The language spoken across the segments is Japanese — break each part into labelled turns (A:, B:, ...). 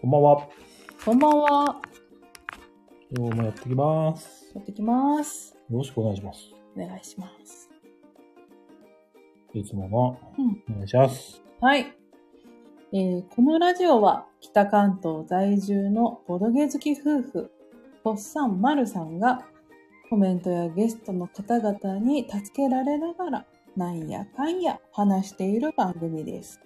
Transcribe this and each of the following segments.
A: こんばんは。
B: こんばんは。
A: 今日もやってきます。
B: やってきます。
A: よろしくお願いします。
B: お願いします。
A: いつもの、
B: うん
A: お願いします。
B: はい。えーこのラジオは北関東在住のボドゲ好き夫婦、ポッサンマルさんがコメントやゲストの方々に助けられながらなんやかんや話している番組です。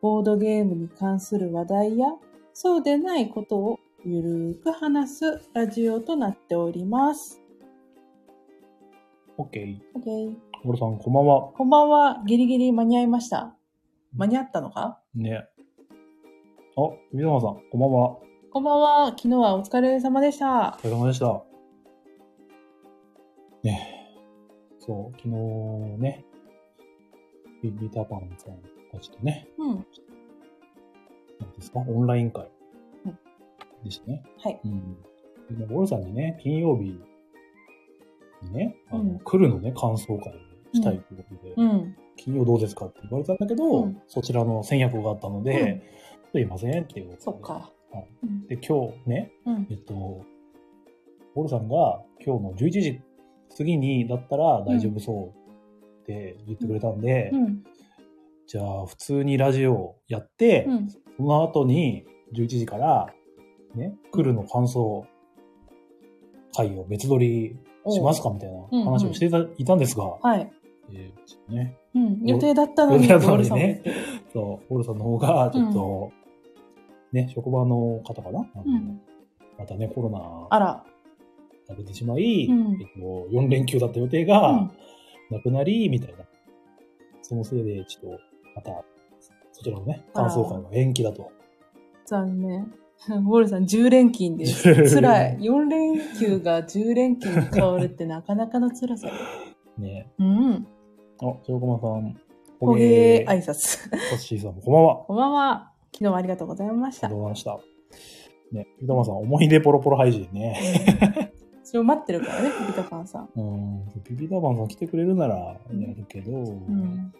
B: ボードゲームに関する話題やそうでないことをゆるーく話すラジオとなっております。
A: OK。
B: OK。
A: 小室さん、こんばんは。
B: こんばんは。ギリギリ間に合いました。間に合ったのか
A: ね。あ、水野さん、こんばんは。お
B: こんばんは。昨日はお疲れ様でした。
A: 疲れ様でした。ねそう、昨日ね、ピピタパンさんたちとね、
B: うん。
A: なんですか、オンライン会
B: うん
A: でしたね。
B: はい。
A: うん。でね、ゴルさんにね、金曜日にね、あの、
B: うん
A: 来るのね、感想会をしたいということで、
B: うん。
A: 金曜どうですかって言われたんだけど、
B: うん
A: そちらの戦略があったので、
B: うん
A: すいませんっていうこと
B: そ
A: で
B: っか。
A: はい
B: うん。
A: で、今日ね、
B: うん
A: え。っと、ゴルさんが今日の11時過ぎにだったら大丈夫そうって言ってくれたんで、
B: うん。
A: じゃあ普通にラジオやって、
B: うん。
A: その後に11時から、ね、来るの感想会を別撮りしますかみたいな話をしていた,、いたんですが、
B: はい。
A: えーちょっとね、
B: うん。予定だったの
A: 予定
B: に。
A: だったのにね
B: ボールさんも言ってる。
A: そう、オルさんの方が、ちょっと、ね、職場の方かな、あの
B: うん。
A: またね、コロ
B: あ
A: ナ
B: ら。
A: が出てしまい、
B: うん
A: えっと、4連休だった予定
B: う
A: が
B: ん。
A: なくなり、みたいな。そのせいで、ちょっと、また、そちらのね、感想会が延期だと。
B: 残念。 ボールさん10連勤 です。辛い。4連休が10連休に変わるってなかなかの辛さ。
A: ね。
B: うん。
A: あ、白駒さん、
B: おげー
A: あ
B: 挨拶。
A: コッシーさんもこんばんは。
B: こんばんは。昨日はありがとうございまし
A: あ
B: た
A: りがとう。ございました。ね、ピタマンさん、思い出ポロポロ配信ね。
B: うんそれを待ってるからね、ピピタパンさん。
A: うん、ピピタマンさん来てくれるならやるけど、
B: うん。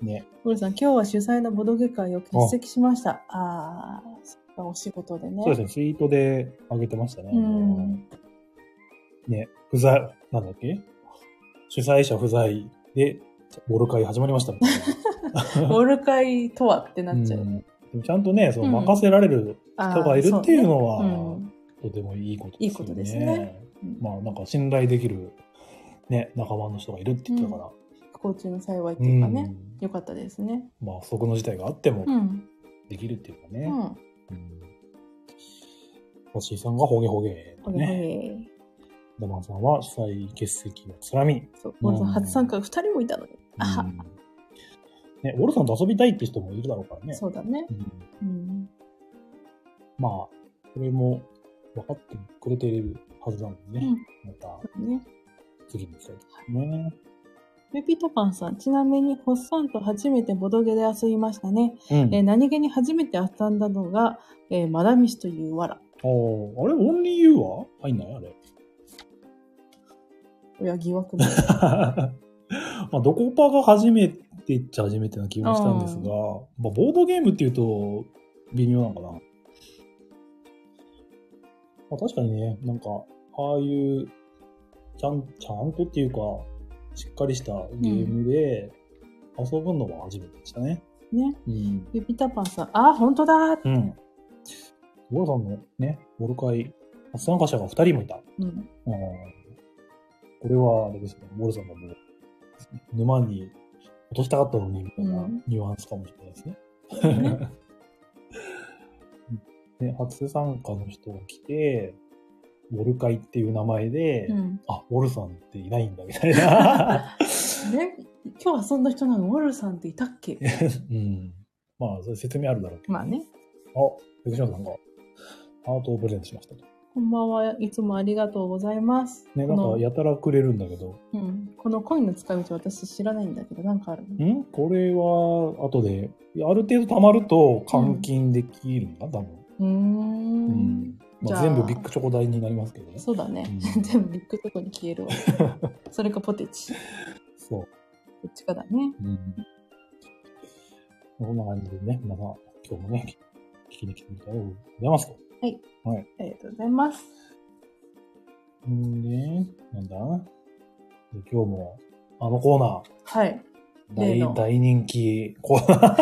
A: ね、
B: ゴルさん、今日は主催のボドゲ会を欠席しました。ああー、そっか、お仕事でね。
A: そうですね、ツイートで上げてましたね。
B: うん
A: ね、不在、なんだっけ主催者不在で、ボル会始まりましたみたい
B: ボール会とは ってな
A: な。
B: っちゃう。
A: んでもちゃんとね、その
B: うん
A: 任せられる
B: あー
A: 人がいるっていうのは、
B: そうね
A: とてもいいこと
B: いいことですねうん
A: まあ、なんか信頼できる、ね、仲間の人がいるって言ってたから、
B: うん不幸中の幸いって
A: う
B: い
A: ん
B: うかね、良かったですね。
A: まあ、不測の事態があっても
B: うん。
A: できるっていうか
B: う
A: ね。
B: ん。
A: うん星井さんがほげほげ
B: お、
A: ね。
B: ね、
A: ダマンさんは主催欠席のつらみ。
B: そう、ゴルさん
A: うん
B: 初参加が2人もいたのに。あ
A: うんね、ウォルさんと遊びたいって人もいるだろうからね。
B: そうだね。
A: うん
B: うん。
A: まあ、それも分かってくれているはずなんでね。
B: うん
A: また
B: そうだね。
A: 次に行きたいですね。
B: ペピタパンさん、ちなみに、ホッサンと初めてボドゲで遊びましたね。
A: うん
B: えー何気に初めて遊んだのが、えーマダミスというわら。
A: おーあれオンリーユーは入んないあれ。
B: 親疑惑も。
A: まあ、どこかが初めてっちゃ初めてな気がしたんですが、
B: うん
A: まあ、ボードゲームっていうと微妙なのかな。まあ、確かにね、なんか、ああいう、ちゃん、ちゃんとっていうか、しっかりしたゲームで遊ぶのは初めてでしたね。
B: ね。
A: うん。
B: ピピタパンさん、あー、本当だーって。
A: うん。ゴロさんのね、ボル会、初参加者が2人もいた。
B: うん。
A: うんこれは、あれですね、モルさんがもう、沼に落としたかったのに、みたいな
B: うん
A: ニュアンスかもしれないですね。
B: ね
A: ね初参加の人が来て、ウォル会っていう名前で、
B: うん。
A: あ、ウォルさんっていないんだ、みたい な。
B: ね、今日遊んだ人なのウォルさんっていたっけ
A: うん。まあ、それ説明あるだろうけど。
B: まあね。
A: あ、吉野さんが、ハートをプレゼントしましたと。
B: こんばんはいつもありがとうございます。
A: ね、な
B: こ
A: ん
B: の
A: か、やたらくれるんだけど、
B: うん、このコインの使い道私知らないんだけど、なんかあるの
A: んこれは後でいやある程度貯まると換金できるんだ、多分、
B: うー
A: う
B: ん
A: ん
B: ん。
A: まあ、
B: じゃあ
A: 全部ビッグチョコ代になりますけ どね
B: そうだね。
A: うん
B: 全部ビッグとこに消え るわ。それかポテチ。ど
A: そう、
B: っちかだね。
A: うん、こんな感じでね皆さん今日もね、聞きに来てみたいと思いますと。
B: ありがとうございます。
A: んで、なんだで今日も、あのコーナ
B: はい。
A: ー、
B: 例の
A: 大、大人気コー ナ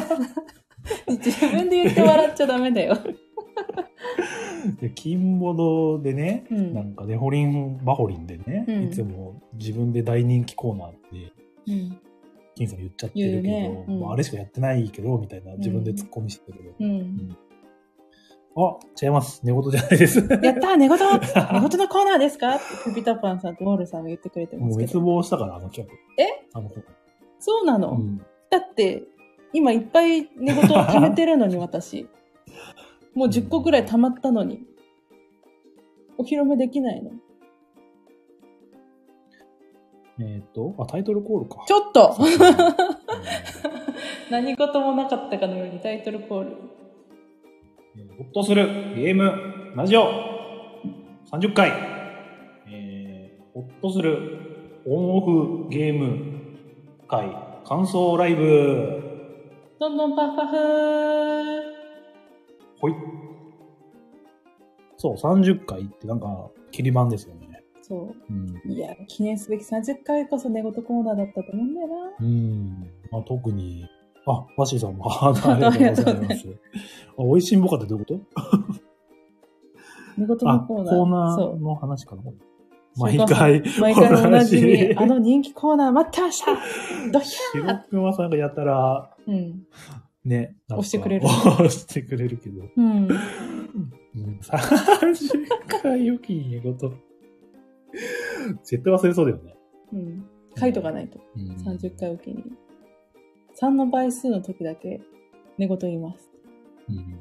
B: 自分で言って笑っちゃダメだよ。
A: ーで、金ボドでね、
B: うん
A: なんかね、ホリン、バホリンでね、
B: うん
A: いつも自分で大人気コーナーって、
B: うん。
A: 金さん言っちゃってるけど、
B: 言うねうん
A: まあ、あれしかやってないけど、みたいな、自分で突っ込みしてたけど、
B: うん。
A: あ、違います。寝言じゃないです。
B: やったー寝言 寝言のコーナーですかってピピタパンさんとモールさんが言ってくれてま
A: もう
B: すけ
A: 滅
B: ど。
A: 亡したから、あの企画。
B: え
A: あのコー
B: そう
A: ナ
B: なの、
A: ー。うん。
B: だって、今いっぱい寝言を溜めてるのに、私。もう10個くらい溜まったのに。お披露目できないの。
A: えっ、と、あ、タイトルコールか。
B: ちょっと
A: そうそうそう
B: 何事もなかったかのようにタイトルコール。
A: うんほっとするゲームラジオ30回、えー、ほっとするオンオフゲーム会感想ライブ。
B: どんどんパフパフー
A: ほい。そう、30回ってなんか、切り版ですよね。
B: そ
A: うん。
B: う。いや、記念すべき30回こそ寝言コーナーだったと思うんだよな。
A: うん。まあ、特に、あ、ワシーさんも、 ああり がとうございます。あ、美味しんぼかってどういうこと
B: 寝言
A: あ、
B: のコ
A: コ
B: ーナー。
A: ーナ
B: そ
A: ー
B: う。
A: の話かな。毎
B: 週刊
A: 回、
B: 毎回お なじ
A: 同
B: み
A: じ、
B: あの人気コーナー待ってましたドヒャ
A: 白熊さんがやったら、
B: うん。
A: ね、なんか
B: 押してくれる
A: 押してくれるけど。
B: うん。
A: うん、30回よき寝言。絶対忘れそうだよね。
B: うん。書いとかないと。
A: うん
B: 30回おきに。3の倍数の時だけ寝言言います。
A: うん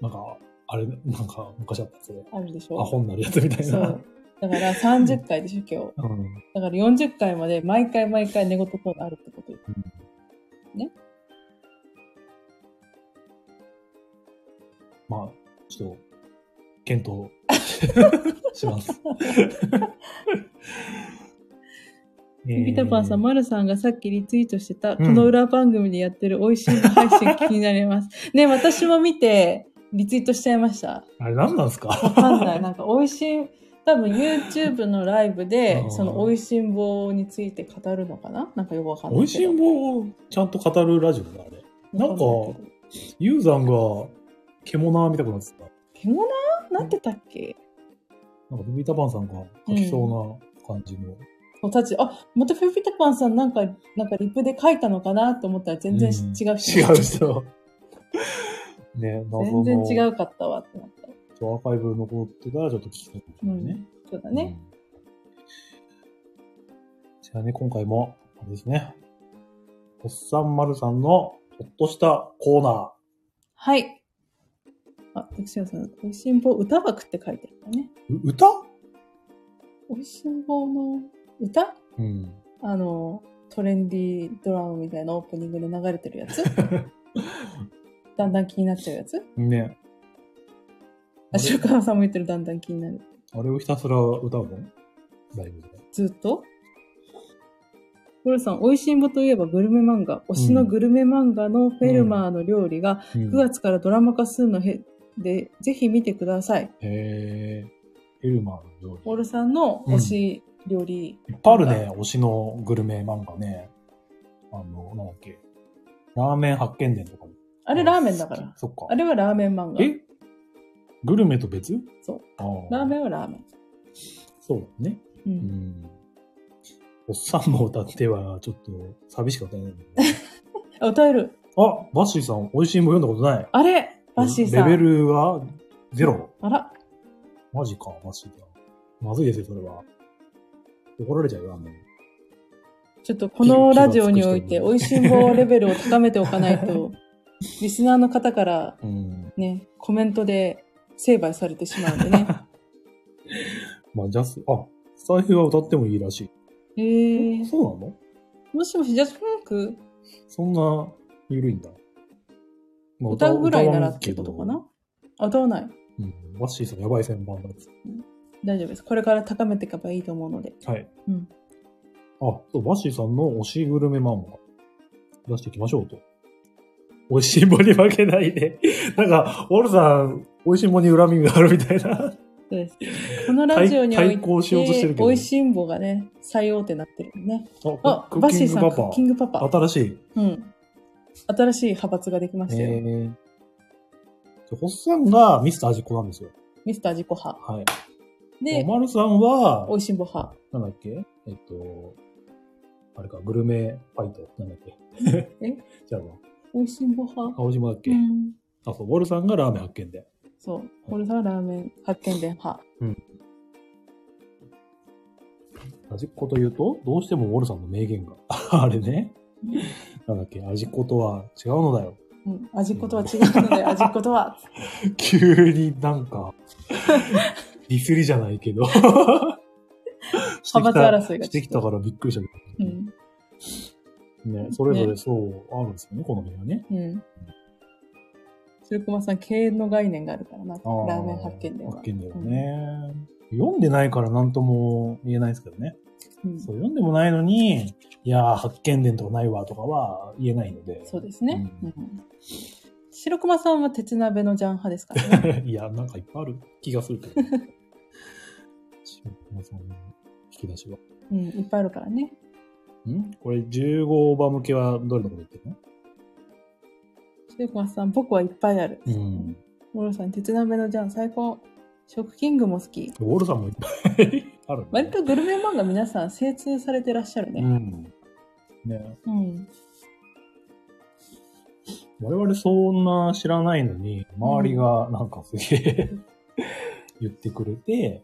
A: なんか、あれ、なんか昔あったそれ。
B: あるでし
A: ア
B: ょ
A: ホになるやつみたい
B: そ
A: な
B: う。。だから30回でしょ、今
A: う
B: 日。
A: ん。うん
B: だから40回まで毎回毎回寝言コーナーあるってことよ
A: まあ、ちょっと、検 討します。
B: ピピタパンさん、マルさんがさっきリツイートしてた、
A: ん
B: この裏番組でやってる美味しい配信気になります。ね、私も見て、リツイートしちゃいました。
A: あれ何なんです
B: わ
A: か
B: かんない。なんか美味しい、多分 YouTube のライブで
A: う、ん
B: その美味しんぼについいて語るのかななんかよくわかんない
A: 美
B: けど。
A: 味しんぼをちゃんと語るラジオだ、あれ。なんか
B: わんないけど
A: ユーザンが、獣見たくなってた。
B: 獣なんてたっけ
A: なんかビビタパンさんが書きそうな感じの。
B: おたち、あ、またピピタパンさんなんか、なんかリプで書いたのかなと思ったら全然し
A: うん
B: 違うし
A: 違う人。ね、謎の。
B: 全然
A: う。
B: 違うかったわってなった。
A: アーカイブ残ってたらちょっと聞きたいですね。
B: そうだね。
A: うん。じゃあね、今回も、あれですね。おっさんまるさんのほっとしたコーナー。
B: はい。あ、徳島さん、おいしんぼ歌枠って書いてあるね。
A: う歌
B: おいしんぼの歌
A: うん。
B: あの、トレンディードラマみたいなオープニングで流れてるや つだんだん気になっちゃうやつ
A: ね。
B: あ、白川さんも言ってるだんだん気になる。
A: あれをひたすら歌うのライブで。
B: ずっとゴルさん、おいしんぼといえばグルメ漫画。推しのグルメ漫画のフェルマーの料理が
A: うん
B: 9月からドラマ化するのへで、ぜひ見てください。
A: へー。エルマーの料理。
B: ゴルさんの推し料理
A: いっぱいあるね、推しのグルメ漫画ね。あの、なんだっけ。ラーメン発見伝とか。
B: あれラーメンだから。。
A: そっか。
B: あれはラーメン漫画。
A: えグルメと別
B: そう。
A: あー
B: ラーメンはラーメン。
A: そうだね。
B: う。
A: うんん。おっさんも歌っては、ちょっと寂しかったね。
B: あ、歌える。
A: あ、バッシーさん、美味しいも読んだことない。
B: あれバッシーさん。
A: レベルはゼロ。
B: あら。
A: マジか、バッシーさん。まずいですよ、それは。怒られちゃうよ、あんなの
B: ちょっとこのラジオにおいて、美味しんぼレベルを高めておかない と、リスナーの方から
A: うん。
B: ね、コメントで成敗されてしまうん でね。
A: まあ、ジャス、あ、スタイフは歌ってもいいらしい。
B: え
A: え
B: ー、
A: そうなの
B: もしもし、ジャズフンク
A: そんな、ゆるいんだ。まあ
B: 歌うぐらいならって
A: 歌
B: こ
A: わん
B: とかなあ、歌わない。
A: けどうん。バッシーさん、やばい旋盤だっつって
B: 大丈夫です。これから高めていけばいいと思うので。
A: はい。
B: うん。
A: あ、そう、バッシーさんの推しグルメ漫画、出していきましょうと。美味しいもんに負けないで。 なんか、オルさん、美味しいもんに恨みがあるみたいな。
B: そうです。このラジオにおい
A: 対対抗しようとして
B: て、
A: るけ
B: 美
A: ど
B: 味しんぼがね、最大手になってるよね。
A: あ、
B: あ
A: ク
B: バ
A: ッ
B: ッシ
A: キ
B: ー
A: ング
B: さん、
A: パ
B: クッ
A: パ
B: キ。ングパパ。
A: 新しい。
B: うん。新しい派閥ができま
A: え
B: したよ。
A: ー。ホッサンがミスター味子なんですよ。
B: ミスター自己派。
A: はい。お
B: で、
A: まるさんは
B: 美、味しんぼ派。
A: なんだっけえっと、あれか、グルメファイト。なんだっけ
B: え
A: じゃあ、ま
B: 美味しんぼ
A: あ
B: 派。
A: 青島だっけ、
B: うん。
A: あ、そう、ウォルさんがラーメン発見で。
B: そう。これさ、ラーメン発見伝派。
A: 味っ子というと、どうしてもウォルさんの名言が。 あれね。なんだっけ味っ子とは違うのだよ。
B: うん。味っ子とは違うので、味っ子とは。
A: 急になん か、ディスりじゃないけど。
B: 派閥争いがちょっと
A: してきたからびっくりしたけ ど。
B: うん。
A: ね、それぞれそう、あるんですよね、好みがね。
B: うん。白熊さん、経営の概念があるからな。ラ
A: あ
B: ーメン発見伝は。
A: 発見だよね。読んでないから何とも言えないですけどね。
B: うん。
A: そう、読んでもないのに、いやー、発見伝とかないわとかは言えないので。
B: そうですね。
A: う
B: うんん白熊さんは鉄鍋のジャン派です からね。
A: いや、なんかいっぱいある気がするけど。白熊さんの引き出しは。
B: うん、いっぱいあるからね。
A: んこれ15オーバー向けはどれのこと言ってるの
B: 白熊さん、僕はいっぱいある。
A: うん。
B: モロさん、鉄鍋のジャン最高。食キングも好
A: ウ
B: き。
A: ォルさんもいっぱい ある、ね。
B: 割とグルメ漫画皆さん精通されてらっしゃる
A: う
B: ね。
A: ん。ね
B: うん。
A: 我々そんな知らないのに、周りがなんかすげえ 言ってくれて、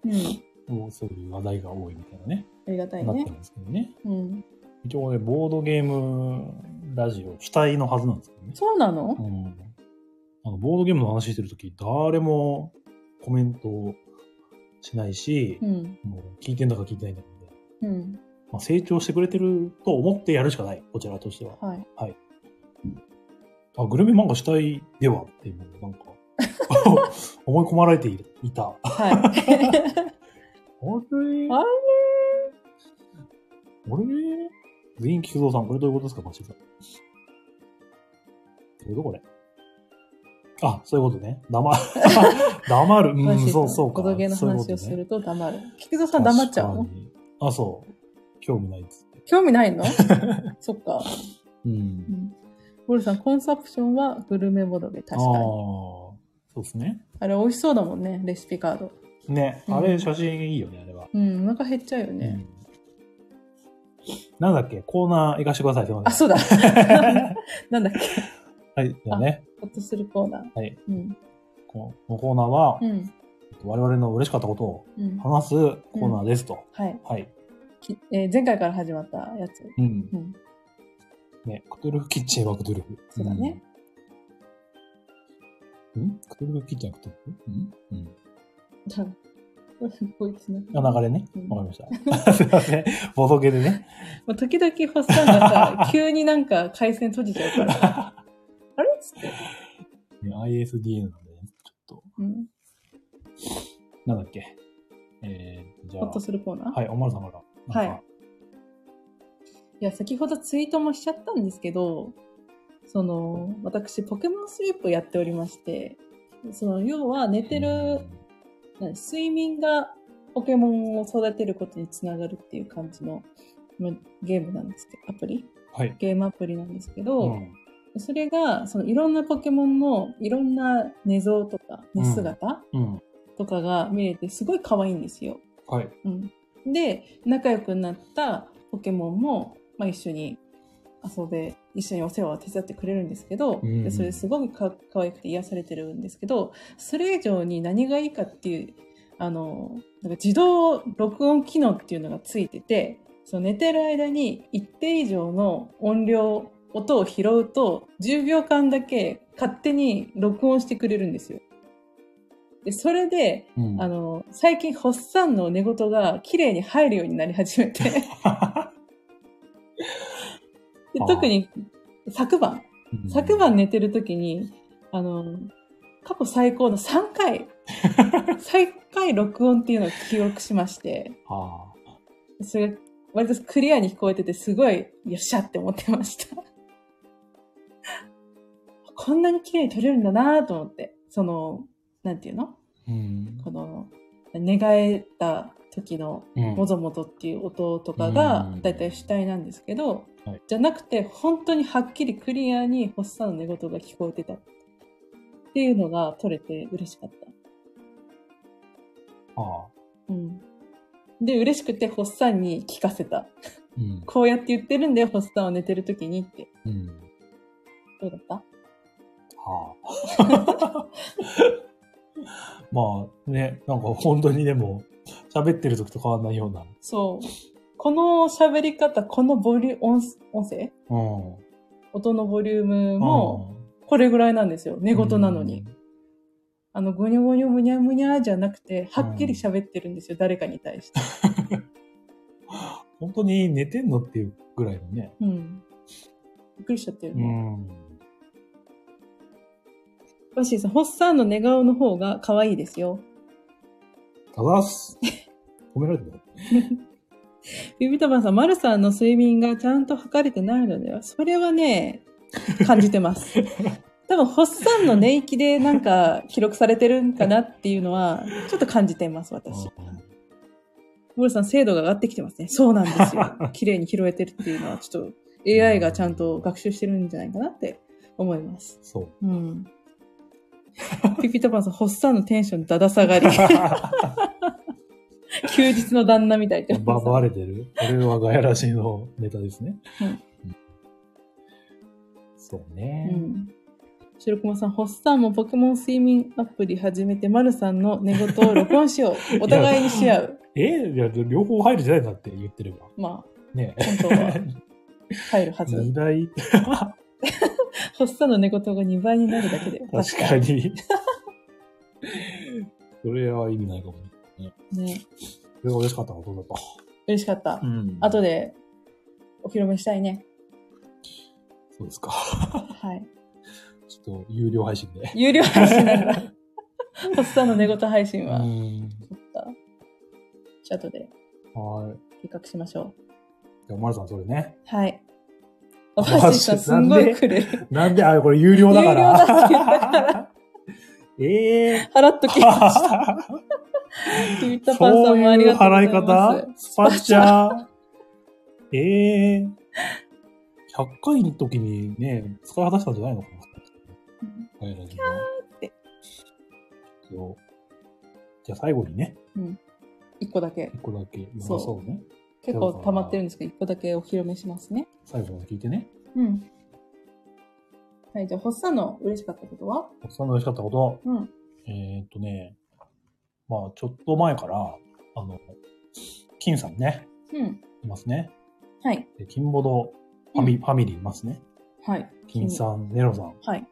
B: うん。
A: もうそういう話題が多いみたいなね、
B: ありがたい
A: なって
B: ね
A: る。んですけどね。
B: うん。
A: 一応ね、ボードゲームラジオ主体のはずなんですけどね。
B: そうなの
A: うん。あの、ボードゲームの話してるとき、誰もコメントしないし
B: う、ん。
A: もう聞いてんだか聞いてないんだかみたいな。
B: うん。
A: まあ、成長してくれてると思ってやるしかない、こちらとしては。
B: はい。
A: あ、グルメ漫画主体ではっていう、なんか、 思い込まれているいた。あ
B: はい。
A: れ
B: あれ
A: あれ全員菊蔵さん、これどういうことですか、マシさん。どういうことこれあ、そういうことね。黙、 黙る。 う
B: マ
A: ん、
B: シ
A: そうそうか。
B: ボドゲの話をす
A: そういう
B: ると黙る。菊蔵
A: こ
B: さ
A: と
B: ん
A: ね
B: 黙っちゃうの
A: 確かにあ、そう。興味ないっつって。
B: 興味 ないのそっか。
A: うん
B: う。ん。モロさん、コンサプションはグルメボドゲ、
A: ああ
B: 確かに。
A: そうですね。
B: あれ美味しそうだもんね、レシピカード。
A: ね、
B: うん
A: あれ写真いいよね、あれは。
B: うん、お腹減っちゃうよね。
A: うんなんだっけコーナー行かしてください、すいま
B: あ、
A: せん。
B: そうだ。なんだっけ
A: はい、じゃあね、
B: ほっとするコーナー。
A: はい。
B: うん。
A: このコーナーは、
B: うん。
A: 我々の嬉しかったことを
B: うん。
A: 話すコーナーですと。
B: はい。
A: はい。
B: きえー前回から始まったやつ。
A: うん。
B: うん。
A: ね、クトゥルフキッチンはクトゥルフ。
B: そうだね
A: うん。んクトゥルフキッチンはクトゥルフうん
B: 多分こいつね。
A: うん。あ、流れね
B: う。ん
A: わかりました。 すいません。ボドゲでね。
B: もう時々、ホッサンが さ、急になんか回線閉じちゃうから。あれっつって。
A: ね ISDN なんでね、ちょっ
B: うん。
A: と、なんだっけ。えー、じゃ
B: ほっと
A: あ、
B: するコーナー。
A: はい、おまるさんから。なんか
B: はい。いや、先ほどツイートもしちゃったんですけど、その、私、ポケモンスリープをやっておりまして、その、要は寝てる、何睡眠がポケモンを育てることにつながるっていう感じのまゲームなんですけど、アプリ
A: はい。
B: ゲームアプリなんですけ
A: う
B: ど、
A: ん
B: それが、その、いろんなポケモンのいろんな寝相とか寝姿
A: うん。
B: とかが見れて、すごい可愛いんですよ。
A: はい。
B: うん、で仲良くなったポケモンも、まあ、一緒に遊べ一緒にお世話を手伝ってくれるんですけど、
A: うん
B: でそれすごくか可愛くて癒されてるんですけどそれ以上に何がいいかっていうあのなんか自動録音機能っていうのがついててその寝てる間に一定以上の音量音を拾うと10秒間だけ勝手に録音してくれるんですよ。でそれで
A: うん
B: あの、最近、ホッサンの寝言が綺麗に入るようになり始め て。で
A: あー
B: 特に、昨晩、
A: うん
B: 昨晩寝てる時に、あの、過去最高の3回、 最回録音っていうのを記録しまして、
A: あ
B: それが割とクリアに聞こえてて、すごい、よっしゃって思ってました。こんなに綺麗に撮れるんだなと思って、その、なんていうの
A: うん
B: この、寝返った時の
A: うん
B: もぞもぞっていう音とかが
A: うん
B: だいたい主体なんですけど、
A: はい
B: じゃなくて本当にはっきりクリアに発作の寝言が聞こえてたっていうのが取れて嬉しかった。
A: ああ
B: うん、で嬉しくて発作に聞かせた。
A: うん
B: こうやって言ってるんだよ発作を寝てる時にって。
A: うん
B: どうだった
A: はあ。 まあね、なんか本当にでも、喋ってる時と変わんないような。
B: そう。この喋り方、このボリュー音音声
A: うん。
B: 音のボリュームもこれぐらいなんですよ。寝言なのに。あの、ぐにょぐにょむにゃむにゃじゃなくて、はっきり喋ってるんですよ、誰かに 対して。
A: うん。本当に寝てんのっていうぐらいのね。
B: うん。びっくりしちゃってる
A: う
B: ね。
A: ん。
B: ロッシーさん、ホッサンの寝顔の方が可愛いですよ。
A: ただっす。 褒められてる。
B: ビビタバンさん、マルさんの睡眠がちゃんと測れてないのでは、それはね、感じてます。 多分、ホッサンの寝息でなんか記録されてるんかなっていうのは、ちょっと感じてます、私。
A: う
B: モルさん、精度が上がってきてますね。そうなんです よ。綺麗に拾えてるっていうのは、ちょっと AI がちゃんと学習してるんじゃないかなって思います。
A: んそう。
B: うん。ピピタパンさん、ホッサンのテンションだだ 下がり。休日の旦那みたいって
A: ば、ば
B: レ。
A: れてる。これはガヤラシのネタですね。
B: うん
A: そう
B: う
A: ね。
B: ん。白駒さん、ホッサンもポケモン睡眠アプリ始めて、マルさんの寝言を録音しよう。お互いにし合う。
A: えいや、両方入るじゃないんだって言ってれば。
B: ま
A: ね
B: あ、。本当は入るはず。
A: 二大、
B: ホッサンの寝言が2倍になるだけで。
A: 確かに。それは意味ないかもね。
B: ね。
A: それが嬉しかったのはどうだっ
B: 嬉しかった
A: た。ん
B: 後。で、お披露目したいね。
A: そうですか。
B: はい。
A: ちょっと、有料配信で。
B: 有料配信なんだ。 ホッサンの寝言配信は。
A: ん。
B: そっか。じゃあ後で
A: はい。
B: 計画しましょ
A: じゃあ、マルさん、それね
B: う。。はい。お
A: マジ
B: ばあちゃんすんごい来る。
A: なんで、あれ、これ有料だから。
B: 有料だって言ったから。
A: ええ
B: 払っとき。ピーターパンさんもありがとうございます。
A: そういう払い方スパチャーええ100回の時にね、使い果たしたんじゃないのかな。はい、ラジオ。
B: て
A: そう。じゃあ最後にね、
B: 一個だけ。
A: 一個だけ読まそうね。
B: 結構溜まってるんですけど、一個だけお披露目しますね。
A: 最後まで聞いてね。
B: うん。はい、じゃあ、ホッサンの嬉しかったことは
A: たくさんの嬉しかったこと。
B: うん。
A: えーっとね、まあちょっと前から、あの、金さんね、
B: うん。
A: いますね。
B: はい。
A: で金ボドファミ,、ファミリーいますね。
B: はい。
A: 金さん、ネロさん、
B: はい。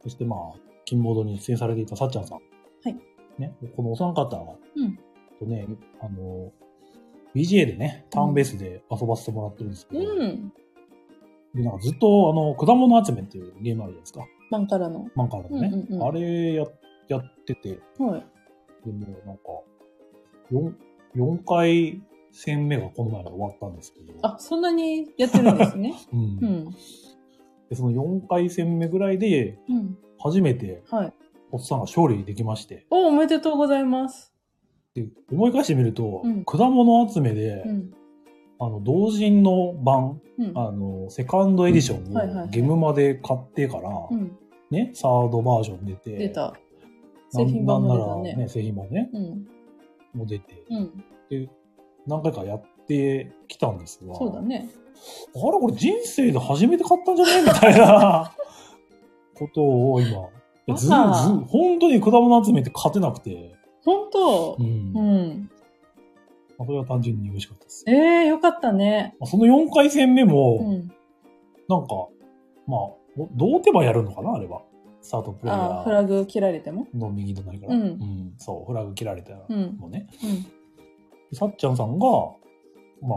A: そしてまあ、金ボードに出演されていたさっちゃんさん。
B: はい。
A: ね、このお三方は、
B: うん。
A: とね、あの、BGA でね、ターンベースで遊ばせてもらってるんですけど、
B: うん。
A: で、なんかずっと、あの、果物集めっていうゲームあるじゃないですか。
B: マンからの。
A: マンカーのね。
B: うんうんうん
A: あれや、やってて、で
B: はい。
A: もなんか、4、四回戦目がこの前で終わったんですけど、
B: あ、そんなにやってるんです ね。
A: うん、
B: うん。
A: で、その4回戦目ぐらいで、
B: うん。
A: 初めて、
B: はい。
A: おっさんが勝利できまして、
B: お、おめでとうございます。
A: で思い返してみると、
B: うん
A: 果物集めで、
B: うん。
A: あの、同人の版、
B: うん。
A: あの、セカンドエディショ
B: はいはいは
A: ンを
B: い
A: ゲムまで買ってから、
B: うん。
A: ね、サードバージョン出て、
B: 出た。
A: な
B: 製品版
A: な
B: も
A: ん
B: 出
A: なら
B: たね。
A: ね、製品版ね、
B: うん。
A: も出て、
B: うん。
A: で、何回かやってきたんですが、
B: そうだね。
A: あれこれ人生で初めて買ったんじゃねみたいな ことを今、いやずず
B: あら
A: 本当に果物集めて勝てなくて、
B: 本当
A: う。ん
B: う
A: ま
B: ん。
A: あ、それは単純に嬉しかったです。
B: ええ、よかったね。
A: まあその4回戦目も、
B: うん。
A: なんか、まあ、おどう手ばやるのかなあれは。スタートプレイヤ
B: あ、フ
A: ー
B: ラグ切られても。
A: の右隣から。
B: うん
A: そう、フラグ切られた
B: うん。
A: のね。
B: うん。
A: でさっちゃんさんが、まあ、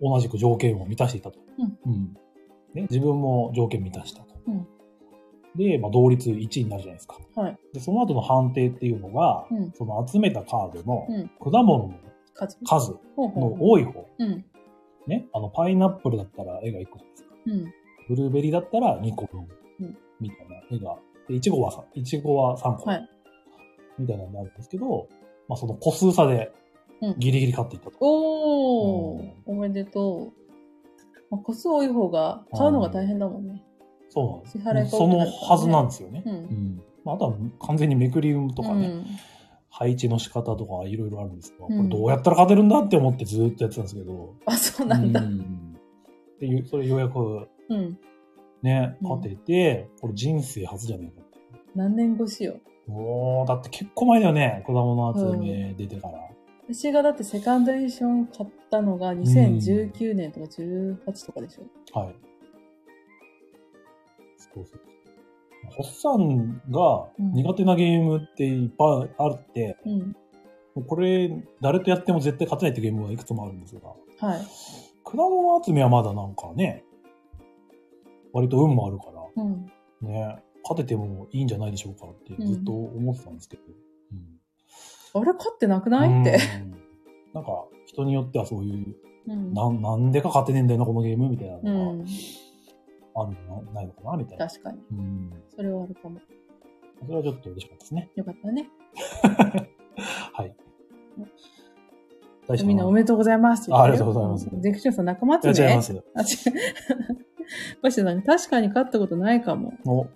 A: 同じく条件を満たしていたと。
B: うん
A: ね、自分も条件満たしたと。
B: うん
A: で、まあ、同率1位になるじゃないですか。
B: はい。
A: で、その後の判定っていうのが、
B: うん
A: その集めたカードの
B: うん
A: 果物の
B: 勝ち。
A: 数
B: ほうほう
A: の
B: ほ
A: 多い方。
B: う。うん。
A: ね、あの、パイナップルだったら絵が1個じゃないですか。
B: うん。
A: ブルーベリーだったら2個分
B: うん
A: みたいな目が、で、1号はさ、1号は3個
B: はい。
A: みたいなのになるんですけど、まあその個数差で
B: うん
A: ギリギリ勝っていったと。
B: おお、
A: うん
B: おめでとう。まあ、個数多い方が買うのが大変だもんね。
A: そうなんです。
B: 支払いが多くなる
A: そのはずなんですよね。
B: うん
A: んまあ、あとは完全にめくりとかね、
B: うん
A: 配置の仕方とかいろいろあるんですが、
B: うん
A: これどうやったら勝てるんだって思ってずーっとやってたんですけど。
B: あ、そうなんだ。
A: うんでゆそれようやく
B: うん。
A: ね、
B: うん
A: 勝てて、これ人生初じゃないかって。
B: 何年越しよ。
A: おーだって結構前だよね、果物集め出てから。
B: 私がだってセカンドエディション買ったのが2019年とか18とかでしょ。
A: はい。そうそう。ホッサンが苦手なゲームっていっぱいあって、
B: うん。
A: もうこれ、誰とやっても絶対勝てないってゲームがいくつもあるんですが、
B: はい。
A: 果物集めはまだなんかね、割と運もあるか
B: うん。
A: ら、ね、勝ててもいいんじゃないでしょうかって
B: うん
A: ずっと思ってたんですけど。うん
B: あれ勝ってなくないって。。
A: うんなんか、人によってはそういう、
B: うん。
A: なんなんでか勝てねえんだよな、このゲームみたいな
B: う
A: の
B: ん。
A: があるのな、ないのかなみたいな。
B: 確かに。
A: うん。
B: それはあるかも。
A: それはちょっと嬉しかったですね。
B: よかったね。
A: はい。大
B: みんなおめでとうございますって言ってるよ
A: あありがとうございます
B: ディクションさん仲間集
A: いや違いま
B: め
A: す。
B: あ、違う。星野さん、確かに勝ったことないかも。
A: お、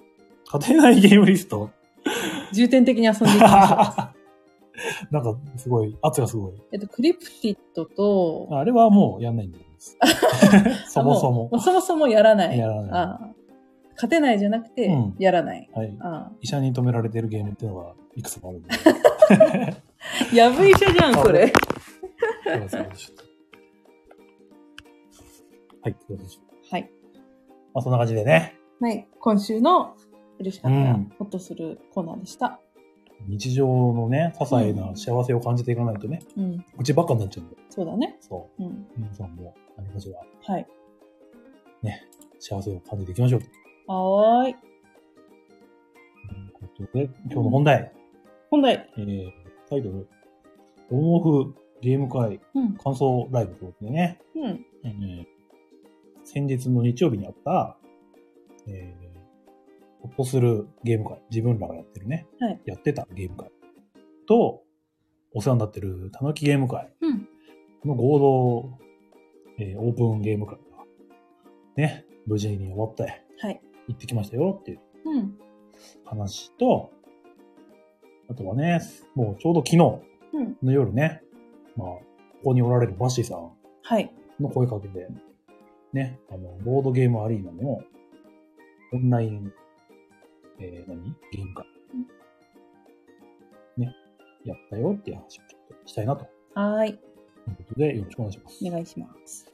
A: 勝てないゲームリスト。
B: 重点的に遊んでいきましょう。
A: なんか、すごい、圧がすごい。
B: えっと、クリプティットと、
A: あれはもうやんないんです。 そもそも。
B: あううそもそもやらない。
A: やらない
B: ああ勝てないじゃなくて、
A: うん
B: やらない。
A: はい。
B: ああ
A: 医者に止められてるゲームっていうのがいくつもあるんで。
B: やぶ医者じゃん、それ。
A: そうですそうですはい、そうです
B: はい。
A: まあ、そんな感じでね、
B: はい。今週の嬉しかった
A: う
B: ら
A: ん
B: ほっとするコーナーでした。
A: 日常のね、些細な幸せを感じていかないとね、
B: うん。
A: うちばっかになっちゃうんで。
B: そうだね。
A: そ
B: うん。
A: う。皆さんも何かしら
B: はい。
A: 幸せを感じていきましょう。とい
B: はーい。
A: うことで、今日の本題、
B: 本題。
A: えー、タイトル、オンオフゲーム会
B: うん。
A: 感想ライブということでね、
B: うん。
A: えー先日の日曜日にあった、えー、ほっとするゲーム会、自分らがやってるね、
B: はい
A: やってたゲーム会と、お世話になってるたぬきゲーム会
B: うん。
A: の合同、えーオープンゲーム会が、ね、無事に終わって
B: はい。
A: 行ってきましたよっていう
B: うん。
A: 話と、あとはね、もうちょうど昨日
B: うん。
A: の夜ね、まあ、ここにおられるバッシーさん
B: はい。
A: の声かけで、ね、あの、ボードゲームアリーナのオンライン、えー、何ゲーム会。ね、やったよっていう話をちょっとしたいなと
B: はーい。
A: いうことで、よろしくお願いします。
B: お願いします。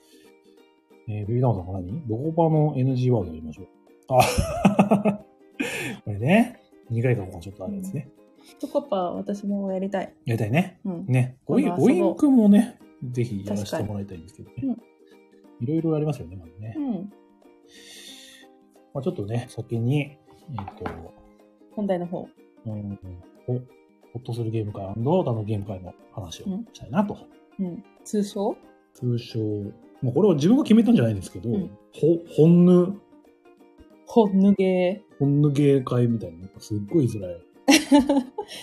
A: えー、ビビダムさんが何どこばの NG ワードやりましょう。あ、これね、苦い過去がちょっとあるやつね。
B: チョコパー、私もやりたい。
A: やりたいね。
B: うん。
A: ね、ごい
B: 今度
A: ご
B: 遊ぼう
A: インクもね、ぜひやらせてもらいたいんですけどね。いろいろありますよね、まずね
B: う。ん。
A: まあ、ちょっとね、先に、えっ、と、
B: 本題の方。
A: うん、ほほっとするゲーム会他のゲーム会の話をしたいなと。
B: うん。通称
A: 通称、もうこれは自分が決めたんじゃないんですけど、
B: うん
A: ほ、ほんぬ、
B: ほぬげ
A: ほんぬゲー会みたいな、なんかすっごいづらい。
B: ー。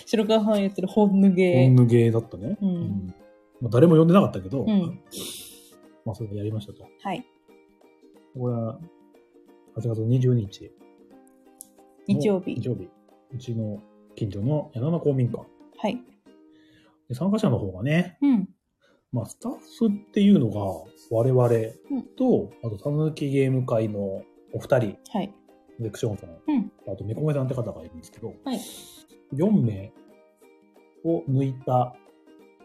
B: 白川さん言ってるほぬ
A: ほ
B: げ
A: ん
B: ー。
A: ぬゲーだったね。
B: うん
A: まあ、誰も呼んでなかったけど、
B: うん
A: まあ、それでやりましたと。
B: はい。
A: これは、8月22日。
B: 日曜日
A: 日曜日。うちの近所の柳野公民館。
B: はい。
A: で参加者の方がね、
B: うん。
A: まあ、スタッフっていうのが我々と、あと、たぬきゲーム会のお二人、
B: はい。
A: ゼクションさん、
B: うん
A: あと、めこめさんって方がいるんですけど、
B: はい
A: 4名を抜いた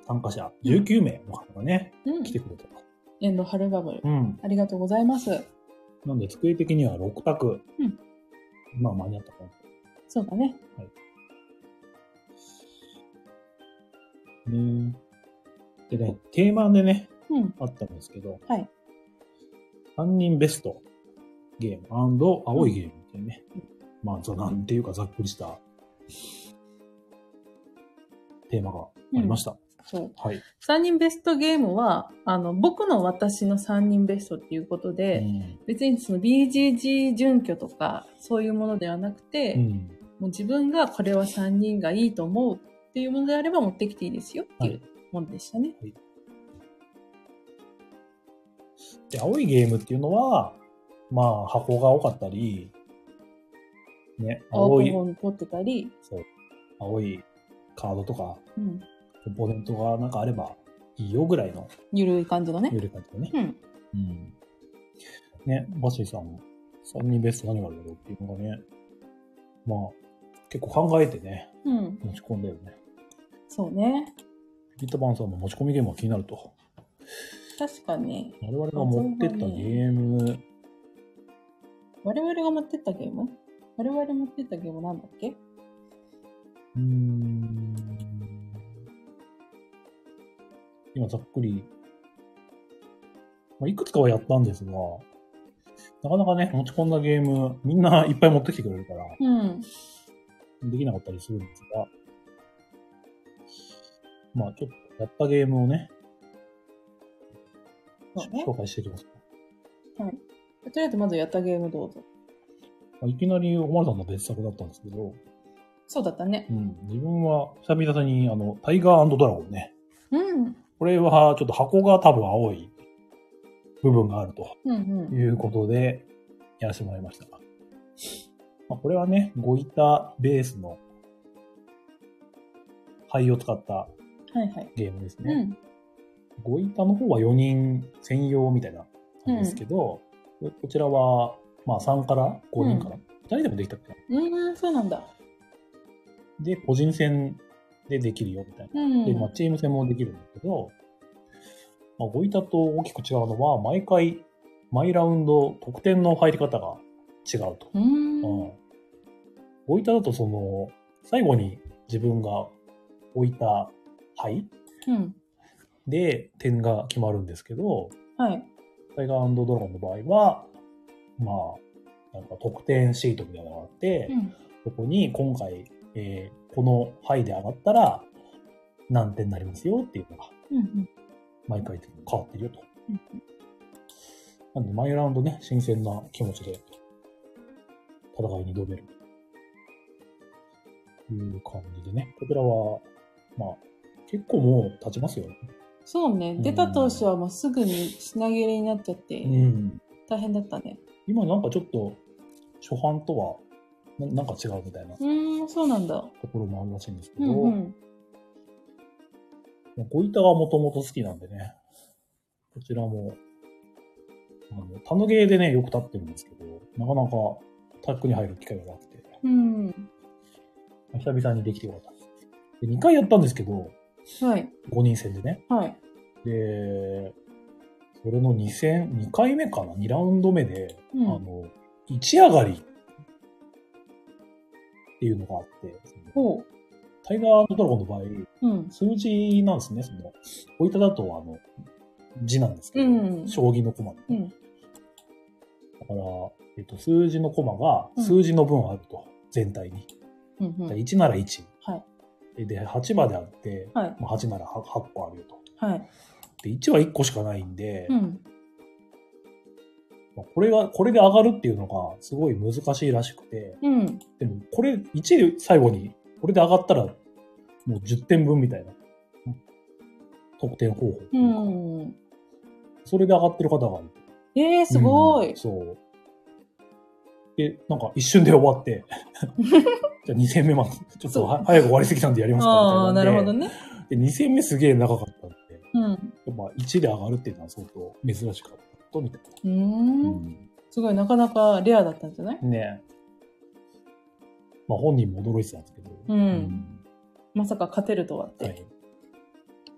A: 参加者、19名の方がね、
B: うん
A: 来。てくれたと。
B: 遠藤春バブル。
A: うん。
B: ありがとうございます。
A: なんで、机的には6択。
B: うん
A: まあ、間に合ったかな。
B: そうだね。
A: ねでね、テーマでね、
B: うん。
A: あったんですけど、
B: はい。
A: 3人ベストゲーム青いゲームっていうね、まあ、ざなんていうかざっくりしたテーマがありました。
B: そう。
A: はい。
B: 3人ベストゲームは、あの、僕の私の3人ベストっていうことで、
A: うん
B: 別にその BGG 準拠とかそういうものではなくて、
A: う
B: も
A: ん。
B: う自分がこれは3人がいいと思うっていうものであれば持ってきていいですよっていうものでしたね。
A: で、青いゲームっていうのは、まあ、箱が多かったり、ね、青
B: 青い
A: い、
B: 本に取ってたり、
A: そう、青いカードとか、
B: うん、
A: コンポーネントがなんかあればいいよぐらいの
B: ゆるい感じのね。
A: 緩い感じだね。
B: うん。
A: うん。ね、バシーさんも、3人ベスト何があるだろうっていうのがね、まあ、結構考えてね、
B: うん。
A: 持ち込んだよね。
B: そうね。
A: ピットバンさんも持ち込みゲームが気になると。
B: 確かに、
A: 我々が持ってったゲーム、
B: 我々が持ってったゲーム我々持ってったゲームなんだっけ
A: うーん今ざっくり、まあ、いくつかはやったんですが、なかなかね、持ち込んだゲーム、みんないっ ぱい持ってきてくれるから、
B: うん。
A: できなかったりするんですが、まあちょっとやったゲームをね、
B: そうね
A: 紹介していきますか。
B: とりあえずまずやったゲームどうぞ。
A: まあいきなり、おまるさんの別作だったんですけど、
B: そうだったね。
A: うん、自分は久々に、あの、タイガードラゴンね、
B: うん。
A: これはちょっと箱が多分青い部分があると。
B: うんう
A: と
B: ん。
A: いうことで、やらせてもらいました。まあ、これはね、ご板ベースの灰を使った
B: はいはい。
A: ゲームです
B: う
A: ね。
B: ん。
A: ご板の方は4人専用みたいななんですけど、こちらは、まあ3から5人から、2人でもできたっけな。
B: うん、そうなんだ。
A: で、個人戦でできるよみたいな。
B: うん。
A: で、まあ、チーム戦もできるんだけど、まあ、ゴイタと大きく違うのは、毎回、毎ラウンド、得点の入り方が違うと。
B: うん。
A: うん。ゴイタだと、その、最後に自分が置いた牌
B: うん。
A: で点が決まるんですけど、
B: はい。
A: タイガードラゴンの場合は、まあ、なんか得点シートみたいなのがあって、
B: うん。
A: そこに今回、えーこの牌で上がったら何点になりますよっていうのが
B: うん。
A: 毎回変わってるよと
B: うん。
A: なんで、毎ラウンドね、新鮮な気持ちで、戦いに挑める。という感じでね。こちらは、まあ、結構もう経ちますよね。
B: そうね。出た当初はもうすぐに品切れになっちゃって、
A: ん。
B: 大変だったね。
A: 今なんかちょっと、初版とはな、なんか違うみたいなと
B: うん、そうなんだ。
A: ころもあるらしいんですけ
B: う
A: ど、
B: んうん。
A: まあゴイタがもともと好きなんでね。こちらも、あの、タヌゲーでね、よく立ってるんですけど、なかなかタックに入る機会がなくて、
B: うん。
A: 久々にできてよかったです。で、2回やったんですけど、
B: はい。
A: 5人戦でね。
B: はい。
A: で、それの2戦、2回目かな ?2 ラウンド目で、
B: うん
A: あの、一上がりっていうのがあって、その
B: ほ
A: タイガードラゴンの場合、
B: う。うん。
A: 数字なんですね、その、おいただと、あの、字なんですけど、
B: うん
A: 将棋の駒、
B: うん。
A: だから、えっと、数字の駒
B: う
A: が
B: ん
A: 数字の分あると、全体に。
B: うんう
A: だから
B: ん。
A: 1なら1。
B: はい
A: でで、8まであって、
B: はい。
A: まあ、8なら 8, 8個あるよと。
B: はい。
A: で、1は1個しかないんで、
B: うん。
A: まあこれが、これで上がるっていうのがすごい難しいらしくて、
B: うん。
A: でもこれ、1で最後に、これで上がったら、もう10点分みたいな、得点方法って
B: う
A: いうか、
B: ん。
A: それで上がってる方がいる。
B: えー、すご
A: う
B: い
A: ん。そう。で、なんか一瞬で終わ って、じゃあ2戦目まで、ちょっとは早く終わりすぎたんでやりますかみたい
B: ああ、
A: んで
B: なるほどね。
A: で、2戦目すげえ長かったんで、
B: うん。
A: やっぱ1で上がるっていうのは相当珍しかったみたいな。
B: うーん。すごい、なかなかレアだったんじゃない
A: ねえ。まあ本人も驚いてたんですけど。
B: うん
A: うん
B: まさか勝てるとはっ
A: は
B: て。
A: い。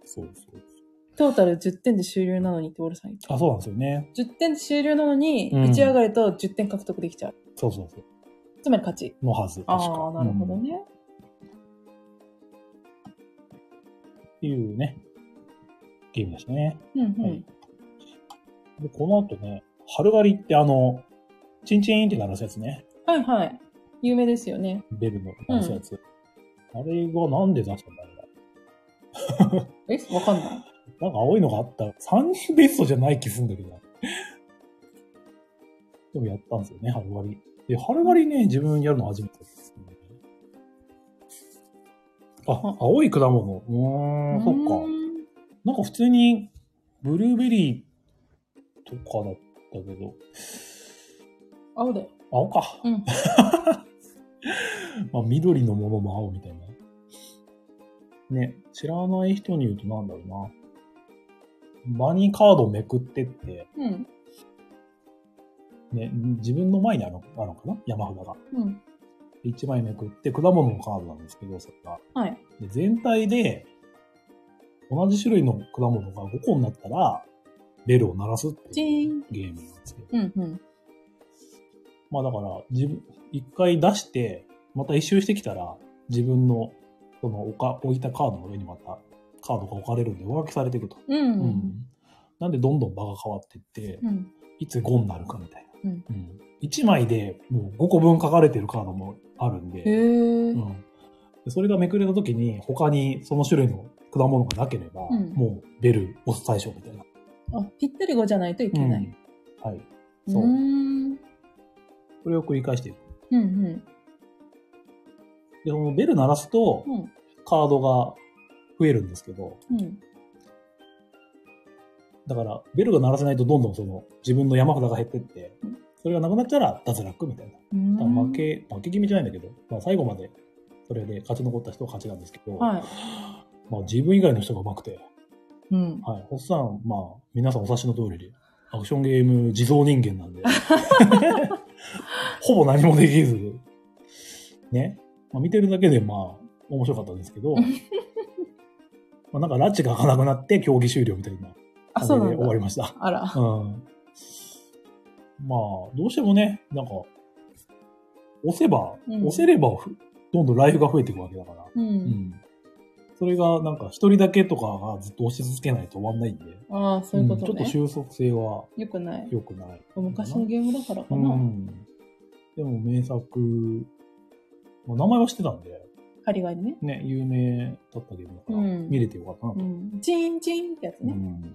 A: そうそう。
B: トータル10点で終了なのにって、オールさん言って
A: あ、そうなんですよね。
B: 10点で終了なのに、
A: うん
B: 1上がりと10点獲得できちゃう。
A: そうそうそ
B: つまり勝ち。
A: う。のはず。確か
B: ああ、なるほど
A: うんっ
B: ね。
A: ていうね、ゲームでしたね。
B: うんう
A: はい
B: ん。
A: で、この後ね、春狩りってあの、チンチンって鳴らすやつね。
B: はいはい。有名ですよね。
A: ベルの鳴らすやつ。あれがなんで出したんだろうな。
B: えわかんない。
A: なんか青いのがあった。3人ベストじゃない気すんだけどな。 でもやったんですよね、春割り。で、春割りね、自分やるの初めてです、ね。あ
B: あ、
A: 青い果物。うーん、そっか。なんか普通に、ブルーベリーとかだったけど、
B: か。青で。
A: 青か。
B: うん。
A: まあ、緑のものも青みたいな。ね、知らない人に言うとなんだろうな。場にカードめくってって、
B: うん。
A: ね、自分の前にあるのあるのかな山札が。
B: うん。
A: で一枚めくって、果物のカードなんですけど、それが。
B: はい。
A: で全体で、同じ種類の果物が5個になったら、ベルを鳴らすって
B: チ
A: い
B: ー
A: う
B: ン
A: ゲームなんですけど。
B: うん。うん。
A: まあだから、自分、一回出して、また一周してきたら、自分の、その置か、置いたカードの上にまた、カードが置かれるんで、上書きされていくと。う
B: う。
A: んなんで、どんどん場が変わっていって、
B: うん。
A: いつ5になるかみたいな。
B: うん
A: 1枚でもう5個分書かれてるカードもあるんで、
B: へえ
A: う。ん、でそれがめくれた時に他にその種類の果物がなければ、
B: うん
A: もうベル押す対象みたいな。
B: あ、ぴったり5じゃないといけない。
A: うんはい。
B: う
A: そ
B: ー
A: う。
B: ん。
A: それを繰り返していく。
B: うん。うん。
A: で、そのベル鳴らすと
B: うん。
A: カードが増えるんですけど、
B: うん。
A: だからベルが鳴らせないとどんどんその自分の山札が減ってって
B: うん、
A: それがなくなったら脱落みたいな。
B: うーん
A: だから負。け、負け気味じゃないんだけど、まあ最後までそれで勝ち残った人は勝ちなんですけど、
B: はい。
A: まあ自分以外の人が上手くて、
B: うん。
A: はい。おっさん、まあ、皆さんお察しの通りで、アクションゲーム地蔵人間なんで、 ほぼ何もできず、ね。まあ、見てるだけで、まあ、面白かったんですけ ど、まあなんか、拉致が開かなくなって、競技終了みたいな
B: あ、そう
A: 感じ
B: な
A: で
B: ん
A: 終わり
B: だ。
A: ました。
B: あら。
A: うん。まあ、どうしてもね、なんか、押せば、
B: うん
A: 押せればふ、どんどんライフが増えていくわけだから、
B: う。
A: うんん。それが、なんか、一人だけとかがずっと押し続けないと終わんないんで、
B: ああ、そういうこと
A: んちょっと
B: ね。
A: 収束性は
B: よくない。
A: 良くない。
B: 昔のゲームだからか
A: う
B: な。
A: ん。でも名作、まあ、名前は知ってたんで、
B: 針割りね。
A: ね、有名だったゲームだから、
B: うん
A: 見れてよかったなと。
B: うん。チーンチーンってやつ
A: うん。
B: ね。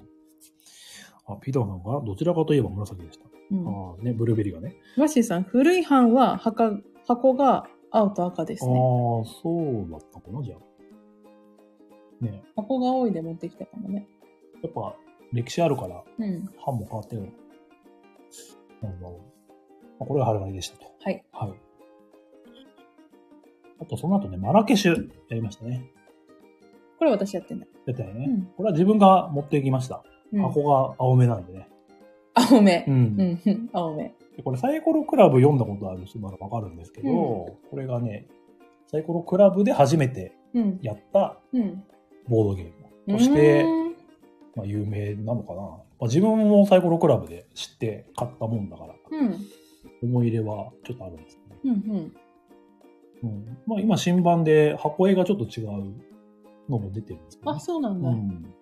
A: あ、ピーターさんがどちらかといえば紫でした。
B: うん。
A: ああ、ね、ブルーベリーがね。
B: マッシーさん、古い版は箱箱が青と赤です
A: ああ
B: ね。、
A: そうだったかな、じゃあ。ね、
B: 箱が多いで持ってきたかもね。
A: やっぱ歴史あるから、
B: うん。
A: 版も変わってるの。なんだろう。まあ、これが春割りでしたと。
B: はい。
A: はい。あと、その後ね、マラケシュやりましたね。
B: これ私やってない。
A: やったよね。
B: うん
A: これは自分が持っていきました。
B: うん、
A: 箱が青めなんでね。
B: 青目。
A: ん
B: う
A: で
B: ん、うん、青目。
A: これサイコロクラブ読んだことある人ならわかるんですけど、
B: うん
A: これがね、サイコロクラブで初めて
B: うん。
A: やった
B: うん。
A: ボードゲーム。そして
B: うー、ん
A: まあ、有名なのかな。まあ、自分もサイコロクラブで知って買ったもんだから、
B: うん。
A: 思い入れはちょっとあるんですけど、ね
B: うん。うん。
A: うんまあ、今新版で箱絵がちょっと違うのも出てるんですけどね、
B: あ、そうなんだ。
A: うん。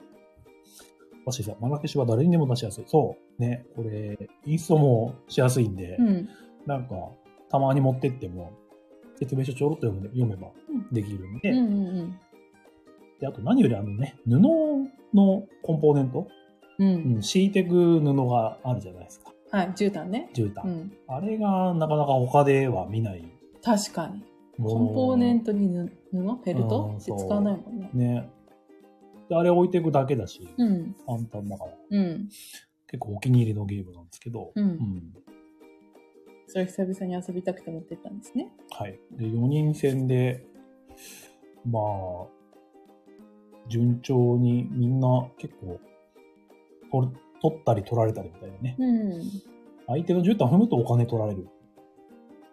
A: マシさん、マラケシュは誰にでも出しやすい。そう。ね、これ、インストもしやすいんで、
B: うん。
A: なんか、たまに持ってっても、説明書ちょろっと読め読めば
B: うん
A: できるんで、
B: うん。うん。
A: で、あと何よりあのね、布のコンポーネント、
B: うん。う。
A: うんん、敷いてく布があるじゃないですか。
B: はい、絨毯ね。
A: 絨毯。
B: うん。
A: あれがなかなか他では見ない
B: 確かに。
A: もの。
B: コンポーネントにぬ布フェル
A: う
B: ト
A: ん
B: って使
A: そう
B: わないもんね。
A: ね。で、あれ置いていくだけだし、
B: うん。
A: 簡単だから、
B: うん。
A: 結構お気に入りのゲームなんですけど、
B: う。
A: うんん
B: それ久々に遊びたくて持ってったんですね。
A: はい。で、4人戦で、まあ、順調にみんな結構、取る取ったり取られたりみたいなね。
B: うん。
A: 相手の絨毯踏むとお金取られる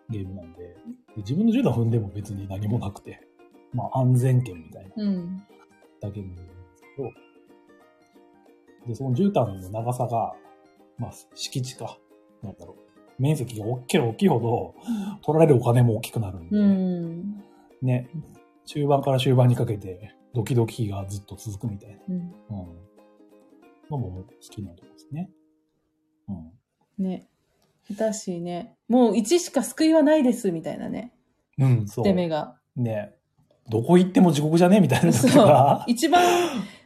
A: ゲームなんで、で自分の絨毯踏んでも別に何もなくて、まあ安全圏みたいな
B: うん。
A: だけなんですけど、で、その絨毯の長さが、まあ敷地か、なんだろう、面積が大きければ大きいほど、取られるお金も大きくなるんで、
B: うん。
A: ね、中盤から終盤にかけて、ドキドキがずっと続くみたいな。
B: うん。
A: うん。のも好きなとこですね。うん。
B: ね。だしね、もう1しか救いはないですみたいなね、
A: うん、そ
B: 出目
A: う。
B: が。
A: ね。どこ行っても地獄じゃねみたいなと
B: そう
A: か。
B: 一番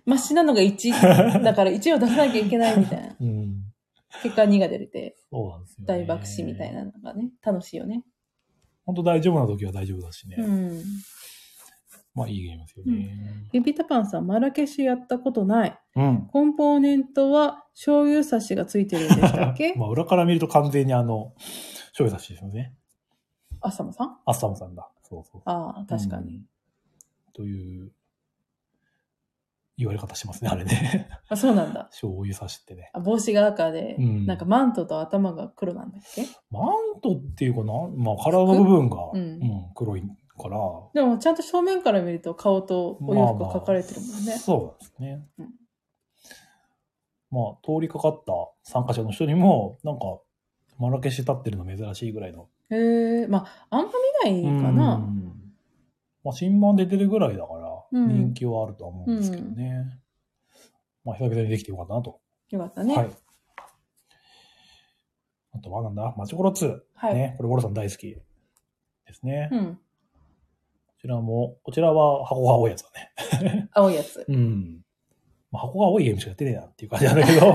B: マシなのが1。だから1を出さなきゃいけないみたい な。
A: うん。
B: 結果2が出るて、
A: そうなんですよ、ね。
B: 大爆死みたい。なのがね、楽しいよね。
A: 本当大丈夫な時は大丈夫だしね。
B: うん。
A: まあいいゲームですよね。
B: ビビタパンさん、マラケシュやったことない。
A: うん。
B: コンポーネントは醤油差しがついてるんでしたっけ
A: まあ裏から見ると完全にあの、醤油差しですよね。
B: あさまさん
A: アッサムさんだ。そうそう。
B: ああ、確かに。
A: うんという、言われ方しますね、あれね。
B: あそうなんだ。
A: 醤油差しってね。
B: あ帽子が赤で、
A: うん
B: なんかマントと頭が黒なんだっけ
A: マントっていうかな、まあ体の部分が、
B: うん
A: うん黒いから、
B: でもちゃんと正面から見ると顔とお洋服が描かれてるもんね。
A: そうですね。
B: うん
A: まあ、通りかかった参加者の人にも、なんか、マラケシュ立ってるの珍しいぐらいの。
B: へえまああんま見ないかな。
A: うんまあ、新版で出てるぐらいだから、
B: うん
A: 人気はあるとは思うんですけどね。まあ、久々にできてよかったなと。
B: よかったね。
A: は
B: はい
A: い。あとはなんだマチョコロ2。。ね。これ、ウォルさん大好きですね。
B: う
A: こ
B: ん。
A: ちらも、こちらは箱が青いやつだね。
B: 青いやつ。
A: うん。まあ、箱が多いゲームしかやってねえなっていう感じなんだけ ど、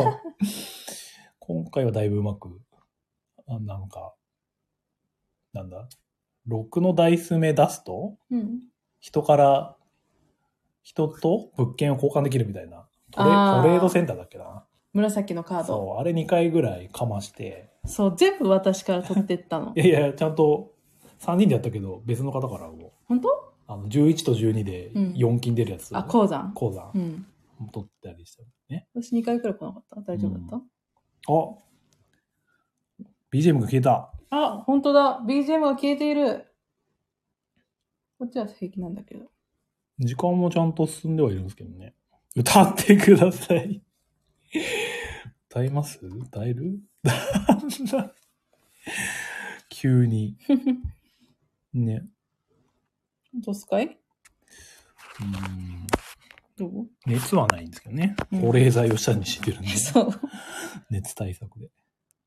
A: 今回はだいぶうまく、あなんか、なんだ、6のダイス目出すと、
B: うん。
A: 人から、人と物件を交換できるみたいな、トレ
B: あー
A: トレードセンターだっけな。
B: 紫のカード。
A: そう、あれ2回ぐらいかまして、
B: そう全部私から取ってっ たの
A: い。やいや、ちゃんと3人でやったけど、別の方からも、
B: 本当
A: あの11と12で
B: うん
A: 4金出るやつ、
B: あ、鉱山。
A: 鉱山
B: う、ん。
A: 取ったりしたね。
B: 私2回くらい来なかった大丈夫だった、
A: あ BGM が消えた。
B: あ、本当だ。BGM が消えている。こっちは平気なんだけど。
A: 時間もちゃんと進んではいるんですけどね。歌ってください。歌います歌える 急に。ね。
B: どうすかい
A: うん
B: どう
A: 熱はないんですけどね。
B: うん、
A: 保冷剤を下に敷いてるんで
B: そう。
A: 熱対策で。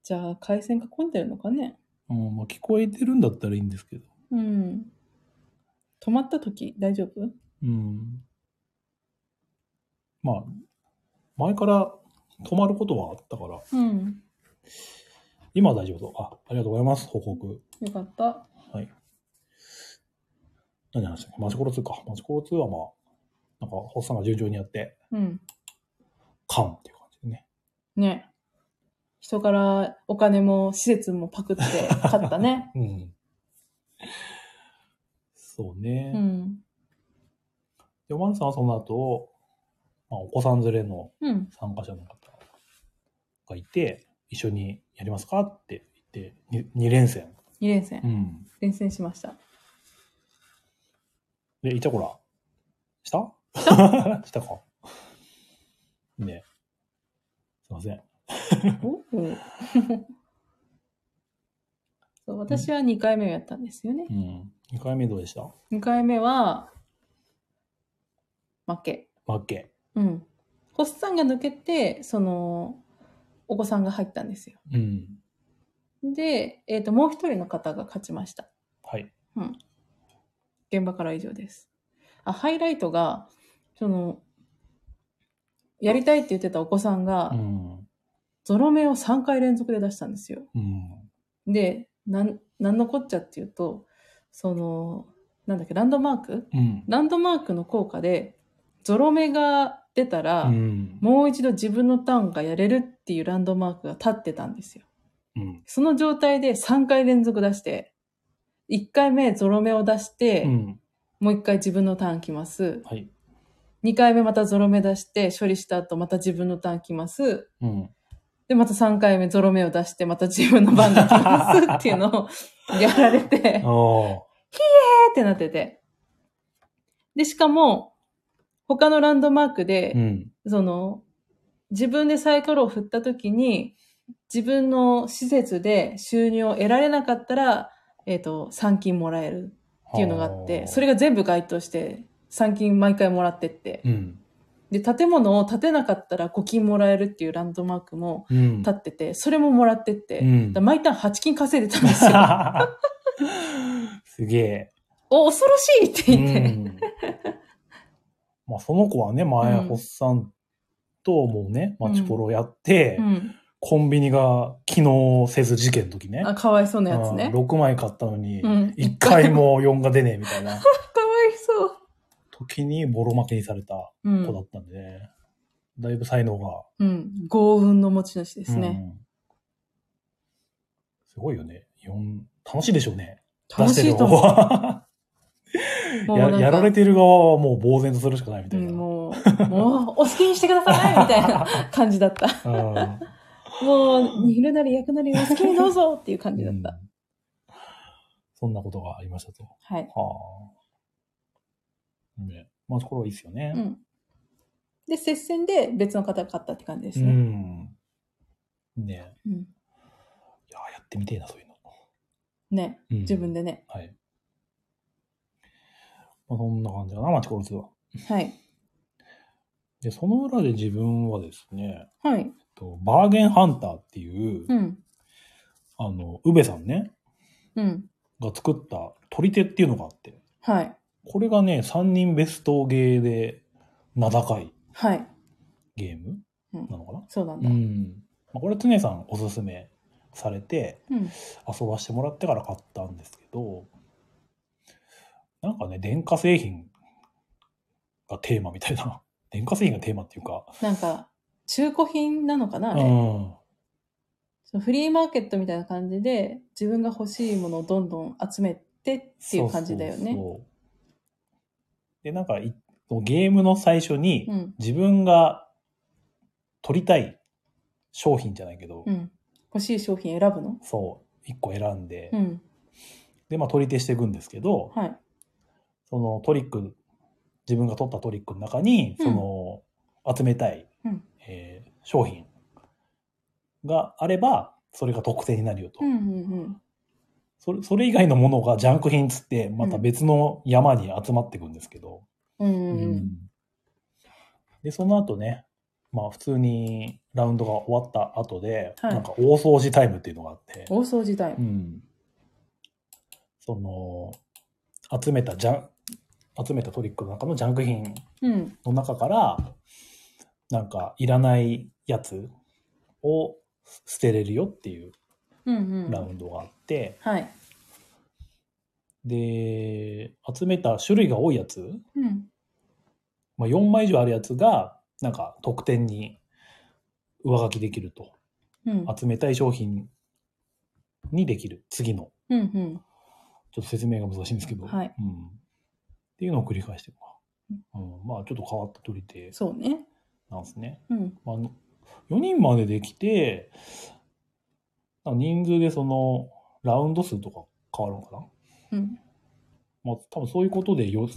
B: じゃあ、回線が混んでるのかね
A: うんまあ、聞こえてるんだったらいいんですけど。
B: うん。止まった時大丈夫
A: うん。まあ、前から止まることはあったから、
B: うん。
A: 今は大丈夫と。あ、ありがとうございます。報告。
B: よかった。
A: はい。何の話したっけマチコロ2か。マチコロ2はまあ、なんか、ホッサンが順調にやって、
B: うん。
A: カンっていう感じでね。。
B: ね。人からお金も施設もパクって買ったね
A: うん。そうね。
B: うん。
A: で、おまるさんはその後、まあ、お子さん連れの
B: うん。
A: 参加者の方がいて、一緒にやりますかって言って、2連戦。
B: 2連戦。
A: うん。
B: 連戦しました。
A: で、いたこら、した したか。ねすいません。
B: うんそう私は2回目をやったんですよね
A: う。ん。2回目どうでした
B: 2回目は、負け。
A: 負け。
B: うん。ホッサンが抜けて、その、お子さんが入ったんですよ。
A: うん。
B: で、えっ、と、もう一人の方が勝ちました。
A: はい。
B: 現場からは以上です。あ、ハイライトが、その、やりたいって言ってたお子さんが、
A: うん。
B: ゾロ目を3回連続で出したんですよ。
A: うん。
B: で、なん、なんのこっちゃっていうと、その、なんだっけ、ランドマーク
A: うん。
B: ランドマークの効果で、ゾロ目が出たら、
A: うん。
B: もう一度自分のターンがやれるっていうランドマークが立ってたんですよ。
A: うん。
B: その状態で3回連続出して、1回目ゾロ目を出して、
A: うん。
B: もう1回自分のターン来ます。
A: はい。
B: 2回目またゾロ目出して、処理した後また自分のターン来ます。
A: うん。
B: で、また3回目ゾロ目を出して、また自分の番が来ますっていうのを やられて、えー
A: ああ。
B: ってなってて。で、しかも、他のランドマークで、
A: うん。
B: その、自分でサイコロを振った時に、自分の施設で収入を得られなかったら、えっ、と、参金もらえるっていうのがあって、それ
A: が。
B: が全部該当して、参金毎回もらってって。
A: うん。
B: で、建物を建てなかったら5金もらえるっていうランドマークも
A: うん。
B: 立ってて、それももらってって、
A: うん
B: だから毎ターン8金稼い でたんですよ。
A: すげえ。
B: お、恐ろしいって
A: う
B: 言って、
A: ん。 まあ、その子はね、前、
B: うん
A: ホッサンともうね、マチコロやって、
B: うん。
A: コンビニが機能せず事件の時ね。
B: あ、かわいそうなやつね。
A: うん6枚買ったのに、
B: うん
A: 1回も4が出ねえみたいな
B: かわいそう。
A: 時にボロ負けにされた
B: う
A: 子だ
B: ん。
A: ったんでね。だいぶ才能が。
B: うん。幸運の持ち主ですね。
A: うんすごいよね。4、楽しいでしょうね。
B: 楽しいと思
A: 思
B: う。
A: うや。やられ
B: て
A: てる側はもう呆然とするしかないみ
B: う
A: たいな。
B: ん、もう、もう、お好きにしてくださいみたいな 感じだった。
A: うん
B: もう、煮るなり焼くなりお好きにどうぞっていう感じだった。
A: うんそんなことがありましたと。
B: はい。
A: はあ。ね。まあ、ところはいいですよ
B: う
A: ね。
B: ん。で、接戦で別の方が勝ったって感じです
A: う
B: ね。
A: ん。ね
B: うん。
A: いや、やってみてえな、そういうの。
B: ね、
A: うん
B: 自分。でね。
A: はい。まあ、そんな感じかな、マチコロスは。
B: はい。
A: で、その裏で自分はですね、
B: はい。
A: えっとバーゲンハンターっていう、
B: うん。
A: あの、宇部さんね、
B: うん。
A: が作った取り手っていうのがあって、
B: はい。
A: これがね、3人ベストゲーで名高い
B: はい。
A: ゲーム
B: うん
A: なのかな
B: そうなん
A: う
B: だ。
A: ん。まあ、これ常さんおすすめされて
B: うん。
A: 遊ばしてもらってから買ったんですけど、なんかね、電化製品がテーマみたいな。 電化製品がテーマっていうか、
B: なんか、中古品なのかなあ
A: う
B: れ。
A: ん。
B: そのフリーマーケットみたいな感じで、自分が欲しいものをどんどん集めてっていう感じだよ
A: そうそう
B: ね。
A: そうで、なんかい、ゲームの最初に、
B: うん。
A: 自分が取りたい商品じゃないけど、
B: うん。欲しい商品選ぶの
A: そう、一個選んで、
B: うん。
A: で、まあ取り手していくんですけど、
B: はい。
A: そのトリック、自分が取ったトリックの中に、
B: うん
A: その、集めたい、
B: うん
A: えー商品があれば、それが特定になるよと、
B: うんうん
A: それ。それ以外のものがジャンク品つって、また別の山に集まっていくんですけど、
B: うん。うんうんう。
A: うんんで、その後ね、まあ普通にラウンドが終わった後で、
B: はい
A: なんか大掃除タイムっていうのがあって、
B: 大掃除タイ
A: う
B: ム。
A: んその、集めたジャン、集めたトリックの中のジャンク品
B: うん。
A: の中から、なんかいらないやつを捨てれるよっていう
B: うんう
A: ラウ
B: ん。
A: ンドがあって、
B: はい。
A: で、集めた種類が多いやつ
B: うん。
A: まあ、4枚以上あるやつが、なんか特典に上書きできると。
B: うん。
A: 集めたい商品にできる。次の。
B: うんうん。
A: ちょっと説明が難しいんですけど。
B: はい
A: うん。っていうのを繰り返してるな。うん。まあ、ちょっと変わった取り手
B: そうね。
A: なんですね。
B: うん。
A: まあ、4人までできて、なんか人数でその、ラウンド数とか変わるのかな
B: うん。
A: まあ、多分そういうことでよ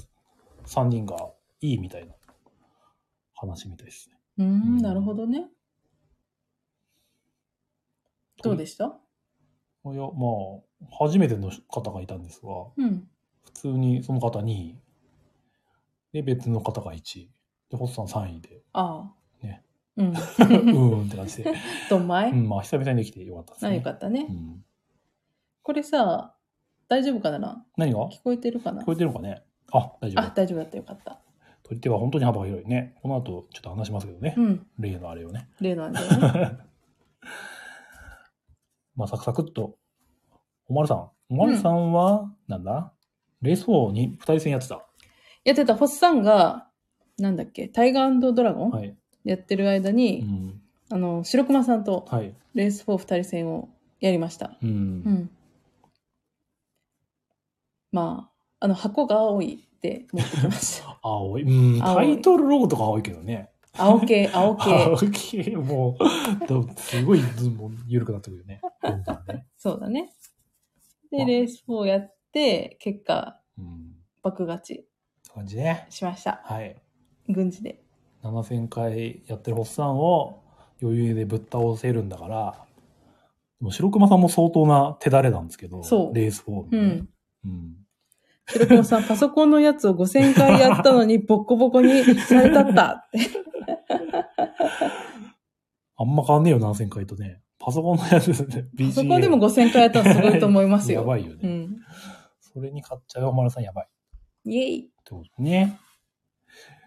A: 3人がいいみたいな話みたいですね。
B: うーん、なるほどね。どうでした
A: いや、まあ、初めての方がいたんですが、
B: うん。
A: 普通にその方2位。で、別の方が1位。で、ホッさん3位で。
B: ああ。
A: ね。
B: うん。
A: うーんって感じで。
B: どんま
A: う
B: い
A: ん、まあ、久々にできてよかったです
B: あ、
A: ね。
B: よかったね
A: う。ん、
B: これさ、大丈夫かな
A: 何が
B: 聞こえてるかな
A: 聞こえてるのかねあ、大丈
B: あ
A: 夫。、
B: 大丈夫だったよかった。
A: 取り手は本当に幅広いね。この後、ちょっと話しますけどね。
B: うん。
A: 例のあれをね。
B: 例なんだよね。
A: まあ、サクサクっと。おまるさん。おまるさんは、なんだレース4に2人戦やってた。
B: やってた、ホッサンが、なんだっけ、タイガードラゴン
A: はい。
B: やってる間
A: う
B: に、
A: ん。
B: あの、白熊さんと
A: はい。
B: レース4二人戦をやりました。
A: うん
B: う。ん。まあ、あの、箱が青いって持ってきま した。
A: 青い。うん、
B: 青
A: タ
B: い
A: イトルロゴとか青いけどね。
B: 青系、青
A: 青
B: 系。
A: 系、もう、でもすごい、もう、緩くなってくるよね。どんどんね。
B: そうだね。
A: ま
B: で、
A: あ
B: レース4やって、結果、
A: うん。
B: 爆勝ち
A: 感じね。
B: しました。
A: はい。
B: 軍事で。
A: 7000回やってるおっさんを余裕でぶっ倒せるんだから、もう白熊さんも相当な手だれなんですけど、
B: そう
A: レースフォー
B: う
A: ム、ね
B: ん。
A: うん。
B: 白熊さん、パソコンのやつを5000回やった のに、ボッコボコにされたったって。
A: あんま変わんねえよ、7000回とね。パソコンのやつですね。
B: パソコンでも5000回やったのすごいと思いま すよ。
A: やばいよね
B: うん。
A: それに買っちゃうおまるさんやばい。
B: イエイ
A: てことね。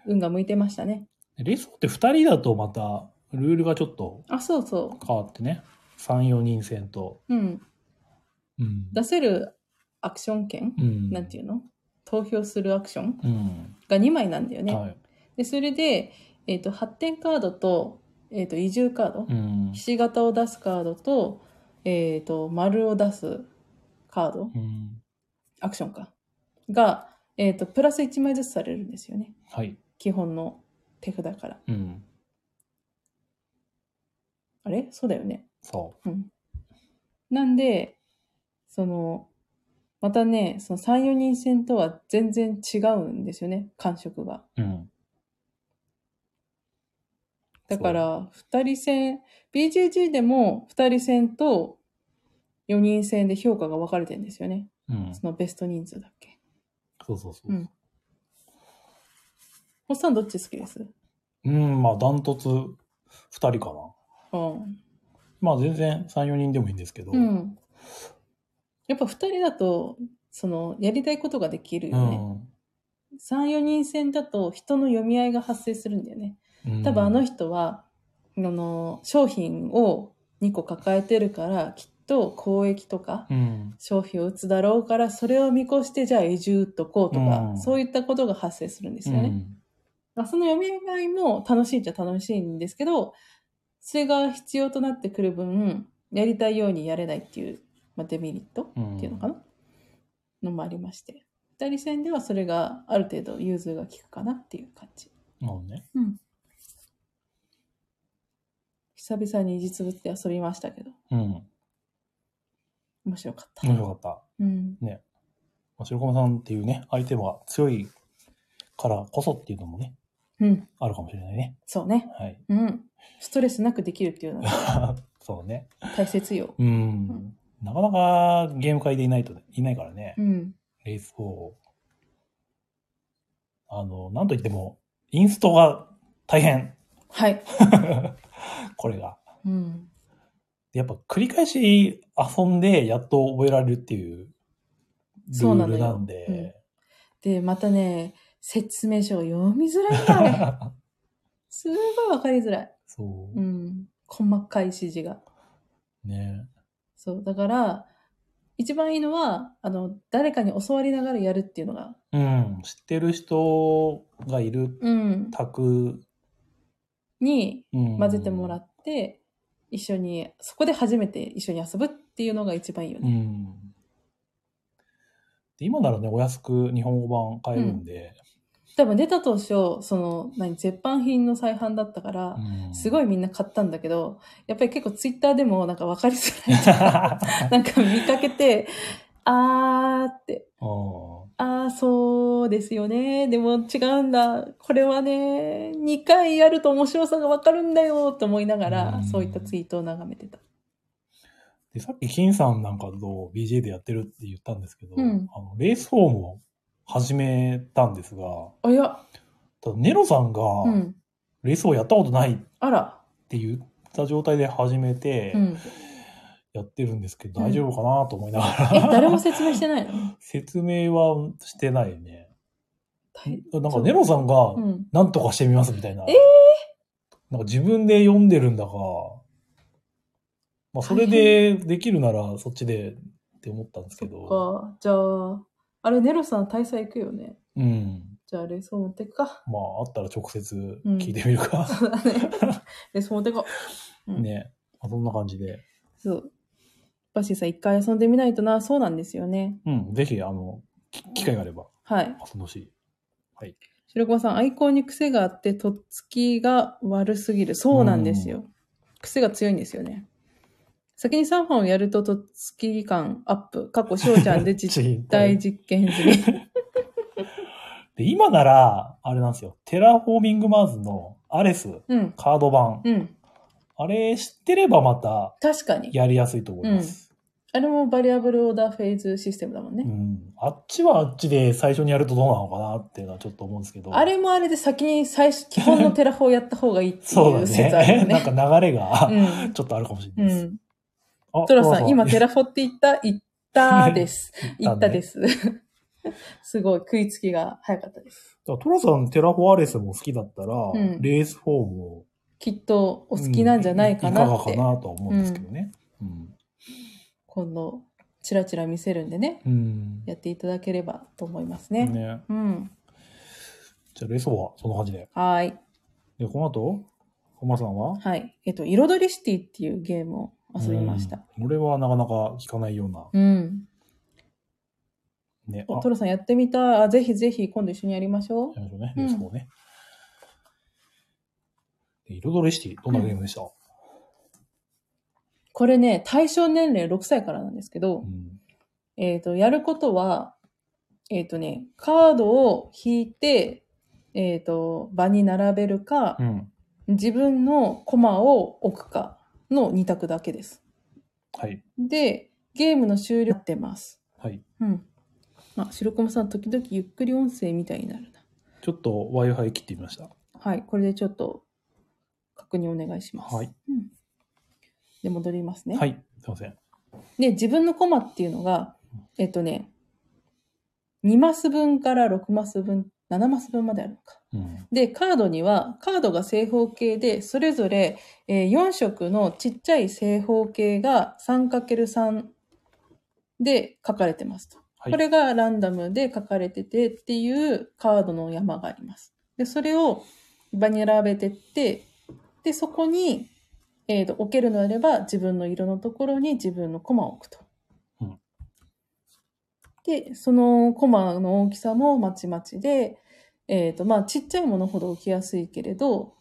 B: 運が向いてましたね。
A: でレッスンって2人だとまた、ルールがちょっと
B: あ、そうそ
A: 変わってね。3、4人戦と。
B: う。うん。
A: うん。
B: 出せるアクション券、
A: うん。
B: なんていうの投票するアクション
A: うん。
B: が2枚なんだよね。
A: はい。
B: で、それで、えっ、と、発展カードと、えっ、と、移住カー
A: う
B: ド、
A: ん
B: ひ。し形を出すカードと、えっ、と、丸を出すカード、
A: うん。
B: アクションか。が、えっ、と、プラス1枚ずつされるんですよね。
A: はい。
B: 基本の手札から。
A: うん。
B: あれそうだよね。
A: そ
B: うん。なんで、その、またね、その3、4人戦とは全然違うんですよね、感触が。
A: う。うん。
B: だから、2人戦、BGG でも2人戦と4人戦で評価が分かれてるんですよね。
A: うん。
B: そのベスト人数だっけ。
A: そうそうそう。
B: うんおっさんどっち好きです
A: うん、まあ、ダントツ2人かな。
B: うん。
A: まあ、全然3、4人でもいいんですけど。
B: うん。やっぱ2人だと、その、やりたいことができる
A: う
B: よね。
A: ん。
B: 3、4人戦だと人の読み合いが発生するんだよね。
A: うん。
B: 多分あの人は、あの商品を2個抱えてるからきっと交易とか
A: うん。
B: 商品を打つだろうからそれを見越してじゃあ移住打っとこうとか、
A: うん
B: そういったことが発生するんです
A: う
B: よね。
A: ん。
B: まあその読み合いも楽しいっちゃ楽しいんですけどそれが必要となってくる分やりたいようにやれないっていう、まあ、デメリット
A: うん
B: っていうのかな、のもありまして2人戦ではそれがある程度融通が利くかなっていう感じ。
A: なるほどね。
B: うん。久々に実物で遊びましたけど、
A: うん。
B: 面白かった。
A: 面白かった。
B: うん。
A: まあ、白駒さんっていうね、相手は強いからこそっていうのもね、
B: うん。
A: あるかもしれないね。
B: そうね。
A: はい。
B: うん。ストレスなくできるっていうのは
A: そうね。
B: 大切 よ。
A: うん。
B: ん
A: なかなかゲーム会でいないと、いないからね。
B: うん。
A: レース4を。あの、なんといっても、インストが大変。
B: はい。
A: これが。
B: うん。
A: やっぱ繰り返し遊んで、やっと覚えられるっていうル
B: そうな
A: ー
B: の
A: ル
B: よ
A: なんで。
B: で、またね、説明書が読みづらいん だ、あれすごいわかりづらい。
A: そうう。
B: ん。細かい指示が。
A: ね。
B: そう。だから、一番いいのは、あの、誰かに教わりながらやるっていうのが。
A: うん。知ってる人がいる
B: うん。
A: 卓、
B: に、
A: うん、
B: 混ぜてもらって、一緒にそこで初めて一緒に遊ぶっていうのが一番いいよ
A: う
B: ね。
A: ん。で今ならね、お安く日本語版買えるんで、
B: 多分出た当初その何絶版品の再販だったから、
A: うん
B: す ごいみんな買ったんだけどやっぱり結構ツイッターでもなんか分かりづらいと かなんか見かけてあーって
A: うん
B: あーそうですよねでも違うんだこれはね2回やると面白さが分かるんだよと思いながら、
A: うん
B: そういったツイートを眺めてた。
A: で、さっき金さんなんかと BJ でやってるって言ったんですけど、
B: うん
A: あのレースフォームを始めたんですが、
B: あいや、
A: ただネロさんが
B: うん、
A: レースをやったことないっ
B: あら、
A: て言った状態で始めて
B: うん、
A: やってるんですけど、
B: うん
A: 大丈夫かなと思いなが
B: え
A: ら、
B: 誰も説明してないの
A: 説明はしてないよね。
B: 大
A: なんかネロさんが
B: うん。
A: なんとかしてみますみたいな。
B: えー
A: なんか自分で読んでるんだか、まあそれでできるならそっちでって思ったんです
B: そ
A: け
B: っ
A: ど、
B: か。じゃあ、あれ、ネロさん大佐行くよね。
A: うん。
B: じゃあ、レソン持ってくか。
A: まあ、あったら直接聞いてみるか。
B: そうだね。レソン持ってこう。うん、
A: ね。まあ、そんな感じで。
B: そう。バシーさん、一回遊んでみないとな。そうなんですよね。
A: うん。ぜひ、あの、き機会があれば
B: はい。
A: 遊んでほしい。
B: 白駒さん、アイコンに癖があって、とっつきが悪すぎる。そうなんですよ。癖が強いんですよね。先に3本をやると、とっつき感アップ。過去、しょうちゃん で実
A: 実
B: 体実験済み。
A: で、今なら、あれなんですよ。テラフォーミングマーズのアレス
B: うん。
A: カード版。
B: うん。
A: あれ知ってればまた
B: 確かに。
A: やりやすいと思います。
B: あれもバリアブルオーダーフェーズシステムだもんね
A: うん。。あっちはあっちで最初にやるとどうなのかなっていうのはちょっと思うんですけど。
B: あれもあれで先に最初、基本のテラフォをやった方がいいって
A: そう
B: い
A: だ
B: う説ある
A: ね。な
B: よ
A: ん
B: ね。
A: か流れが、
B: うん
A: ちょっとあるかもしれ
B: う
A: ないです。
B: ん。
A: あ
B: トラさん、今テラフォって言った言ったです。言
A: 言
B: っ
A: ったたね
B: です。 すごい食いつきが早かったです。
A: らトラさん、テラフォアレスも好きだったら、
B: ん
A: レースフォームを。
B: きっとお好きなんじゃないか
A: う
B: なん
A: い
B: っ
A: かが
B: て、
A: かなとは思うんですけどね。うん。
B: 今度、チラチラ見せるんでね、
A: うん。
B: やっていただければと思いますね。
A: ね。
B: うん。
A: じゃあ、レースフォア、そんな感じで。
B: はーい。
A: で、この後、小丸さんは
B: はい。えっと、彩りシティっていうゲームを遊びました。。
A: うん俺はなかなか聞かないような。
B: うん。
A: ね。
B: トロさんやってみたい。あ、ぜひぜひ今度一緒にやりましょう
A: や。りましょうね、
B: うん
A: レース4ね。で彩りシティ、どんなゲームでした、
B: これね、対象年齢6歳からなんですけど
A: う、ん
B: えっ、と、やることは、えっ、とね、カードを引いて、えっ、と、場に並べるか、
A: うん
B: 自分のコマを置くかの2択だけです。
A: はい。
B: で、ゲームの終了ってます。
A: はい。
B: うん。あ、白駒さん、時々ゆっくり音声みたいになるな。
A: ちょっと Wi-Fi 切ってみました。
B: はい、これでちょっと確認お願いします。
A: はい。
B: うん、で、戻りますね。
A: はい。すいません。
B: で、自分のコマっていうのが、えっとね、2マス分から6マス分、7マス分まであるのか。
A: うん。
B: で、カードには、カードが正方形で、それぞれ、え4色のちっちゃい正方形が 3×3 で書かれてますと。
A: はい。
B: これがランダムで書かれててっていうカードの山があります。で、それを場に選べてって、で、そこに、えーと、置けるのであれば自分の色のところに自分のコマを置くと。
A: うん
B: で、そのコマの大きさもまちまちで、えーと、まあ、ちっちゃいものほど置きやすいけれど、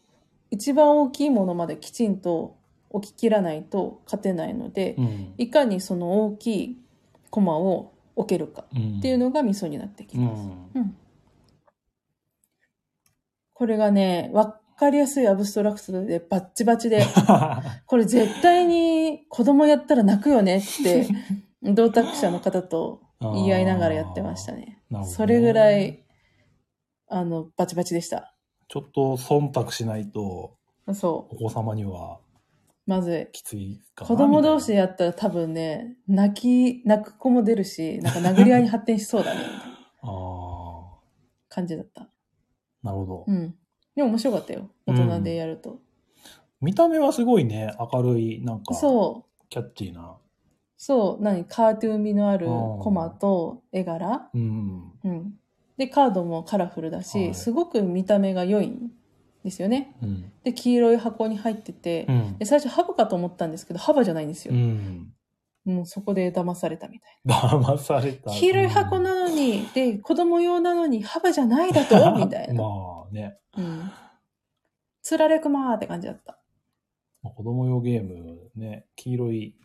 B: 一番大きいものまできちんと置ききらないと勝てないので、
A: うん。
B: いかにその大きいコマを置けるか。っていう
A: の
B: のがミソになってき
A: う
B: ます。
A: ん。
B: うんこれがね、わかりやすいアブストラクトでバッチバ チで、これ絶対に子供やったら泣くよ ねって、同卓者の方と言い合いながらやってましたね。
A: なるほどね
B: それぐらい、あの、バチバチでした。
A: ちょっと忖度しないと、
B: そ
A: お子様には
B: う。まずい。
A: きついかな。
B: 子供同士で
A: み
B: やったら多分ね、泣き、泣く子も出るし、なんか殴り合いに発展しそ うだね、みたいな
A: たいな。あ
B: 感じだった。
A: あ。なるほど、
B: うん。でも面白かったよ。大人でやると。
A: 見た目はすごいね、明るい、なんか、
B: そう。
A: キャッチーな。
B: そう、何カートゥーン味のある
A: あー
B: コマと絵柄。
A: うん。
B: うん。で、カードもカラフルだし、
A: はい
B: すごく見た目が良いんですよね。
A: うん。
B: で、黄色い箱に入ってて、
A: うん
B: で。最初ハブかと思ったんですけど、ハブじゃないんです
A: う
B: よ。
A: ん。
B: もうそこで騙されたみたい
A: 騙された。
B: な。黄色い箱
A: うん
B: なのに、で、子供用なのに、ハブじゃない だとみたいな。
A: まあね、
B: うん。つられくまーって感じだった。
A: 子供用ゲームね、黄色い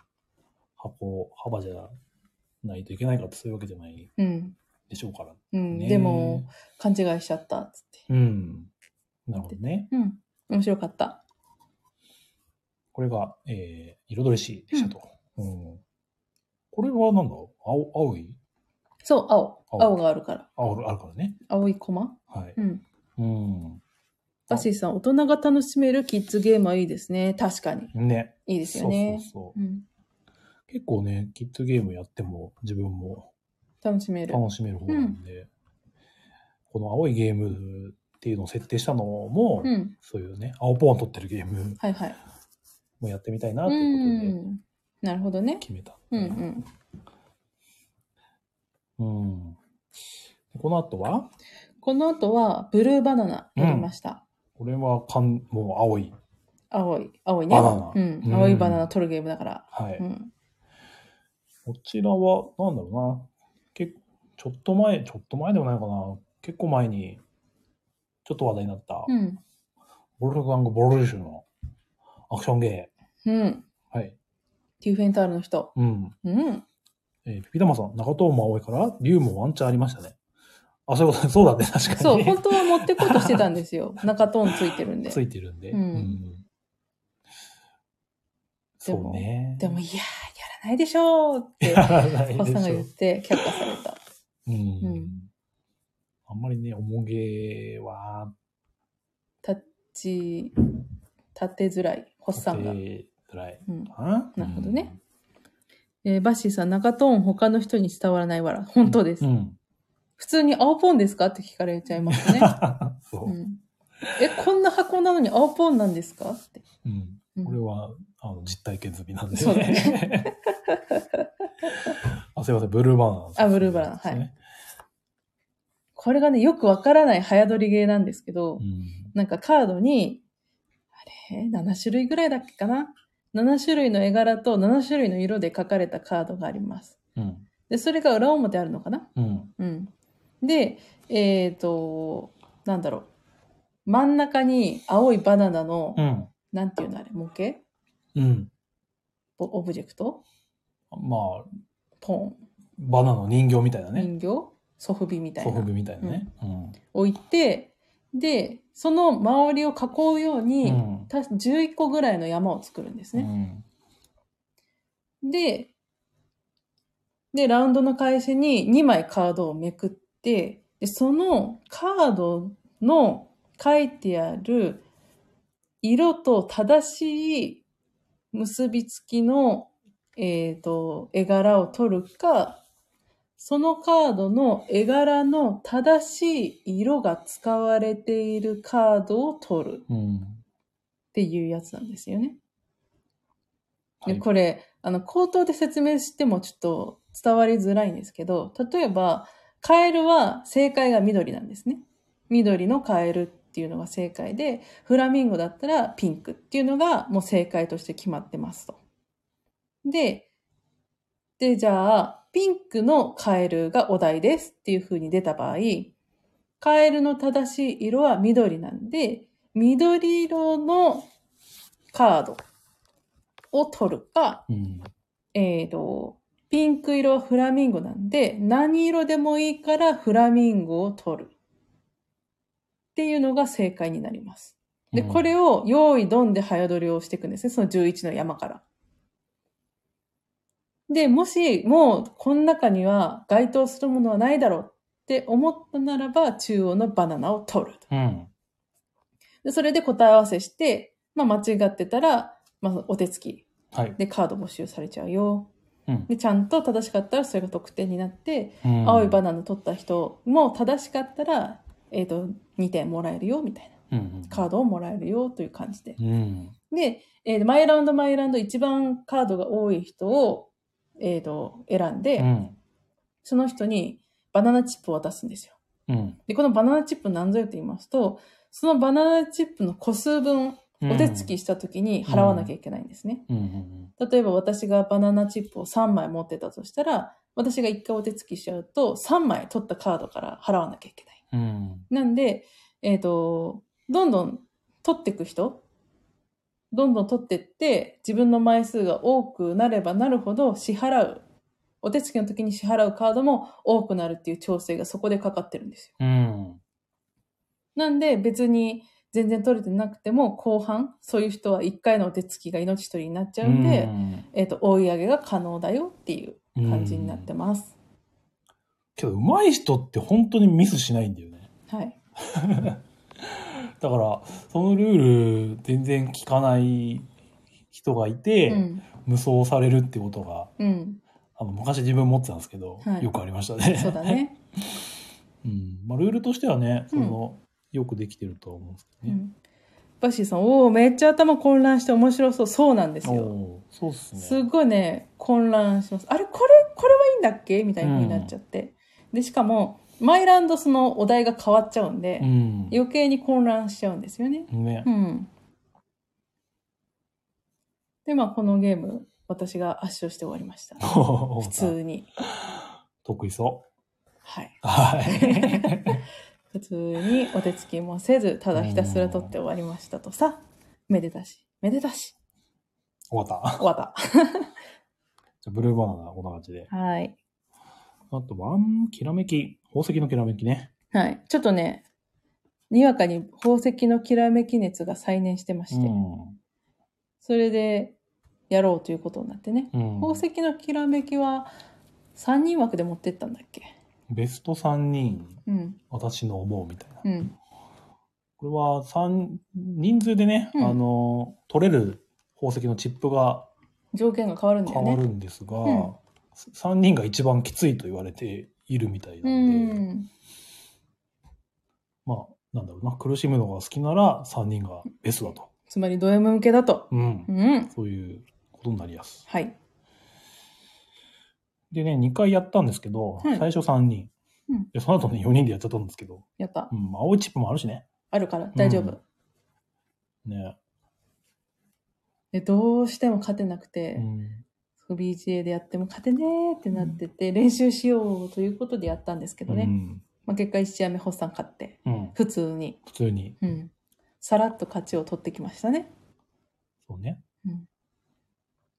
A: 箱、幅じゃないといけないかってそういうわけじゃない
B: うん。
A: でしょうから。
B: うん。
A: ね
B: でも、、勘違いしちゃった、つって。
A: うん。なるほどね。
B: うん。面白かった。
A: これが、えー、彩りしでしたと。うんこれはなんだ青、青い
B: そう、青。
A: 青
B: 青があるから。
A: 青あるからね。
B: 青いコマ
A: はい。
B: うん。
A: うん。
B: バッシーさん、大人が楽しめるキッズゲームはいいですね。確かに。
A: ね。
B: いいですよね。
A: そうそうそうう。
B: ん。
A: 結構ね、キッズゲームやっても自分も
B: 楽しめる。
A: 楽しめる方なんで、この青いゲームっていうのを設定したのも、
B: うん。
A: そういうね、青ポーン取ってるゲーム
B: はいはい。
A: もやってみたいなと
B: う
A: いうことで
B: ん。なるほどね。
A: 決めた。
B: うんうん。
A: うんでこの後は、
B: この後は、ブルーバナナやりました。
A: これはかん、もう青い。
B: 青い、青いね。
A: バナナ
B: うん。
A: うん
B: 青いバナナ取るゲームだから。
A: はい。
B: うん。
A: こちらは、なんだろうな。結ちょっと前、ちょっと前でもないかな。結構前に、ちょっと話題になった、
B: うん。
A: ボルフガング・ボルリシュのアクションゲ
B: うん。
A: ー。はい。
B: ティーフェンタールの人。
A: うん。
B: うん。え
A: えーピピタマさん、中東も青いから、竜もワンチャンありましたね。あ、そういうこと、 そうだね、確かに。
B: そう、本当は持ってこうとしてたんですよ。中トーンついてるん で。
A: ついてるんで。
B: うん
A: そうね。
B: でも、いやー、やらないでしょうって、
A: やら ないでしょ
B: おっさんが言って、却下された。
A: うん
B: うん
A: あんまりね、おもげは、
B: 立ち、立てづらい、ホッサンが。
A: 辛い
B: うん
A: かな。
B: なるほどねえーバッシーさん、中トーン他の人に伝わらないわら。本当です。
A: うん。うん。
B: 普通に青ポンですかって聞かれちゃいま すね。
A: そうう。
B: ん、え、こんな箱なのに青ポンなんですかって。
A: うん。
B: うん
A: これは、あの、実体験済みなんで
B: そうだ
A: ね。 あ、すいません、ブルーバーン、
B: あブルーバナナはい。これがね、よくわからない早取りゲーなんですけど、
A: うん。
B: なんかカードに、あれ ?7 種類ぐらいだっけかな ?7 種類の絵柄と7種類の色で書かれたカードがあります。
A: うん。
B: で、それが裏表あるのかな
A: うん。
B: うん。で、えっ、と、なんだろう。真ん中に青いバナナの、
A: うん。
B: なんていうのあれ、模型
A: うん。
B: おオブジェクト
A: まあ、
B: ポ
A: バナナの人形みたいな
B: ーン、
A: ね。
B: 人形、ソフビみたい
A: ソフ
B: な
A: ビ。みたいなね。うん。
B: 置いて、で、その周りを囲うように、
A: うん
B: た11個ぐらいの山を作るんです
A: う
B: ね。
A: ん。
B: で、で、ラウンドの開始に2枚カードをめくって、で、そのカードの書いてある色と正しい結びつきの、えっ、と、絵柄を取るか、そのカードの絵柄の正しい色が使われているカードを取るっ
A: うん。
B: ていうやつなんですよね。
A: は
B: で
A: い
B: これあの口頭で説明してもちょっと伝わりづらいんですけど例えばカエルは正解が緑なんですね緑のカエルっていうのが正解でフラミンゴだったらピンクっていうのがもう正解として決まってますとででじゃあピンクのカエルがお題ですっていうふうに出た場合カエルの正しい色は緑なんで緑色のカードを取るか
A: うん。
B: えー、と、ピンク色はフラミンゴなんで、何色でもいいからフラミンゴを取る。っていうのが正解になります。で、
A: うん
B: これを用意ドンで早取りをしていくんですね。その11の山から。で、もし、もう、この中には該当するものはないだろうって思ったならば、中央のバナナを取る。
A: うん。
B: で、それで答え合わせして、まあ、間違ってたら、まあ、お手つき
A: はい。
B: でカード募集されちゃうよ。
A: うん
B: で、ちゃんと正しかったらそれが得点になって、
A: うん
B: 青いバナナ取った人も正しかったら、えっ、と、2点もらえるよ、みたいな。
A: うん。
B: カードをもらえるよ、という感じで。
A: うん。
B: で、えー毎ラウンド毎ラウンド一番カードが多い人を、えっ、と、選んで、
A: うん。
B: その人にバナナチップを渡すんですよ。
A: うん。
B: で、このバナナチップ何ぞよと言いますと、そのバナナチップの個数分、
A: うん
B: お手つき。した時に払わなきゃいけないんですね。
A: うんうん
B: 例えば私がバナナチップを3枚持ってたとしたら、私が1回お手つきしちゃうと、3枚取ったカードから払わなきゃいけない。
A: うん。うん。
B: なんで、えっ、と、どんどん取っていく人、どんどん取ってって、自分の枚数が多くなればなるほど支払う。お手つきの時に支払うカードも多くなるっていう調整がそこでかかってるんですよ。
A: うん。
B: なんで別に全然取れてなくても後半、そういう人は1回のお手つきが命取りになっちゃうんで、えっ、と、追い上げが可能だよっていう感じになって
A: ます。
B: ます。
A: けど、上手い人って本当にミスしないんだよね。
B: はい。
A: だから、そのルール全然聞かない人がいて、
B: うん。
A: 無双されるってことが、
B: うん。
A: あの昔自分持ってたんですけど、
B: はい
A: よくありましたね。
B: そうだ。ね。
A: うん。まあ、ルールとしてはね、そ
B: うん
A: の、よくできてるとは思うんです
B: う
A: けどね。
B: ん。バッシーさん、おお、めっちゃ頭混乱して面白そう。そうなんですよ。
A: おーそうっすね。
B: すごいね、混乱します。あれ、これ、これはいいんだっけみたいな風になっちゃって。で、しかも、マイランドそのお題が変わっちゃうんで、
A: うん。
B: 余計に混乱しちゃうんですよね。
A: ね
B: う。ん。で、まあ、このゲーム、私が圧勝して終わりました。普
A: 普
B: 通に。
A: 得意そ
B: はい。
A: う。はい。
B: 普通にお手つきもせずただひたすら取って終わりましたとさめでたしめでたし
A: 終わった。
B: 終わった
A: じゃあブルーバナナ、こんな感じで。
B: はい
A: あと、ワン、きらめき。宝石のきらめきね。
B: はいちょっとねにわかに宝石のきらめき熱が再燃してまして、
A: う
B: それでやろうということになってね
A: ん。うん
B: 宝石のきらめきは3人枠で持ってったんだっけ
A: ベスト3人、
B: うん
A: 私の思うみたいな。
B: うん
A: これは三人数でね、
B: うん
A: あの、取れる宝石のチップが
B: 条件が変わるんだよ
A: 変わ
B: ね
A: るんですが、
B: ん
A: 三3人が一番きついと言われているみたいな
B: うん
A: で、
B: ん。
A: まあ、なんだろうな、苦しむのが好きなら3人がベストだと。
B: つまりド M 向けだと。
A: うん
B: う。ん。
A: そういうことになりやす。
B: はい。
A: でね、2回やったんですけど、
B: はい
A: 最初3人。
B: うん
A: で、その後ね、4人でやっちゃったんですけど、
B: やった
A: う。ん、まあ青いチップもあるしね。
B: あるから大丈夫。
A: うんね。
B: でどうしても勝てなくて
A: う、ん。
B: BGA でやっても勝てねーってなってて、練習しようということでやったんですけどね。
A: うん。
B: まあ、結果1試合目、ホッサン勝って、
A: うん。
B: 普通に、
A: 普通に。
B: うん、さらっと勝ちを取ってきましたね。
A: そうね。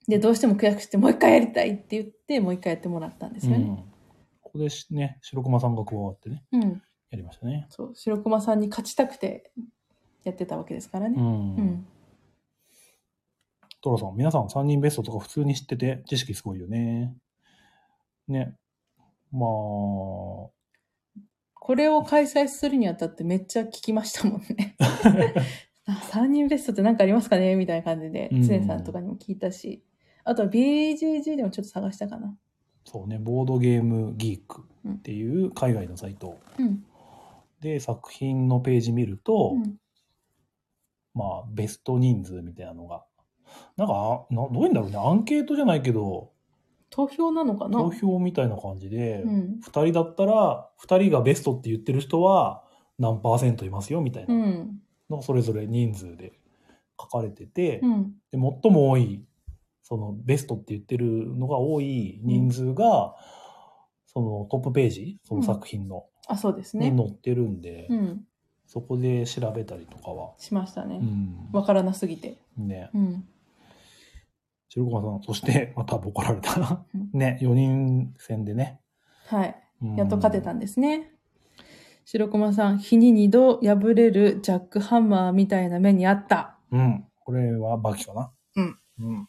B: で、どうしても悔しくして、もう一回やりたいって言って、もう一回やってもらったんですよ
A: うん
B: ね。。
A: ここでしね、白駒さんが加わってね、
B: うん。
A: やりましたね。
B: そう、白熊さんに勝ちたくてやってたわけですから
A: う
B: ね。
A: ん。
B: うん。
A: トラさん、皆さん3人ベストとか普通に知ってて、知識すごいよね。ね。まあ、
B: これを開催するにあたってめっちゃ聞きましたもんね。3人ベストって何かありますかねみたいな感じで、
A: うん
B: 常さんとかにも聞いたし、あとは BGG でもちょっと探したかな。
A: そうね、ボードゲームギークっていう海外のサイト
B: うん。
A: で作品のページ見ると、
B: うん
A: まあ、ベスト人数みたいなのが。なんかあな、どういうんだろうね、アンケートじゃないけど、
B: 投票なのかな
A: 投票みたいな感じで、
B: うん。。
A: 2人だったら、2人がベストって言ってる人は何パーセントいますよみたいうなんのがそれぞれ人数で書かれてて、
B: うん。
A: で最も多いそのベストって言ってるのが多い人数が、そのトップページその作品の、
B: あ、そうです
A: に
B: ね。
A: 載ってるんで、
B: うん。
A: そこで調べたりとかは、
B: しました
A: う
B: ね。
A: ん
B: わ、からなすぎて。
A: ね
B: うん。
A: 白駒さんそしてまたボコられた
B: うん
A: ね4人戦でね、
B: はい。
A: うん
B: やっと勝てたんですね。白駒さん、日に二度破れるジャックハンマーみたいな目にあった。
A: うんこれはバキかな
B: うん、
A: うん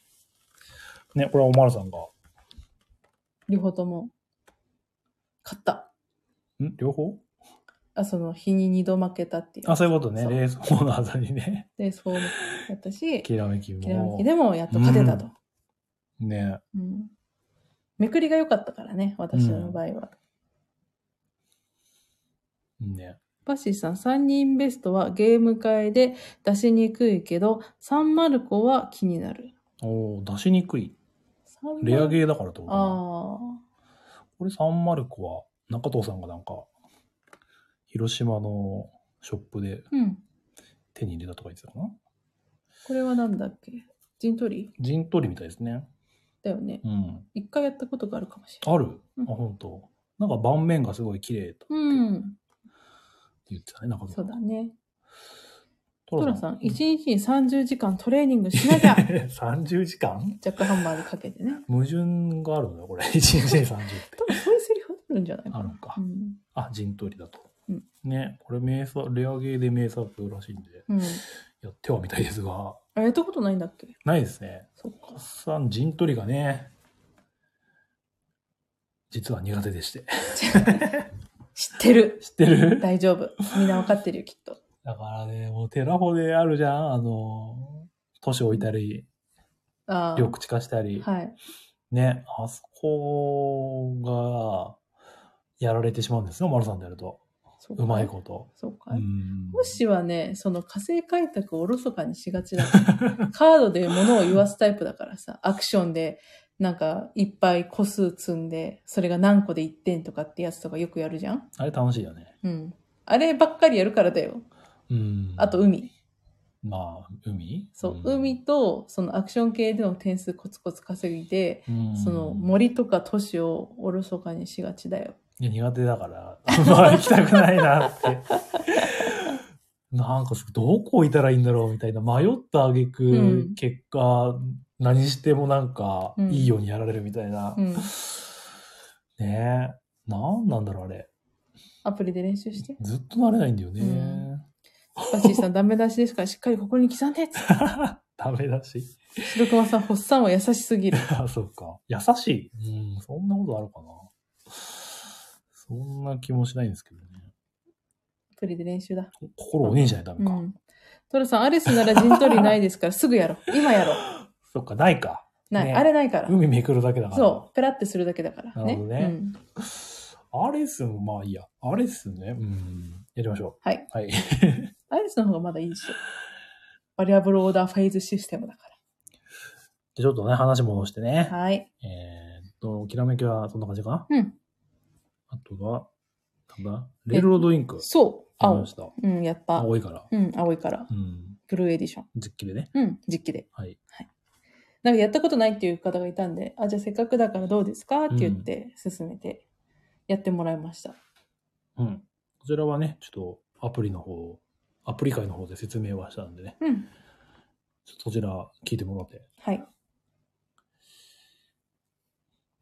A: ねこれはおまるさんが
B: 両方とも。勝った。
A: ん両方
B: あ、その、日に二度負けたっていう。
A: あそういうことね
B: そう
A: レースコーナーさんにね
B: で、そうやったし、
A: きらめきも
B: きらめきでもやっと勝てたと。
A: ね
B: うんめくりが良かったからね、私の場合は。
A: ね
B: バッシーさん、3人ベストはゲーム会で出しにくいけど、サンマルコは気になる。
A: おお出しにくい
B: サンマルコ
A: レアゲーだからってことかな
B: あ
A: これサンマルコは中藤さんがなんか広島のショップで
B: あ。うん。
A: 手に入れたとか言ってたかな
B: これはなんだっけ陣取り
A: 陣取りみたいですね
B: だよね。
A: うん
B: 一回やったことがあるかもしれない。
A: ある、
B: うん
A: あ本当なんか盤面がすごい綺麗と
B: うん。
A: 言ってたね中藤
B: そうだね。
A: ト
B: ト
A: ラ
B: ラ
A: さ
B: さ
A: ん
B: ん、 一日に30時間トレーニングしなきゃ
A: 30時間
B: ジャックハンマーでかけてね。
A: 矛盾があるのよこれ1日 に30って
B: 多分そういうセリフあるんじゃないか
A: あ
B: な。
A: るのか、
B: うん。
A: あ陣取りだと、
B: うん
A: ねこれ名作レアゲーで名作らしいんで
B: うん。
A: やってはみたいですが
B: あ、やったことないんだっけ
A: ないですね
B: そっ か。
A: さん陣取りがね実は苦手でして
B: 知ってる。
A: 知ってる
B: 大丈夫。みんなわかってるよ、きっと。
A: だからねもうテラフォであるじゃんあの都市置いたり
B: ああ。
A: 緑地化したり、
B: はい。
A: ねあそこがやられてしまうんですよ丸さんでやると
B: そうか
A: うまいこと。
B: そうか。
A: うん
B: もしはね、その火星開拓をおろそかにしが ちだから。カードで物を言わすタイプだからさ、アクションで、なんか、いっぱい個数積んで、それが何個で1点とかってやつとかよくやるじゃん
A: あれ楽しいよね。
B: うん。あればっかりやるからだよ。
A: うん、
B: あと、海。
A: まあ海
B: そう、
A: ん
B: 海と、そのアクション系での点数コツコツ稼ぎで、
A: うん
B: その森とか都市をおろそかにしが ちだよ。
A: いや、苦手だから、まあ行きたくないな って。なんかすぐどこ置いたらいいんだろうみたいな迷った挙句、
B: うん
A: 結果、何してもなんか
B: うん
A: いいようにやられるみたいな。
B: うん
A: ねえ。なんなんだろうあれ。
B: アプリで練習して。
A: ずっと慣れないんだよね。
B: うんバッシーさんダメ出しですからしっかりここに刻んでっつっ て
A: ダメだし。
B: 白熊さん、ホッサンは優しすぎる。
A: あ、そうか。優しい。うん、そんなことあるかな。そんな気もしないんですけどね。
B: アプリで練習だ。
A: 心鬼じゃないとダ
B: う
A: メか。
B: ん。トラさん、アレスなら陣取りないですから、すぐやろう。今やろう。
A: そっか、ないか。
B: ない。
A: ね
B: あれないから。
A: 海めくるだけだから。
B: そう。ペラってするだけだから。
A: なるほどね
B: うん
A: あアレスもまあいいや。アレスね。うん。やりましょ。。
B: はいう
A: はい。
B: アレスの方がまだいいでしょ。バリアブルオーダーフェイズシステムだか
A: で、ちょっとね、話戻してね。
B: ら。はい。
A: えーっと、きらめきはそんな感じかな。
B: うん。
A: あとが、なんだレールロードインク。
B: そう。
A: やり
B: 青
A: ま。した。
B: うん、やった。
A: 青いから。
B: うん、青いから。
A: うん。
B: ブルーエディション。
A: 実機でね。
B: うん、実機で。
A: はい。
B: なんかやったことないっていう方がいたんで、あ、じゃあせっかくだからどうですかって言って進めてやってもらいました。
A: うん。こちらはね、ちょっとアプリの方、アプリ会の方で説明はしたんでね。
B: うん。
A: ちょっとそちら聞いてもらって。
B: はい。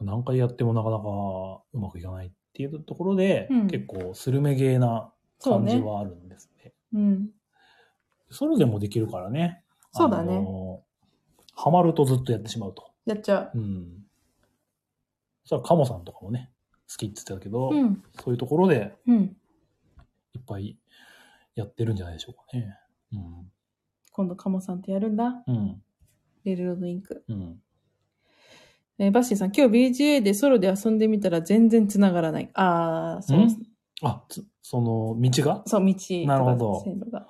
A: 何回やってもなかなかうまくいかないっていうところで、
B: うん
A: 結構スルメゲーな
B: そう
A: 感じ
B: ね。
A: はあるんですね。
B: うん。
A: ソロでもできるからね。
B: そうだね
A: あのハマるとずっとやってしまうと。
B: やっちゃ
A: うん。そしたらカモさんとかもね、好きって言ってたけど、
B: う。うん。
A: そういうところで
B: うん。
A: いっぱいやってるんじゃないでしょうかね。うん。
B: 今度、カモさんとやるんだ。
A: うん。
B: レールロードインク。
A: うん。
B: えーバッシーさん、今日 BGA でソロで遊んでみたら全然繋がらない。あー、そう。
A: んあ、つその、道が
B: そう、道
A: なるほ
B: と
A: ど
B: か線路が。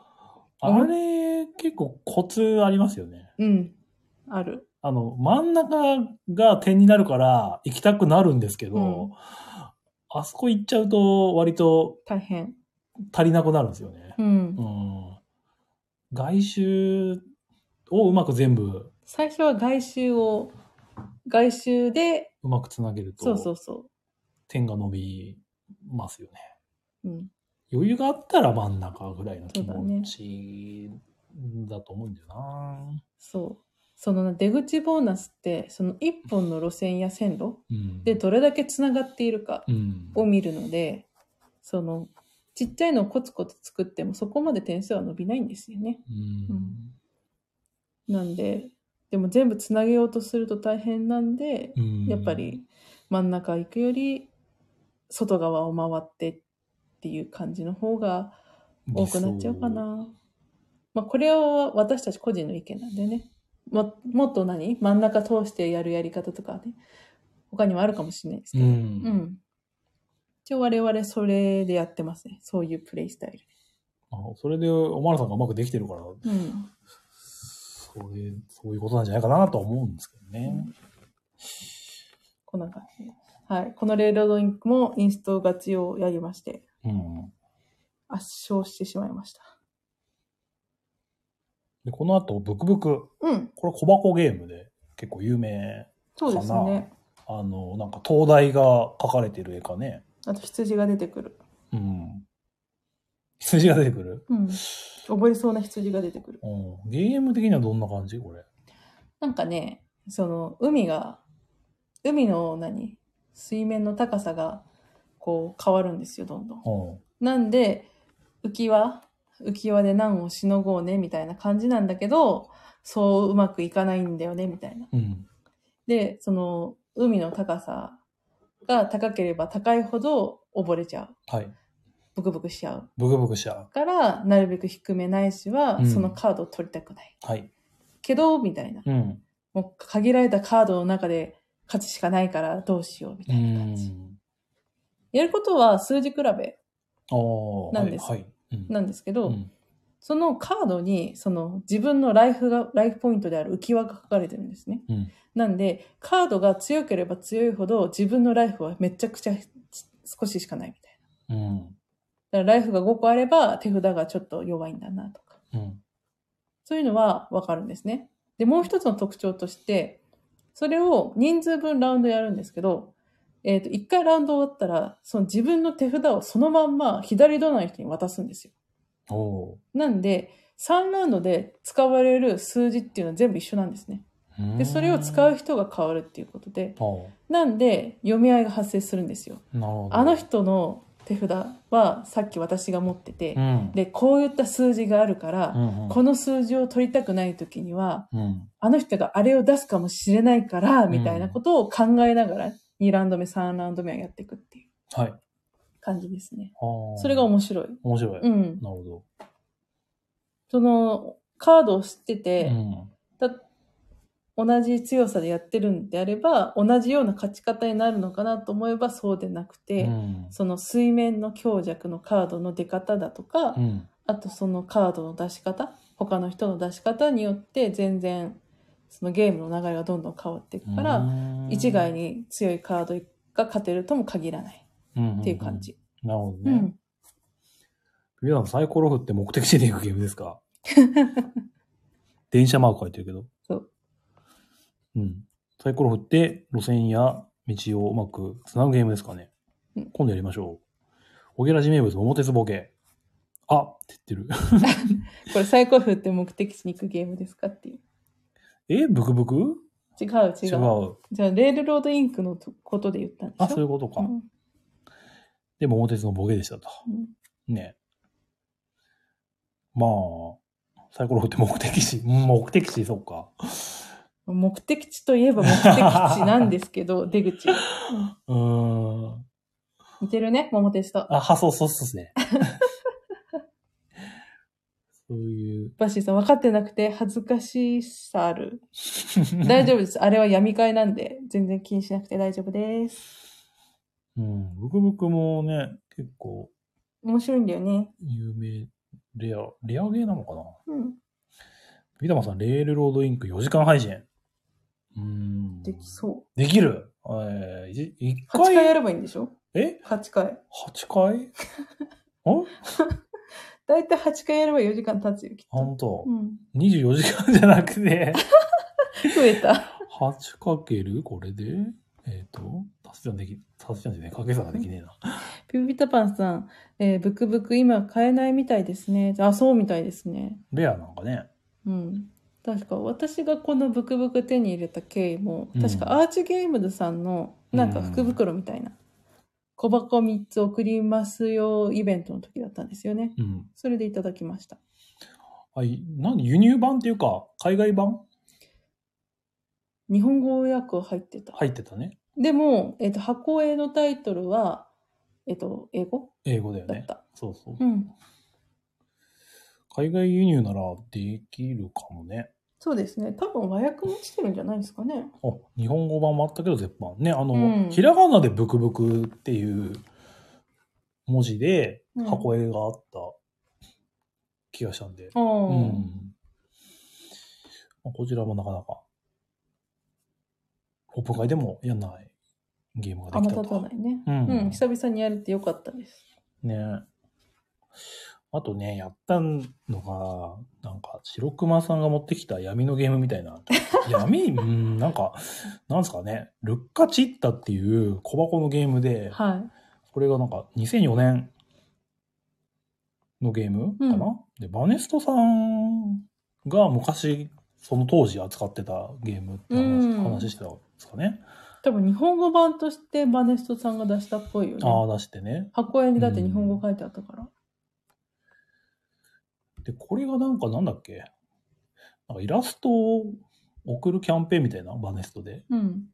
A: あれ、結構コツありますよね。
B: うん。ある。
A: あの、真ん中が点になるから行きたくなるんですけど、
B: うん
A: あそこ行っちゃうと割と
B: 大変。
A: 足りなくなるんですよね
B: う。ん
A: う。ん。外周をうまく全部
B: 最初は外周を、外周で、
A: うまくつなげると、
B: そうそうそ
A: 点が伸びますよね。
B: う。うん。
A: 余裕があったら真ん中ぐらいの気
B: そうだね
A: 持ちだと思うんだよな。
B: そう。その出口ボーナスって、その一本の路線や線路
A: うん。
B: でどれだけ繋がっているか
A: うん。
B: を見るので、その、ちっちゃいのをコツコツ作ってもそこまで点数は伸びないんですよね。
A: うん
B: うんなんで、でも全部つなげようとすると大変なんで、
A: うん
B: やっぱり真ん中行くより外側を回ってっていう感じの方が多くなっちゃうかな。まあこれは私たち個人の意見なんでね。ももっと何真ん中通してやるやり方とかね。他にもあるかもしれないですけ
A: 理想。う。
B: ど。うんん。一応我々それでやってますね。そういうプレイスタイ
A: あそれで、おまるさんがうまくできてるから、
B: ル。うん。
A: それ、そういうことなんじゃないかなとは思うんですけどね。
B: こんな感じ。はい。このレールドインクもインストガチをやりまして、
A: うん。
B: 圧勝してしまいました。
A: で、この後、ブクブク。
B: うん。
A: これ小箱ゲームで結構有名。
B: そうですね。
A: あの、なんか灯台が描かれてる絵かね。
B: あと羊が出てくる。
A: うん。羊が出てくる。
B: うん。覚えそうな羊が出てくる。
A: うん。ゲーム的にはどんな感じこれ。
B: なんかね、その海が、海の何水面の高さがこう変わるんですよ、どんどん。
A: うん。
B: なんで、浮き輪、浮き輪で難をしのごうね、みたいな感じなんだけど、そううまくいかないんだよね、みたいな。
A: うん。
B: で、その海の高さが高ければ高いほど溺れちゃう。
A: はい。
B: ブクブクしちゃう。
A: ブクブクしちゃう。
B: から、なるべく低めないしは、
A: うん
B: そのカードを取りたくない。
A: はい。
B: けど、みたいな。
A: うん。
B: もう限られたカードの中で勝つしかないからどうしようみ
A: う
B: たいな感じ。
A: ん。
B: やることは数字比べ
A: ああ。
B: なんです
A: はい。はいうん
B: なんですけど、
A: うん
B: そのカードにその自分のライフが、ライフポイントである浮き輪が書かれてるんですね。
A: うん
B: なんで、カードが強ければ強いほど自分のライフはめちゃくちゃ少ししかないみたい
A: うん。
B: な。だからライフが5個あれば手札がちょっと弱いんだなとか。
A: うん。
B: そういうのはわかるんですね。で、もう一つの特徴として、それを人数分ラウンドやるんですけど、えっ、と、一回ラウンド終わったら、その自分の手札をそのまんま左隣の人に渡すんですよ。
A: おー
B: なんで、3ラウンドで使われる数字っていうのは全部一緒なんですね。
A: うん
B: で、それを使う人が変わるっていうことで、
A: あ
B: なんで、読み合いが発生するんですよ。
A: あなるほど。
B: あの人の手札はさっき私が持ってて
A: う、ん、
B: で、こういった数字があるか
A: う
B: ら、
A: んうん
B: この数字を取りたくない時には、
A: うん
B: あの人があれを出すかもしれないから、
A: ん
B: みたいなことを考えながら、2ラウンド目、3ラウンド目はやっていくっていう
A: はい。
B: 感じですね。
A: あー
B: それが面白い。
A: 面白い。
B: う
A: なる
B: ん。
A: ほど。
B: その、カードを知ってて、
A: うん
B: た同じ強さでやってるんであれば、同じような勝ち方になるのかなと思えばそうでなくて、
A: うん
B: その水面の強弱のカードの出方だとか、
A: うん
B: あとそのカードの出し方、他の人の出し方によって全然そのゲームの流れがどんどん変わっていくから、
A: うん
B: 一概に強いカードが勝てるとも限らないっていう感。
A: う
B: じ。
A: んうんうん
B: う
A: なるほど
B: ん
A: ね。皆さんサイコロ振って目的地で行くゲームです か電車マーク書いてるけど。
B: そう。
A: うん。サイコロ振って路線や道をうまくつなぐゲームですかね。
B: うん
A: 今度やりましょう。小木ラジ名物桃鉄ボケ。あって言ってる。
B: これサイコロ振って目的地に行くゲームですかっていう。
A: えブクブク
B: 違う違
A: 違
B: う。
A: う。
B: じゃあ、レールロードインクのとことで言ったんでしょ
A: あ、そういうことか。
B: うん
A: で、桃鉄のボケでしたと。
B: うん
A: ねまあ、サイコロ振って目的地。うん目的地、そうか。
B: 目的地といえば目的地なんです けど、出口。
A: うーん。
B: 似てるね、桃鉄と。
A: あ、は、そう、そうそう ですね。そういう。
B: バッシーさん、分かってなくて恥ずかしさある。大丈夫です。あれは闇会なんで、全然気にしなくて大丈夫です。
A: うん。ブクブクもね、結構
B: 面白いんだよね。
A: 有名、レア、レアゲーなのかな
B: うん。
A: ビタマさん、レールロードインク4時間配信。うーん。
B: できそう。
A: できる。えー、い一
B: 8回
A: 回。
B: やればいいんでしょ
A: え
B: ?8 回。
A: ?8 回あ
B: だいたい8回やれば4時間経つよ、きっと。
A: 本当
B: う。ん。
A: 24時間じゃなくて、
B: 増えた。
A: 8かけるこれで、えっ、と、足し算でき、足し算でね、掛け算ができねえな。
B: ピピタパンさん、えー、ブクブク今買えないみたいですね。あ、そうみたいですね。
A: レアなんかね。
B: うん。確か、私がこのブクブク手に入れた経緯も
A: う、ん
B: 確かアーチゲームズさんの、なんか福袋みたいな、小箱3つ送りますよイベントの時だったんですよね。
A: うん。
B: それでいただきました。
A: あ、いなん輸入版っていうか、海外版
B: 日本語訳入ってた。
A: 入ってたね。
B: でも、えっ、と、箱絵のタイトルは、えっ、と、英語
A: 英語だよ
B: だっ
A: ね。
B: た。
A: そうそう。
B: うん。
A: 海外輸入ならできるかもね。
B: そうですね。多分和訳も落ちてるんじゃないですかね。
A: あ、日本語版もあったけど、絶版。ね、あの、
B: うん
A: ひらがなでブクブクっていう文字で
B: うん
A: 箱絵があった気がしたんで。
B: ああ、
A: うん。まあこちらもなかなか、オープン会でもやんないゲームがで
B: 甘
A: きた
B: 立た
A: と
B: な。いね。
A: うん
B: うん、久々にやれてよかったです。
A: ねあとね、やったのが、なんか、白熊さんが持ってきた闇のゲームみたい な。闇、うん、なんか、なんですかね、ルッカチッタっていう小箱のゲームで、
B: は
A: これがなんか2004年のゲームかな、
B: う
A: で、バネストさんが昔、その当時扱ってたゲームって話,、
B: うん
A: 話してたんですかね。
B: い。多分日本語版としてバネストさんが出したっぽいよ
A: ああ、
B: ね。
A: 出してね。
B: 箱絵にだって日本語書いてあったから。
A: で、これがなんかなんだっけなんかイラストを送るキャンペーンみたいな、バネストで。
B: うん。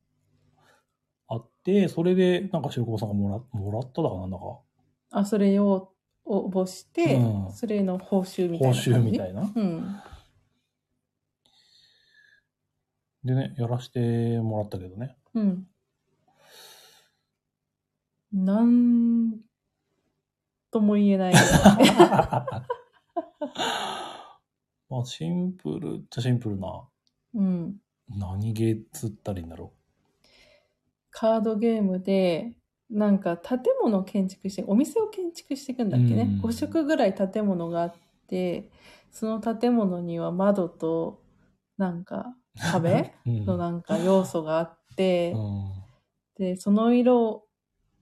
A: あって、それでなんか白熊さんがもらもらっただかなんだか、報
B: あ、それを応募して、
A: うん
B: それの報酬みたいな感じ。
A: 酬みたいな。
B: うん。
A: でね、やらしてもらったけどね。
B: うん。なんとも言えない。
A: まあ、シンプルっちゃシンプルな、
B: うん。
A: 何ゲーっつったらいいんだろ
B: カードゲームで、なんか建物を建築して、お店を建築していくんだっけ
A: う
B: ね
A: ん。
B: 5色ぐらい建物があって、その建物には窓と、なんか壁
A: う。うん。
B: のなんか要素があって
A: う、ん
B: で、その色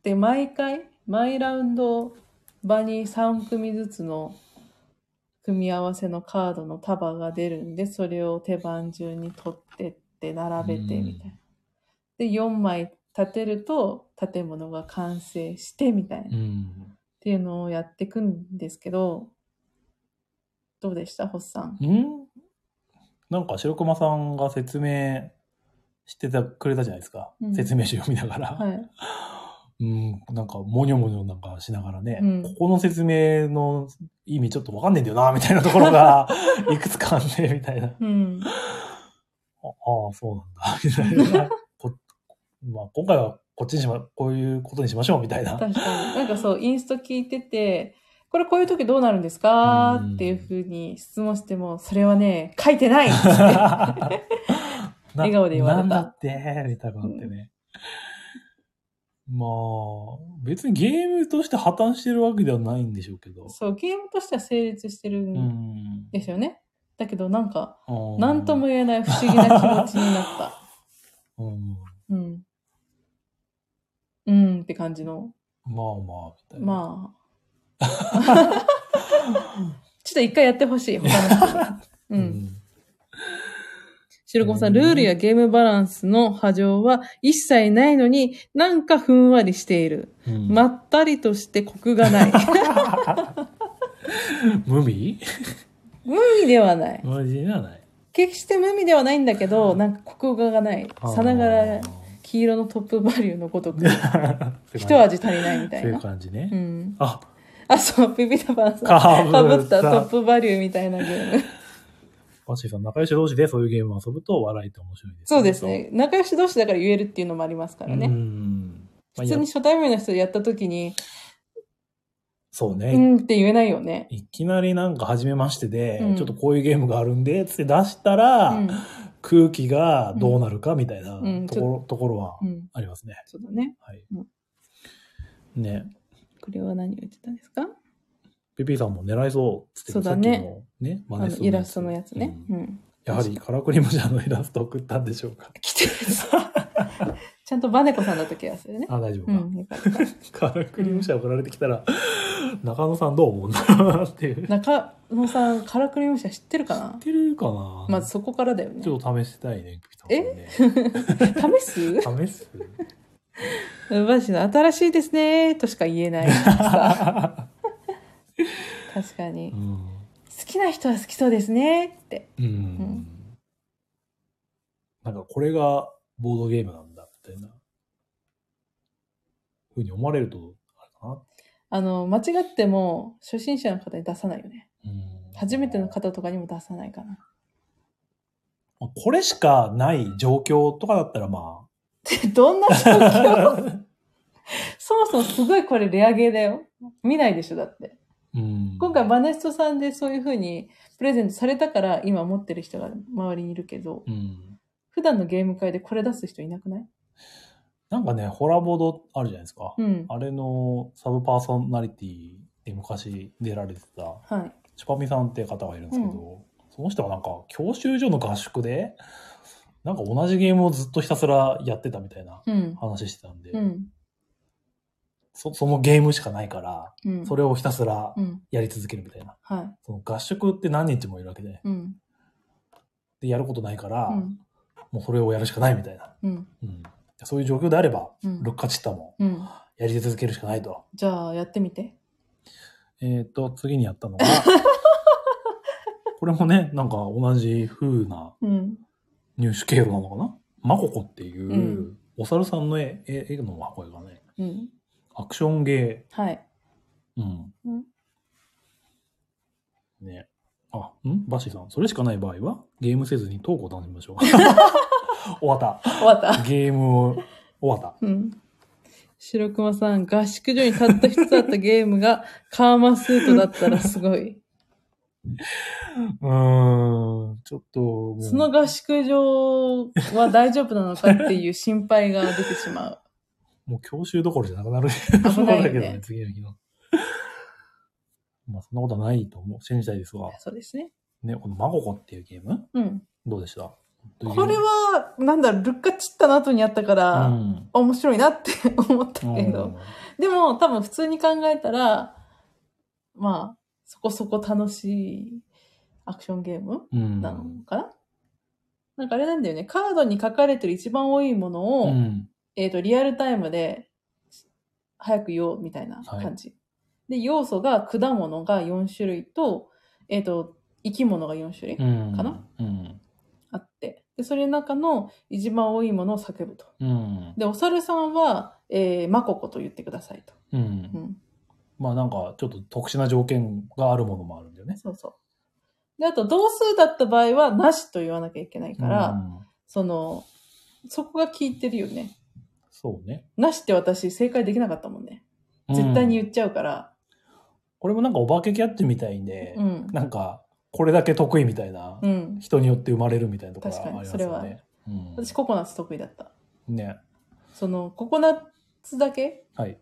B: で毎回、毎ラウンド場に3組ずつの組み合わせのカードの束が出るんで、それを手番順に取ってって並べてみたいな。で、4枚立てると建物が完成してみたいな。
A: う
B: っ
A: ん。
B: ていうのをやっていくんですけど、どうでしたホッさん。
A: うんなんか白熊さんが説明してたくれたじゃないですか。
B: うん
A: 説明書読みながら。
B: はい。
A: うん、なんか、もにょもにょなんかしながらね、
B: うん
A: ここの説明の意 味ちょっとわかんねえんだよな、みたいなところが、いくつかあんねみたいな。
B: うん。
A: ああ、そうなんだ、 みたいな。こ まあ、今回はこっちにしま、こういうことにしましょう、みたいな。
B: 確かに。なんかそう、インスト聞いてて、これこういう時どうなるんですか
A: うん
B: っていうふうに質問しても、それはね、書いてないっつ って。 笑顔で言われ
A: なな
B: た
A: んだって、みたいなのってね。まあ、別にゲームとして破綻してるわけではないんでしょうけど。
B: そう、ゲームとしては成立してる
A: うんん。
B: ですよね。だけどなんか、
A: うん
B: なんとも言えない不思議な気持ちになった。
A: うん。
B: うん。うんって感じの。
A: まあまあ、みたいな。
B: まあ。 ちょっと一回やってほしい、他の人に
A: う
B: うん。
A: ん。
B: 白駒さん、
A: うん
B: ルールやゲームバランスの波状は一切ないのに、なんかふんわりしている。
A: うん
B: まったりとしてコクがない。
A: 無味
B: 無味ではない。
A: 無味じゃない。
B: 決して無味ではないんだけど、なんかコクがない。さながら
A: あ
B: 黄色のトップバリューのご とく、
A: ー
B: 一味足りないみたい
A: そうい
B: な
A: う。感じね。
B: うん。
A: あ、
B: あ、そう、ビビタパンさん。
A: か
B: かぶ
A: ぶ
B: っ
A: った
B: トッ
A: た。
B: プバリューみたいなゲ ーム。
A: マシーさん、仲良し同士でそういうゲームを遊ぶと笑いって面白いです。
B: そうです。ね。仲良し同士だから言えるっていうのもありますから
A: う
B: ね。
A: ん。まあ
B: 普通に
A: いや
B: 初対面の人とやった時に、
A: そう
B: う
A: ね。
B: んって言えないよね。
A: いきなりなんか初めましてで
B: うん、
A: ちょっとこういうゲームがあるんで、つって出したら、
B: う
A: 空気がどうなるかみたいな
B: うん
A: ところ、ところは
B: ん。うん。
A: ありますね。
B: そうだね。
A: はい
B: うん。
A: ね。
B: これは何を言ってたんですか
A: ペピーさんも狙いそう、つって
B: そうだね
A: さっきのね、
B: あ
A: 真
B: の
A: 似する
B: イラストのやつね
A: うん。
B: うん。
A: やはりカラクリムジャーのイラストを送ったんでしょうか。
B: 来てる。 ちゃんとバネコさんだった気がするね。
A: あ、大丈夫
B: う
A: か。
B: ん。よかっ た。
A: カラクリムシャ送られてきたら、中野さんどう思うんだろうな っていう。知っ
B: 中野さん、カラクリムシャ知ってるかな
A: てるかな
B: まずそこからだよね
A: ち。ょっと試したいね、
B: 試す
A: ピタさんね試 す
B: バシの新しいですねとしか言えな い。さ確かに
A: う。ん。
B: 好きな人は好きそうですねって。
A: うん。なんかこれがボードゲームなんだ、みたいな。ふうに思われると、あれかな。
B: あの、間違っても初心者の方に出さないよね。
A: うん
B: 初めての方とかにも出さないかな。
A: まあこれしかない状況とかだったらま
B: でどんな状況
A: あ。
B: そもそもすごいこれレアゲーだよ。見ないでしょ、だって。
A: うん
B: 今回、バネストさんでそういう風にプレゼントされたから今持ってる人が周りにいるけど、
A: うん。
B: 普段のゲーム会でこれ出す人いなくない
A: なんかね、ホラボードあるじゃないですか。
B: うん。
A: あれのサブパーソナリティで昔出られてた
B: はい。
A: チュパミさんって方がいるんですけど、その人がなんか教習所の合宿で、なんか同じゲームをずっとひたすらやってたみたいな
B: うん。
A: 話してたんで、
B: うん。
A: そそのゲームしかないから、
B: うん。
A: それをひたすら
B: うん。
A: やり続けるみたいな。
B: は
A: その合宿って何日もいるわけで、
B: い。うん。
A: でやることないから、
B: うん。
A: もうそれをやるしかないみたいな。
B: うん。
A: うんそういう状況であれば、
B: うん
A: ルッカチッタも
B: うん。
A: やり続けるしかないと。
B: じゃあ、やってみて。
A: えっ、と、次にやった のが、これもね、なんか同じ風な
B: うん。
A: 入手経路なのかなマココっていう、
B: うん
A: お猿さんの絵絵絵の箱絵がね、
B: うん。
A: アクションゲ
B: はい。
A: ー、うん。
B: うん
A: ね。あ、んバッシーさん、それしかない場合は、ゲームせずにトークを楽しみ ましょう。終わった。
B: 終わった。
A: ゲームを、終わっ
B: うん。白熊さん、合宿所にたった一つだったゲームが、カーマスートだったらすごい。
A: た。うーん、ちょっともう、
B: その合宿所は大丈夫なのかっていう心配が出てしまう。
A: もう教習どころじゃなくなる。
B: 危ないよね
A: そうだけどね、次の日の。まあ、そんなことはないと思う。信じたいですが。
B: そうですね。
A: ね、このマココっていうゲーム
B: うん。
A: どうでした
B: これは、なんだろう、ルッカチッタの後にやったから、
A: うん。
B: 面白いなって 思った
A: うん
B: けど。でも、多分普通に考えたら、まあ、そこそこ楽しいアクションゲーム
A: うん。
B: なのかな、なんかあれなんだよね。カードに書かれてる一番多いもの
A: う
B: を、
A: ん。
B: えっ、と、リアルタイムで、早く言おうみたいな感じ。で、要素が果物が4種類と、えっ、と、生き物が4種類
A: うん。
B: かな
A: うん。
B: あって、で、それの中の一番多いものを叫ぶと。
A: うん。
B: で、お猿さんは、えー、マココと言ってくださいと。
A: う。
B: うんん。
A: まあなんか、ちょっと特殊な条件があるものもあるんだよね。
B: そうそう。で、あと、同数だった場合は、なしと言わなきゃいけないから、
A: うん
B: その、そこが効いてるよね。
A: そうね。
B: なしって私正解できなかったもんね。絶対に
A: うん
B: 言っちゃうから。
A: これもなんかお化けキャッチみたいで、
B: うん。
A: なんか、これだけ得意みたいな、
B: うん。
A: 人によって生まれるみたいなところがあ
B: 確
A: り
B: かに
A: ますよね。うん
B: 私ココナッツ得意だった。
A: ね。
B: その、ココナッツだけ
A: はい。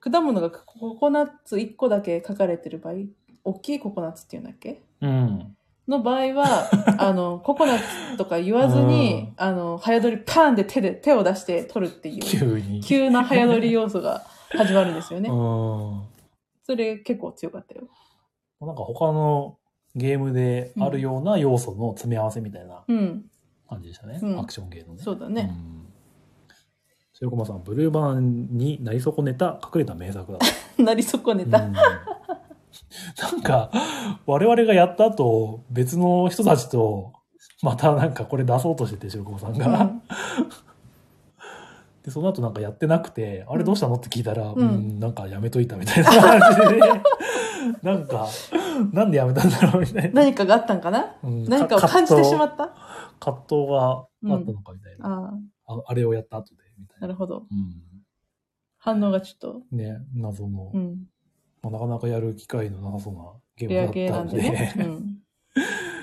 B: 果物がココナッツ1個だけ書かれてる場合、大きいココナッツっていうんだっけ
A: うん。
B: の場 合は、あの、ココナッツとか言わずに、あの、早取りパーンで手で、手を出して取るっていう、
A: 急に。
B: 急な早取り要素が始まるんですよ
A: う
B: ね
A: ん。。
B: それ結構強かったよ。
A: なんか他のゲームであるような要素の詰め合わせみたいな
B: うん、
A: 感じでしたね。
B: うん
A: アクションゲーのね。
B: そうだね。
A: うん。白駒さん、ブルーバーンになり損ねた隠れた名 作だと。
B: なり損ね
A: うん
B: た。
A: なんか、我々がやった後、別の人たちと、またなんかこれ出そうとしてて、白駒さん
B: う
A: が。
B: ん
A: で、その後なんかやってなくて、あれどうしたのって聞いたら、
B: ん
A: うん、なんかやめといたみたいな 感じで、なんか、なんでやめたんだろうみたいな。
B: 何かがあったんかな
A: うん
B: 何かを感じてしまったあ
A: 葛藤があったのかみたいな。
B: あ
A: ああれをやった後で、みたい
B: ー、な
A: な。
B: るほど。
A: う
B: 反応がちょっと、
A: ん。ね、謎の、
B: うん、
A: まあなかなかやる機会のなさそうなゲ
B: レア
A: ー
B: 系
A: ムだ
B: な
A: っ
B: ん
A: た
B: で
A: んで。
B: ね。うん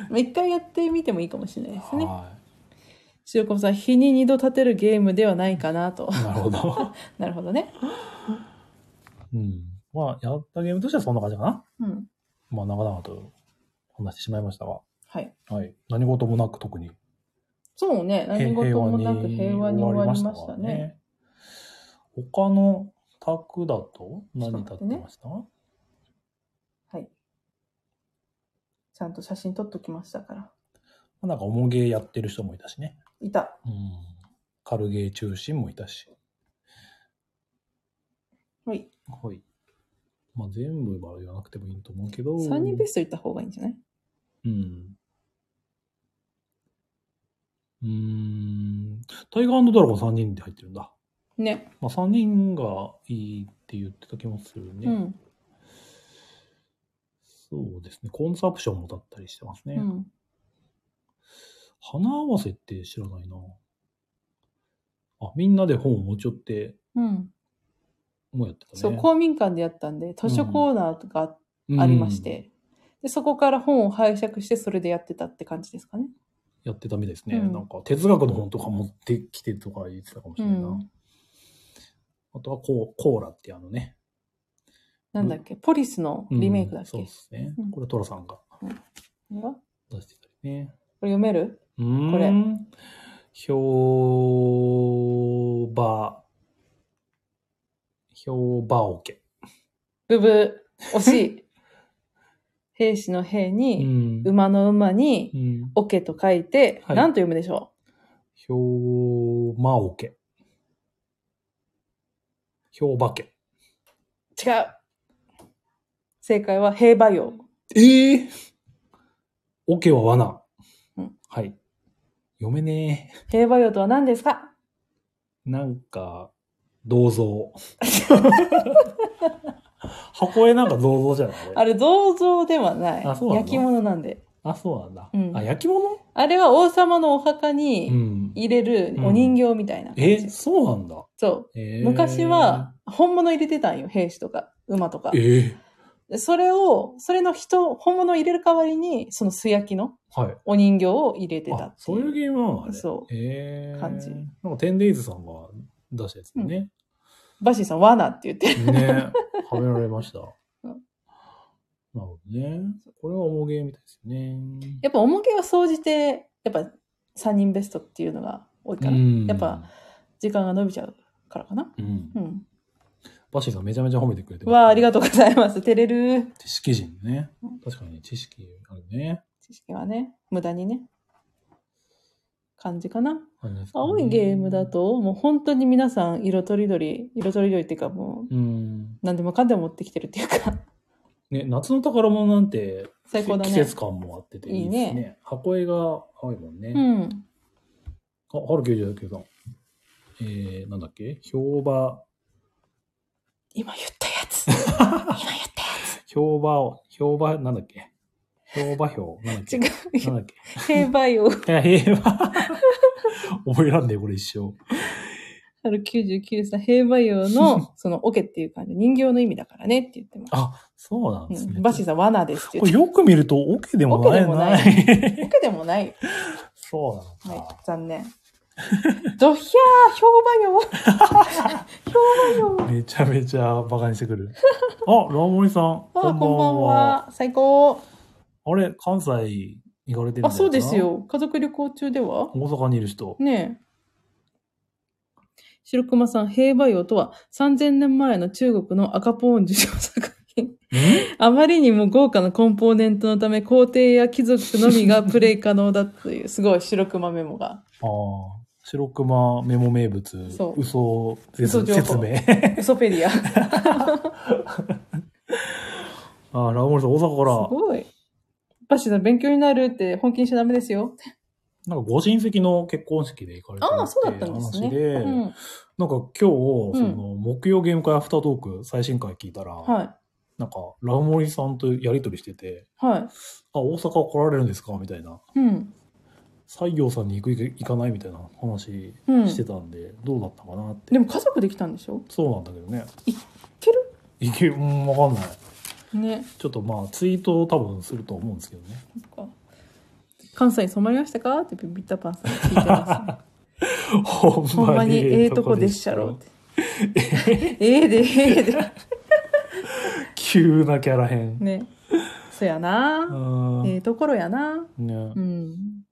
B: まあ一回やってみてもいいかもしれないですね。
A: は
B: 塩子さん、日に二度立てるゲームではないかなと
A: い。。なるほど。
B: なるほどね。
A: うん。まあ、やったゲームとしてはそんな感じかな。
B: うん。
A: まあ、長々と話してしまいましたが。
B: はい。
A: はい。何事もなく特に
B: そうね、何事もなく平和に終わりましたね。。
A: 他の卓だと
B: ちょ
A: 何
B: っと
A: 立っ
B: 待
A: て
B: ってね
A: ました、
B: はい。ちゃんと写真撮っときましたから。
A: なんか重ゲーやってる人もいたしね。
B: いた。
A: うん。軽ゲー中心もいたし。
B: はい。
A: はい。まあ全部は言わなくてもいいと思うけど。
B: 3人ベスト行った方がいいんじゃない
A: うん。うーん。タイガードラゴン3人で入ってるんだ。
B: ね。
A: まあ3人がいいって言ってた気もするね。
B: うん。
A: そうですね。コンサプションもだったりしてますね。
B: うん。
A: 花合わせって知らないな。あ、みんなで本を持ち寄って、
B: うん。
A: もうやってたね。
B: そう、公民館でやったんで、図書コーナーが
A: うん
B: ありまして、で、そこから本を拝借して、それでやってたって感じですかね。
A: やってたみたいですね。
B: うん
A: なんか、哲学の本とか持ってきてとか言ってたかもし
B: う
A: れないな。
B: ん。
A: あとはコー、コーラってあのね。
B: なんだっけ、ポリスのリメイクだっけ、
A: うんそうですね
B: うん。
A: これ、トラさんが
B: これはこ
A: 出してたりね。
B: れ読める
A: うーん。
B: これ
A: 評判。評判オケ。
B: ブブー、惜しい。兵士の兵
A: う
B: に、
A: ん。
B: 馬の馬に、
A: うん。
B: オケと書いて、
A: はい
B: なんと読むでしょ
A: 評判オケ。評判家。
B: う違う正解は兵馬俑。
A: ええオケは罠。
B: うん
A: はい。読めね
B: 兵馬俑とは何ですか
A: え。なんか、銅像。箱絵なんか銅像じゃないあ
B: あ
A: れ。
B: れ、銅像ではない。
A: あそうなの
B: 焼き物なんで。
A: あ、そうなんだ。
B: うん
A: あ、焼き物
B: あれは王様のお墓
A: う
B: に
A: ん。
B: 入れるお人形みたいな感じ、
A: え、そうなんだ。
B: そう。
A: えー
B: 昔は、、本物入れてたんよ。兵士とか、馬とか
A: え。ー
B: でそれを、それの人、本物入れる代わりに、その素焼きの
A: はい。
B: お人形を入れてた
A: あ
B: って
A: そういうゲームなのあれ。。
B: そう
A: えー
B: 感じ
A: なんか、テンデイズさんが出したやつだね。
B: バシーさん、罠って言ってる。
A: ね、はめられました。
B: う
A: なんるほどね。これは重げみたいですよね。
B: やっぱ、重けは総じて、やっぱ、3人ベストっていうのが多いかな。
A: うん
B: やっぱ、時間が伸びちゃうからかな。
A: うん
B: う。ん。
A: バシーさんめちゃめちゃ褒めてくれて
B: わあ、ありが
A: と
B: とうございます。照れる
A: う。。知識人ね
B: うん。
A: 確かに知識あるね。
B: 知識はね、無駄にね。感じかな。
A: あれですかね
B: 青いゲームだ。と、もう本当に皆さん、色とりどり、色とりどりっていうかもう、
A: うん。
B: 何でもかんでも持ってきてるっ ていうか、
A: ね、夏の宝物なんて、
B: 最高だ
A: 季
B: ね
A: 節。感もあってて
B: い
A: い
B: い
A: い
B: ね
A: ですね。箱絵が青いもんね。
B: う
A: あ、
B: ん。
A: 春99さん。えー、なんだっけ評判、
B: 今言ったや つ。今言った
A: 評判、評判、なんだっけ評判表。なんだっけ
B: やつ。違う
A: なんだ
B: よ。
A: っけ
B: 兵馬
A: い
B: 俑。
A: や、平和。 覚えらんねえ、これ一生。
B: 春99歳、兵馬 俑の、その、オケっていう感じ、人形の意味だからねって言ってます。
A: あ、そうなんです
B: う
A: ね。
B: ん、バッシーさん、罠ですって
A: こ
B: 言
A: れ
B: って。
A: よく見ると、オケでも
B: オケ
A: な
B: で
A: い
B: も
A: な
B: ない
A: い。
B: オケでもない。
A: そうな
B: は
A: の
B: い
A: か。、
B: 残念。ドヒャー、評 判よ。評判よ。
A: めちゃめちゃバカにしてくる。あ、ラモリさん。
B: あ、こん
A: こ
B: ば
A: んばん
B: ん
A: は。
B: は。最高。
A: あれ、関西行かれてるんだよな
B: あ、そうです。よ。家族旅行中では
A: 大阪にいる人。
B: ねえ。白熊さん、兵馬俑とは3000年前の中国の赤ポーン受賞作品。あまりにも豪華なコンポーネントのため、皇帝や貴族のみがプレイ可能だという、すごい白熊メモ が。
A: ああ、白熊メモ名物、
B: そう
A: 嘘
B: 嘘
A: 説
B: 情
A: 説
B: 報
A: 明。
B: ウソペディア。す
A: ああ、ラモリさん、大阪から、
B: ごい。バシさん、勉強になるって本気にしちゃダメですよ。
A: なんかご親戚の結婚式で行かれてる
B: ああ、そうだったんですね。
A: っていう話で、
B: うん、
A: なんか今日、
B: う
A: そ
B: ん
A: の、木曜ゲーム会アフタートーク最新回聞いたら、
B: は
A: なんか、ラモリさんとやりとりしてて、
B: い。は
A: あ、大阪来られるんですかみたいな。
B: い。うん。
A: 西行さんに行く行かないみたいな話
B: うん。
A: してたんで、どうだったかなって。
B: でも家族できたんでしょ
A: そうなんだけどね。
B: いける
A: いけ、うん、わかんない。
B: ね。
A: ちょっとまあ、ツイートを多分すると思うんですけどね。
B: そっか関西に染まりましたかってビビッタパンさんに聞 いてます、ね。
A: ほん
B: ほんまにええとこでっしゃろうって。ええでええで。
A: 急なキャラ編。
B: ね。そや
A: う
B: な。
A: ん。
B: ええところやな。
A: ね。
B: うん。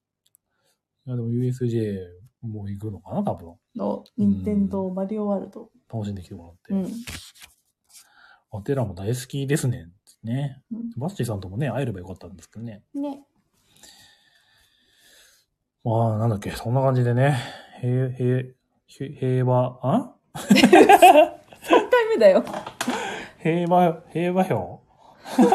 A: いや、でも USJ もう行くのかな、多分。
B: の、任天堂マリオワールド。
A: 楽しんできても
B: う
A: らっ
B: ん
A: て。。お寺も大好きですね。ね。
B: うん
A: バッチーさんともね、会えればよかったんですけどね。
B: ね。
A: まあ、なんだっけ、そんな感じでね。平、平、平平和、あ
B: 1回目だよ。
A: 平和、平和表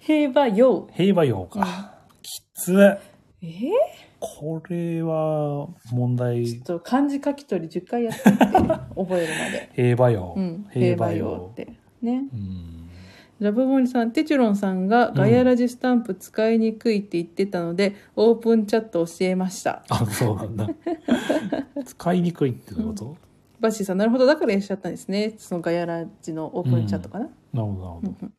B: 平和よ。
A: 平和表
B: うん
A: か。きつ。
B: ええ
A: これは、問
B: ちょ
A: 題
B: っ。と漢字書き取り10回やって みて覚えるまで。
A: 平和よ。
B: うん。
A: 平
B: 平
A: 和
B: 和よ
A: よ
B: っ。て。ね。
A: うん。
B: ラブモリさん、テチュロンさんがガヤラジスタンプ使いにくいって言ってたので、オープンチャット教えました。
A: あ、そうなん だ。使いにくいってどういうこと、
B: バッシーさん、なるほど、だからいらっしゃったんですね。そのガヤラジのオープンチャットかな。
A: なるほど、なるほ
B: う
A: ど。
B: んうん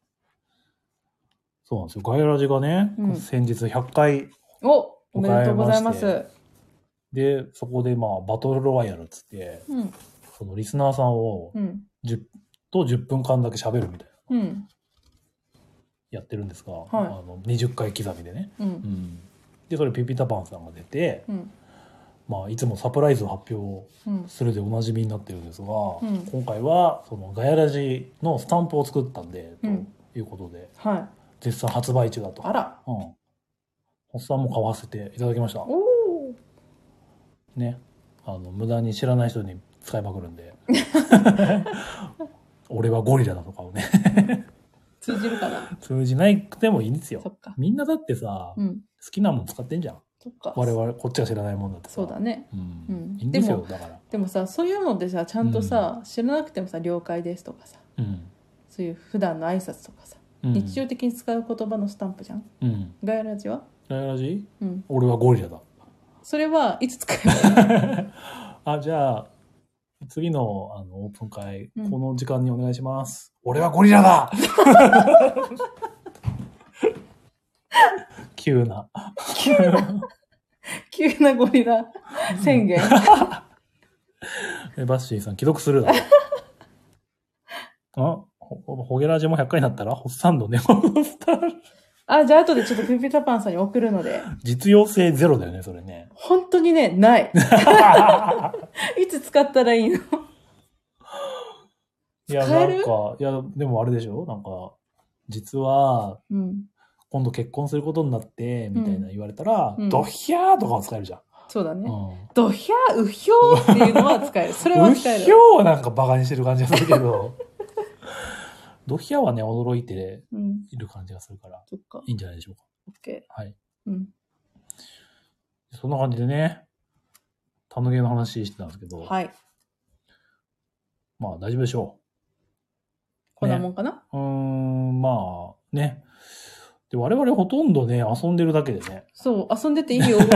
A: そうなんですよ。ガイラジがね、
B: うん
A: 先日100回
B: おおめでとうございま
A: おかえ
B: す。
A: で、そこでまあ、バトルロワイヤルっつって、
B: うん、
A: そのリスナーさんを
B: うん、
A: 10と10分間だけ喋るみたいな、
B: うん、
A: やってるんですが、
B: い
A: あの20回刻みでね。
B: う、
A: うんん。で、それピピタパンさんが出て、
B: うん、
A: まあ、いつもサプライズを発表
B: うん。
A: するでおなじみになってるんですが、
B: ん
A: 今回は、そのガヤラジのスタンプを作ったんで、と
B: うん
A: いうことで、
B: はい。
A: 絶賛発売中だと。
B: あら。
A: うん。おっさんも買わせていただきました。
B: おお。
A: ね。あの、無駄に知らない人に使いまくるんで。 俺はゴリラだとかをね、
B: 通じるかな。
A: 通じなくてもいいんです
B: そ
A: よ。
B: っか。
A: みんなだってさ、
B: う
A: 好
B: ん、
A: きなもん使ってんじゃん。
B: そっか。
A: 我々、こっちが知らないもんだってさ。
B: そうだね。
A: うん。
B: うん
A: いいんです
B: で
A: よ、
B: も
A: だから。
B: でもさ、そういうのでさ、ちゃんとさ、知らなくてもさ、了解ですとかさ、
A: うん。
B: そういう普段の挨拶とか
A: う
B: さ、
A: ん
B: 日常的に使う言葉のスタンプじゃん。
A: うん。
B: ガヤラジは
A: ガヤラジ
B: うん。
A: 俺はゴリラだ。
B: それはいつ使えばいい
A: あ、じゃあ、次のあのオープン会、
B: うん
A: この時間にお願いします。俺はゴリラだ 急な。
B: 急なゴリラ宣言。
A: えバッシーさん、既読するだろ。あほ、ほげラジも100回になったら、ホッサンドネオスタール。
B: あ、じゃあ後でちょっとピピタパンさんに送るので。
A: 実用性ゼロだよね、それ ね。
B: 本当に ね、ない。いつ使ったらいいの
A: いや、
B: 使
A: な
B: え
A: ん
B: る
A: か、いや、でもあれでしょなんか、実は、
B: うん。
A: 今度結婚することになって、みたいな言われたら、
B: うん
A: ドヒャーとかは使えるじゃん。
B: そうだね。
A: うん
B: ドヒャー、ウヒョーっていうのは使 える。それは
A: う
B: 使え
A: ひ
B: る。
A: ょうはなんかバカにしてる感じがするけど、 ドヒャはね、驚いて
B: うん。
A: いる感じがするから、
B: そっか。
A: いいんじゃないでしょうか。
B: オッケ
A: はい。
B: ー。うん。
A: そんな感じでね、タヌゲの話してたんですけど、
B: はい。
A: まあ大丈夫でしょう。
B: こんなもんかな、
A: うーん、まあね、で、我々ほとんどね、遊んでるだけでね。
B: そう、遊んでていいよって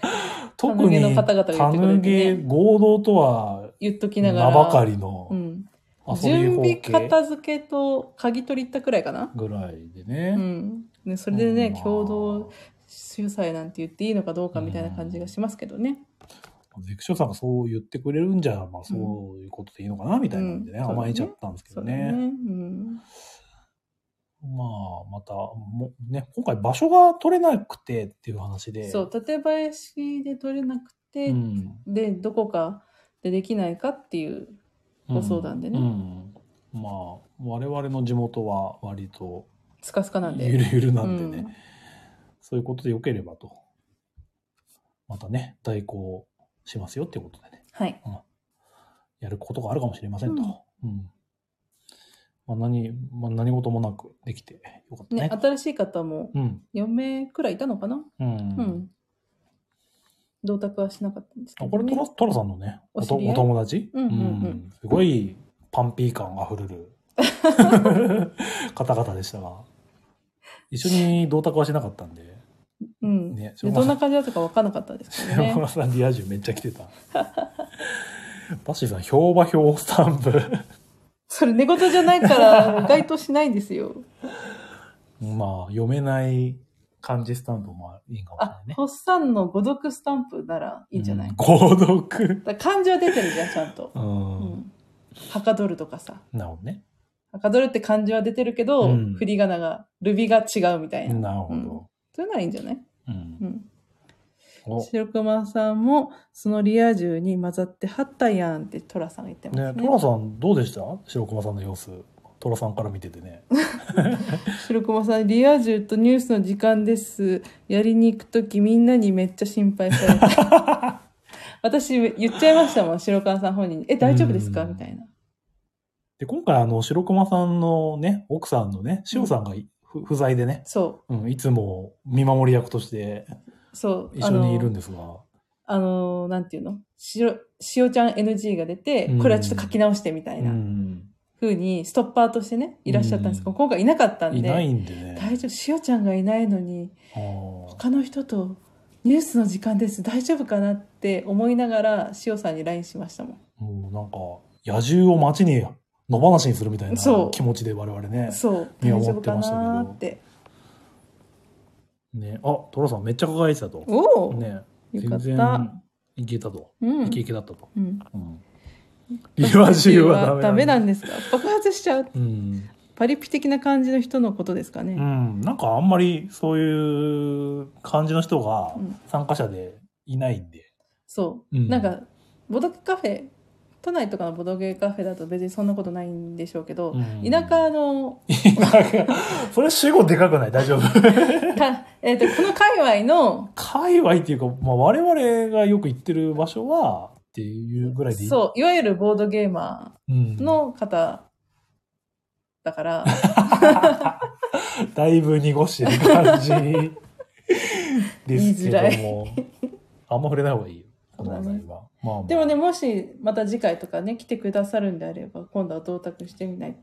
A: 特
B: タヌゲ
A: に、
B: の方々が言
A: タ
B: ってくれてね
A: ヌゲ合同とは、
B: 言っとき
A: 名
B: ながら。
A: ばかりの
B: うん。
A: 遊び
B: 準
A: 方
B: 備
A: 形
B: 片付けと鍵取り行ったくらいかな。
A: ぐらいで
B: う
A: ね。
B: ん。ね、それでね
A: ま、あ
B: 共同主催なんて言っていいのかどうかみたいな感じがしますけどね。
A: ゼクションさんがそう言ってくれるんじゃ、まあそういうことでいいのかな、みたいなんでね、
B: うん
A: 甘えちゃったんですけど
B: そうだ
A: ね。
B: ね。うん。
A: まあ、また、もね、今回場所が取れなくてっていう話で。
B: そう、館林で取れなくて、
A: うん。
B: で、どこかでできないかっていう。ご相談でね
A: うん。うんまあ、我々の地元は割と、
B: スカスカなんで。
A: ゆるゆるなんで
B: う
A: ね
B: ん。
A: そういうことでよければと。またね、代行しますよっていうことでね、
B: はい。
A: やることがあるかもしれませんと。うん。まあ何、まあ何事もなくできてよかった
B: ね
A: ね。
B: 新しい方も
A: うん。
B: 4名くらいいたのかな
A: うん。
B: うん。同卓はしなかったんですけ
A: あ
B: ど、
A: これ
B: ね。
A: トラ、トラさんのね、お
B: お
A: と
B: 知り合い
A: お友達
B: うんうんうん
A: すごいパンピー感あふれる 方々でしたが、一緒に同卓はしなかったんで、
B: うん。
A: ね
B: ね、
A: しょうがない
B: どんな感じだったか分からなかったです けど
A: 山
B: ね
A: 村。さんリア充めっちゃ来てた。バッシーさん、評判表スタンプ。
B: それ寝言じゃないから該当しないんで すよ。
A: まあ、読めない漢字スタンプもいいかもしれ
B: あ
A: ない、ね。
B: ホッサンの語読スタンプならいいんじゃない、
A: うん合読。
B: だから漢字は出てるじゃん、ちゃんと。
A: う。
B: うんん。はかどるとかさ。
A: なるほどね。
B: はかどるって漢字は出てるけど、
A: うん
B: 振り仮名が、ルビが違うみたいな。
A: なるほど。
B: そういうならいいんじゃない
A: うん
B: う。ん。
A: お
B: 白熊さんも、そのリア充に混ざってはったやんってトラさんが言ってます
A: ね、
B: ね。
A: トラさんどうでした白熊さんの様子。トラさんから見てて ね。
B: 白熊さん、リア充とニュースの時間です。やりに行くときみんなにめっちゃ心配さ れた。私言っちゃいましたもん、白熊さん本人に。え、大丈夫ですか
A: うん
B: みたいな。
A: で、今回あの、白熊さんのね、奥さんのね、塩さんがいふ不在でね、
B: そ
A: うん、いつも見守り役として
B: う、そう。
A: 一緒にいるん
B: で。
A: ですが。
B: あの、なんていうのしお、しおちゃん NG が出て
A: うん、。
B: これはちょっと書き直してみたいうなん風に、ストッパーとしてね、いらっしゃったんですけ
A: う
B: ど、今回いなかったん
A: い
B: で。
A: ないんでね。
B: 大丈夫、しおちゃんがいないのに、
A: あー
B: 他の人とニュースの時間です、大丈夫かなって思いながら、しおさんに LINE しましたもん。
A: もうなんか、野獣を街に野放しにするみたいな
B: そう
A: 気持ちで我々ね。
B: そう、
A: いや
B: 大丈夫かなーって。
A: ね、あ、トラさんめっちゃ輝いてたと。
B: おお、
A: ね、
B: よか
A: 全
B: った。
A: 然いけたと。
B: うん
A: いけいけだったと。
B: うん。
A: うん。リア充は
B: ダ
A: ダ
B: メ
A: メ
B: なん
A: だ。
B: です か爆発しちゃう。
A: うん。
B: パリピ的な感じの人のことですか
A: う
B: ね。
A: ん。なんかあんまりそういう感じの人が
B: うん
A: 参加者でいないんで。
B: そう。
A: うん
B: なんか、ボドゲカフェ、都内とかのボドゲカフェだと別にそんなことないんでしょうけど、
A: うん
B: 田舎の、
A: それ主語でかくない 大丈夫。
B: か えっ、と、この界隈の、
A: 界隈っていうか、まあ我々がよく行ってる場所は、っていうぐらいでいい。
B: そう、いわゆるボードゲーマ
A: うん。
B: ーの方 だから、
A: だいぶ濁してる感 じですけども。あんま触れない方がいいよ。この話題は。まあまあ
B: でもね、、もしまた次回とかね、来てくださるんであれば、今度は同卓してみない、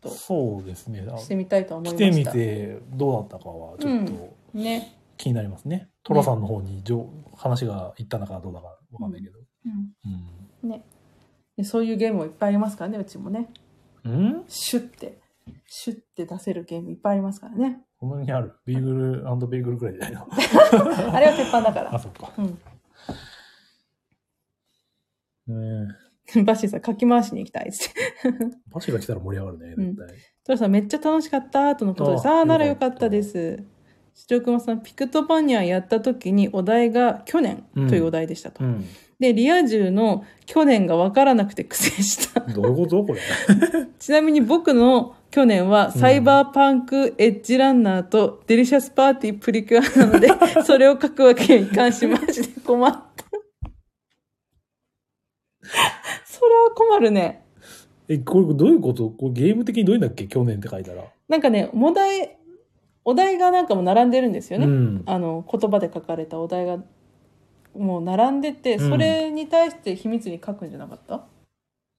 B: と
A: そうですね。あ
B: してみたいと思い
A: 来
B: ま
A: て
B: し
A: み
B: た。
A: てどうだったかはちょっ
B: う
A: と
B: ね。
A: 気になりますね。トラさんの方にじょ話がいったのかどうだかわかんないけど。う
B: ねでそういうゲームもいっぱいありますからね、うちもね。
A: ん。うん
B: シュッて、シュッて出せるゲームいっぱいありますからね。
A: この辺にある。ビーグルビーグルくらいじゃない の。
B: あれは鉄板だか
A: あ、
B: ら。
A: そっか。
B: う
A: ね
B: ん。 バッシーさん、書き回しに行きたいっつって。
A: えバチが来たら盛り上がるね、絶対。
B: トラさん、めっちゃ楽しかった、とのことです。
A: ああ
B: ああー、なら
A: よ
B: よ
A: か
B: か
A: った
B: ったです。白熊さん、ピクトパニアやった時にお題が去年というお題でしたと。
A: うん。
B: で、リア充の去年がわからなくて苦戦した。
A: どういうことこれ。
B: ちなみに僕の去年はサイバーパンク、エッジランナーとデリシャスパーティープリキュアな ので、それを書くわけにはいかんし、マジで困った。 それは困るね。
A: え、これどういうことこれゲーム的にどういうんだっけ去年って書いたら。
B: なんかね、お題、お題がなんかも並んでるんですよね。
A: うん。
B: あの、言葉で書かれたお題が、もう並んでて、
A: うん
B: それに対して秘密に書くんじゃなかった、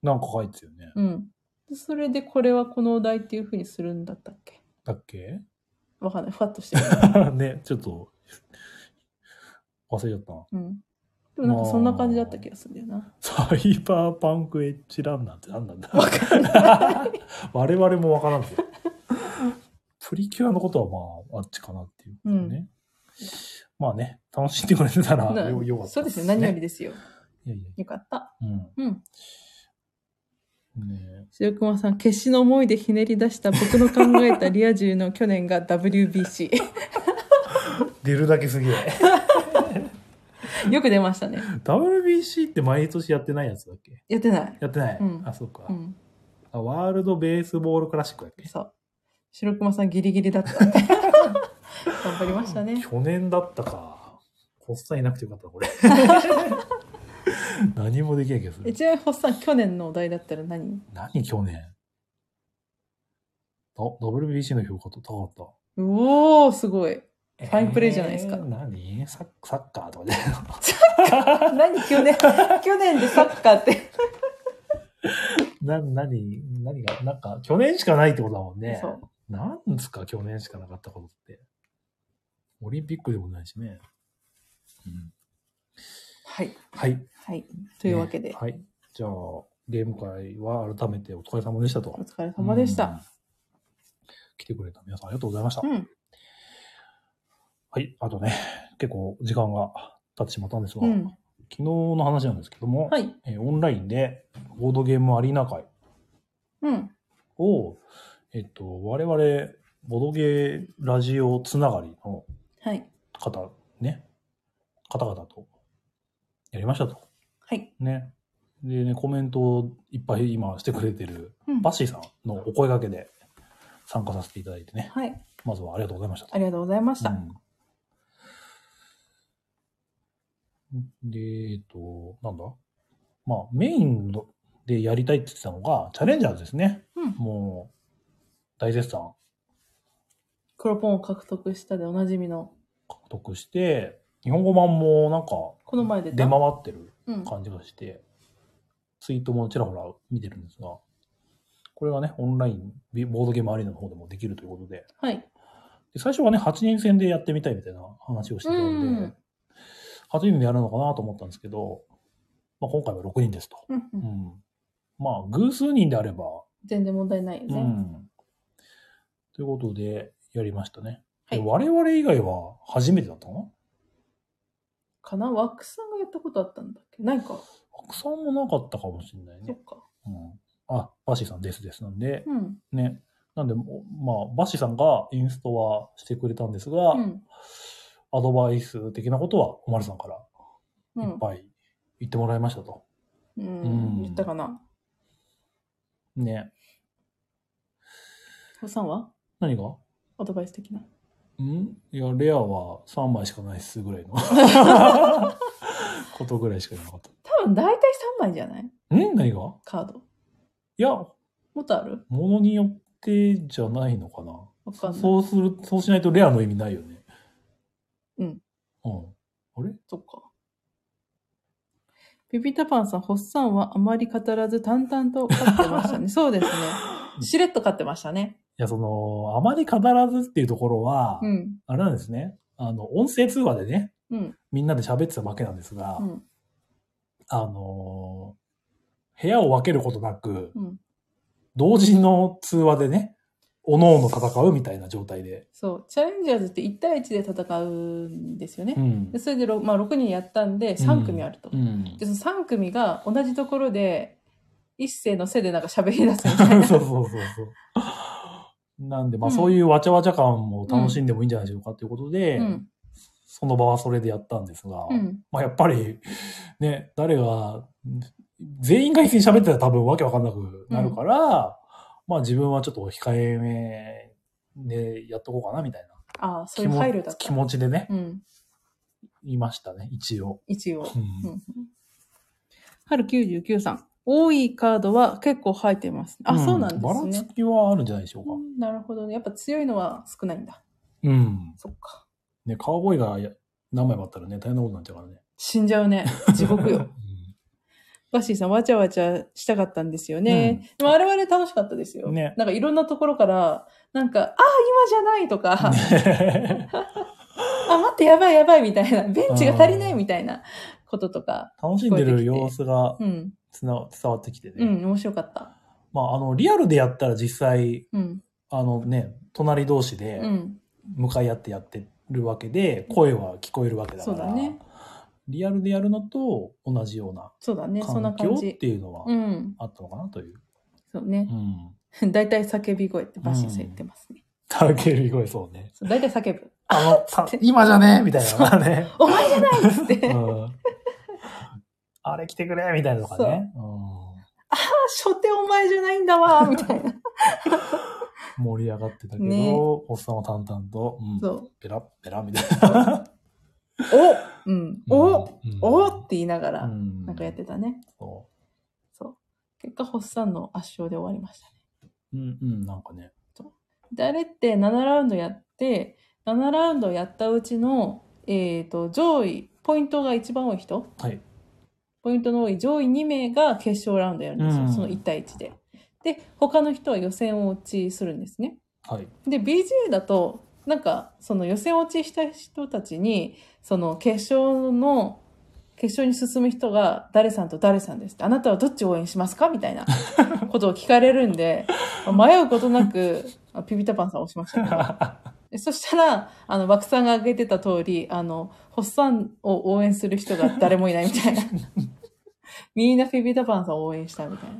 A: なんか書いてたよね。
B: うん、それでこれはこのお題っていうふうにするんだったっけ
A: だっけ
B: わかんない。ふわっと してる。
A: ね、ちょっと、忘れちゃったな。
B: うん。でもなんかそんな感じだった気がするんだよな。
A: サイバーパンクエッジランナーって何なんだ
B: わかんない。
A: 我々もわからんぞ。プリキュアのことはまあ、あっちかなっていう、ね。まあね、楽しんでくれてたら
B: な
A: よよかった、
B: そうですね。何よりですよ。
A: いやいや。
B: よかった。
A: うん。
B: うん。
A: ね
B: 白熊さん、決死の思いでひねり出した僕の考えたリア充の去年が WBC。
A: え出るだけすげえ。
B: よく出ま したね。
A: WBC って毎年やってないやつだっけ
B: やってない。
A: やってない、
B: うん
A: あ、そっか、
B: うん。
A: あ。ワールドベースボールクラシックだっけ
B: そう。白熊さんギリギリだったん で。頑張りましたね。
A: 去年だったか。ポスターいなくてよかったな、 これ。何もできない気がす
B: え
A: る。
B: ちなみに、ホッさん、去年のお題だったら何
A: 何去年あ ?WBC の評価と高かっ
B: うおー、すごい。
A: た。
B: ファインプレーじゃないですか
A: えー何サッサッカーとかで。
B: 何去年、去年でサッカーって。
A: な、何、何が、なんか、去年しかないってことだもんね。
B: そう。
A: なんですか、去年しかなかったことって。オリンピックでもないしね。うん、
B: はい。
A: はい。
B: はい。というわけで、
A: ねはい。じゃあ、ゲーム会は改めてお疲れ様でしたと。
B: お疲れ様でし
A: う
B: た
A: ん。。来てくれた皆さんありがとうございました。
B: うん。
A: はい。あとね、結構時間が経ってしまったんですが、
B: うん。
A: 昨日の話なんですけども、
B: はい。
A: えーオンラインでボードゲームアリーナ会
B: うん。
A: を、えっと、我々、ボドゲーラジオつながりの
B: はい。
A: 方、ね、方々とやりましたと。
B: はい。
A: ね。でね、コメントをいっぱい今してくれてる
B: うん
A: バッシーさんのお声掛けで参加させていただいてね、
B: はい。
A: まずはありがとうございましたと
B: ありがとうございました。
A: うんで、えっと、なんだまあ、メインのでやりたいって言ってたのが、チャレンジャーズですね。
B: うん
A: もう、大絶賛
B: 黒ポンを獲得したでおなじみの、
A: 獲得して、日本語版もなんか
B: この前出た。
A: 出回ってる
B: うん。
A: 感じがして、ツイートもちらほら見てるんですが、これがね、オンライン、ビボードゲームアリーナの方でもできるということで、
B: はい。
A: で最初はね、8人戦でやってみたいみたいな話をしてたんで、
B: うん
A: 8人でやるのかなと思ったんですけど、まあ、今回は6人ですと。
B: うんう
A: うんん。まあ、偶数人であれば、
B: 全然問題ないよ
A: う
B: ね。
A: ん。ということで、やりましたね。
B: はい
A: で我々以外は初めてだったかな
B: かなワックスさんがやったことあったんだっけないか。
A: 奥さんもなかったかもしれない
B: そ
A: ね
B: っ。か。
A: うん。あ、バッシーさんですですなんで、
B: うん。
A: ね。なんで、もうまあ、バッシーさんがインストはしてくれたんですが、
B: うん。
A: アドバイス的なことは、おまるさんから
B: う
A: いっ
B: ん。
A: ぱい言ってもらいましたと。
B: うん
A: うん
B: 言ったかな。
A: ね。
B: おさんは
A: 何が
B: アドバイス的な。
A: んいや、レアは3枚しかないっすぐらいの ことぐらいしか言えなかっ
B: 多分大体3枚じゃない
A: た。ん何が
B: カード。
A: いや、
B: もっとある
A: ものによってじゃないのかな。
B: わかんない。
A: そうする、そうしないとレアの意味ないよね。
B: うん。
A: うん。あれ
B: そっか。ピピタパンさん、ホッサンはあまり語らず淡々と勝ってま したね。そうですね。しれっと勝ってましたね。
A: いや、その、あまり語らずっていうところは、
B: うん。
A: あれなんですね。あの、音声通話でね、
B: うん。
A: みんなで喋ってたわけなんですが、
B: うん。
A: あのー部屋を分けることなく、
B: うん。
A: 同時の通話でね、おのおの戦うみたいな状態で。
B: そう。チャレンジャーズって1対1で戦うんですよね。
A: ん
B: でそれで、ろまあ、6人やったんで3組あると。
A: うん
B: で、その3組が同じところで、一斉のせいでなんか喋り出すみたい な。
A: そうそうそうそう。なんで、まあ、
B: うん
A: そういうわちゃわちゃ感も楽しんでもいいんじゃないでしょうかということで、
B: うん。
A: その場はそれでやったんですが、
B: うん。
A: まあ、やっぱり、ね、誰が、全員が一斉に喋ってたら多分わけわかんなくなるから、まあ自分はちょっと控えめでやっとこうかなみたいな
B: ああ、そう
A: 気
B: いう
A: も
B: 配慮だっ
A: 気
B: た。
A: 持ちでね、
B: うん。
A: いましたね、一応。
B: 一応。
A: うん
B: うん春99さん。多いカードは結構入ってます。あ、そうなんで
A: ば
B: す
A: らつ
B: ね。
A: きはあるんじゃないでしょうか。
B: うんなるほどね。やっぱ強いのは少ないんだ。
A: うん。
B: そっか。
A: ね、カウボー イがや何枚もあったらね、大変なことになっちゃうからね。
B: 死んじゃうね。地獄よ。バッシーさん、わちゃわちゃしたかったんですよね。でも我々楽しかったですよ。
A: ね
B: なんかいろんなところから、なんか、ああ、今じゃないとか、 あ、待って、やばいやばいみたいな、ベンチが足りないみたいなこととか、
A: 楽しんでる様子が
B: うん、
A: つな伝わってきてね。
B: うん、面白かった。
A: まあ、あの、リアルでやったら実際、
B: うん、
A: あのね、隣同士で
B: うん、
A: 向かい合ってやってるわけで、声は聞こえるわけだから。
B: そうだね
A: リアルでやるのと同じような
B: そうだね、そんな
A: 環境っ
B: 感じ。
A: ていうのは
B: うん、
A: あったのかなという。
B: そうね
A: う。ん。
B: 大体叫び声ってバッシーさん言ってますね。
A: たけび声そうね。
B: そう大体叫ぶ。
A: あの、 さ
B: つって
A: 今じゃねみたいなね。
B: お前じゃないっつって。あ、
A: うんあれ来てくれみたいなのがね。
B: 初手お前じゃないんだわ、みたいな。
A: うん盛り上がってたけど、
B: ね
A: おっさんは淡々と、うん
B: そう。
A: ペラッペラみたいな。
B: おうん、おおって言いながら、な
A: なん
B: かやってたね。
A: そ
B: そう。結果、ホッサンの圧勝で終わりましたね。
A: う。うんうん、なんかね。
B: で、あれって7ラウンドやって、7ラウンドやったうちの、えっ、と、上位、ポイントが一番多い人、
A: はい。
B: ポイントの多い上位2名が決勝ラウンドやるんですよ。
A: うん
B: その1対1で。で、他の人は予選を落ちするんですね。
A: はい。
B: で BJ だとなんかその予選落ちした人たちにその決勝の決勝に進む人が誰さんと誰さんですってあなたはどっちを応援しますかみたいなことを聞かれるんで迷うことなくあピピタパンさん押しましたけどでそしたらあの枠さんが挙げてた通りあのホッサンを応援する人が誰もいないみたいなみんなピピタパンさんを応援したみたいな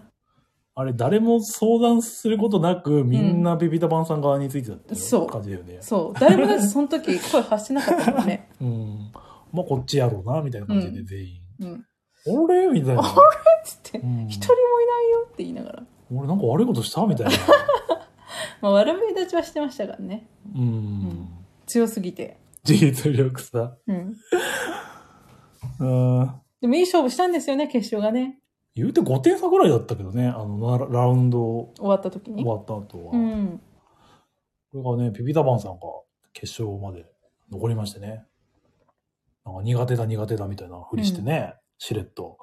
A: あれ、誰も相談することなく、みんなビビタパンさん側についてたってい
B: そう
A: 感じだよね。
B: そう誰もだってその時声発してなかったもんね、
A: うん。まあ、こっちやろうな、みたいな感じで
B: う
A: 全員。
B: うん、
A: あれみたいな。
B: つって
A: うん
B: 一人もいないよって言いながら、
A: 俺なんか悪いことしたみたいな。
B: まあ、悪目立ちはしてましたからね
A: う
B: うん
A: ん。
B: 強すぎて、
A: 実力さ。
B: うん、
A: うん。
B: でもいい勝負したんですよね決勝がね
A: 言うて5点差ぐらいだったけどね、あの、ララウンド
B: 終わった時に
A: 終わった後は。
B: うん、
A: これがね、ピピタパンさんが決勝まで残りましてね。なんか苦手だ苦手だみたいなふりしてね、しれっ と。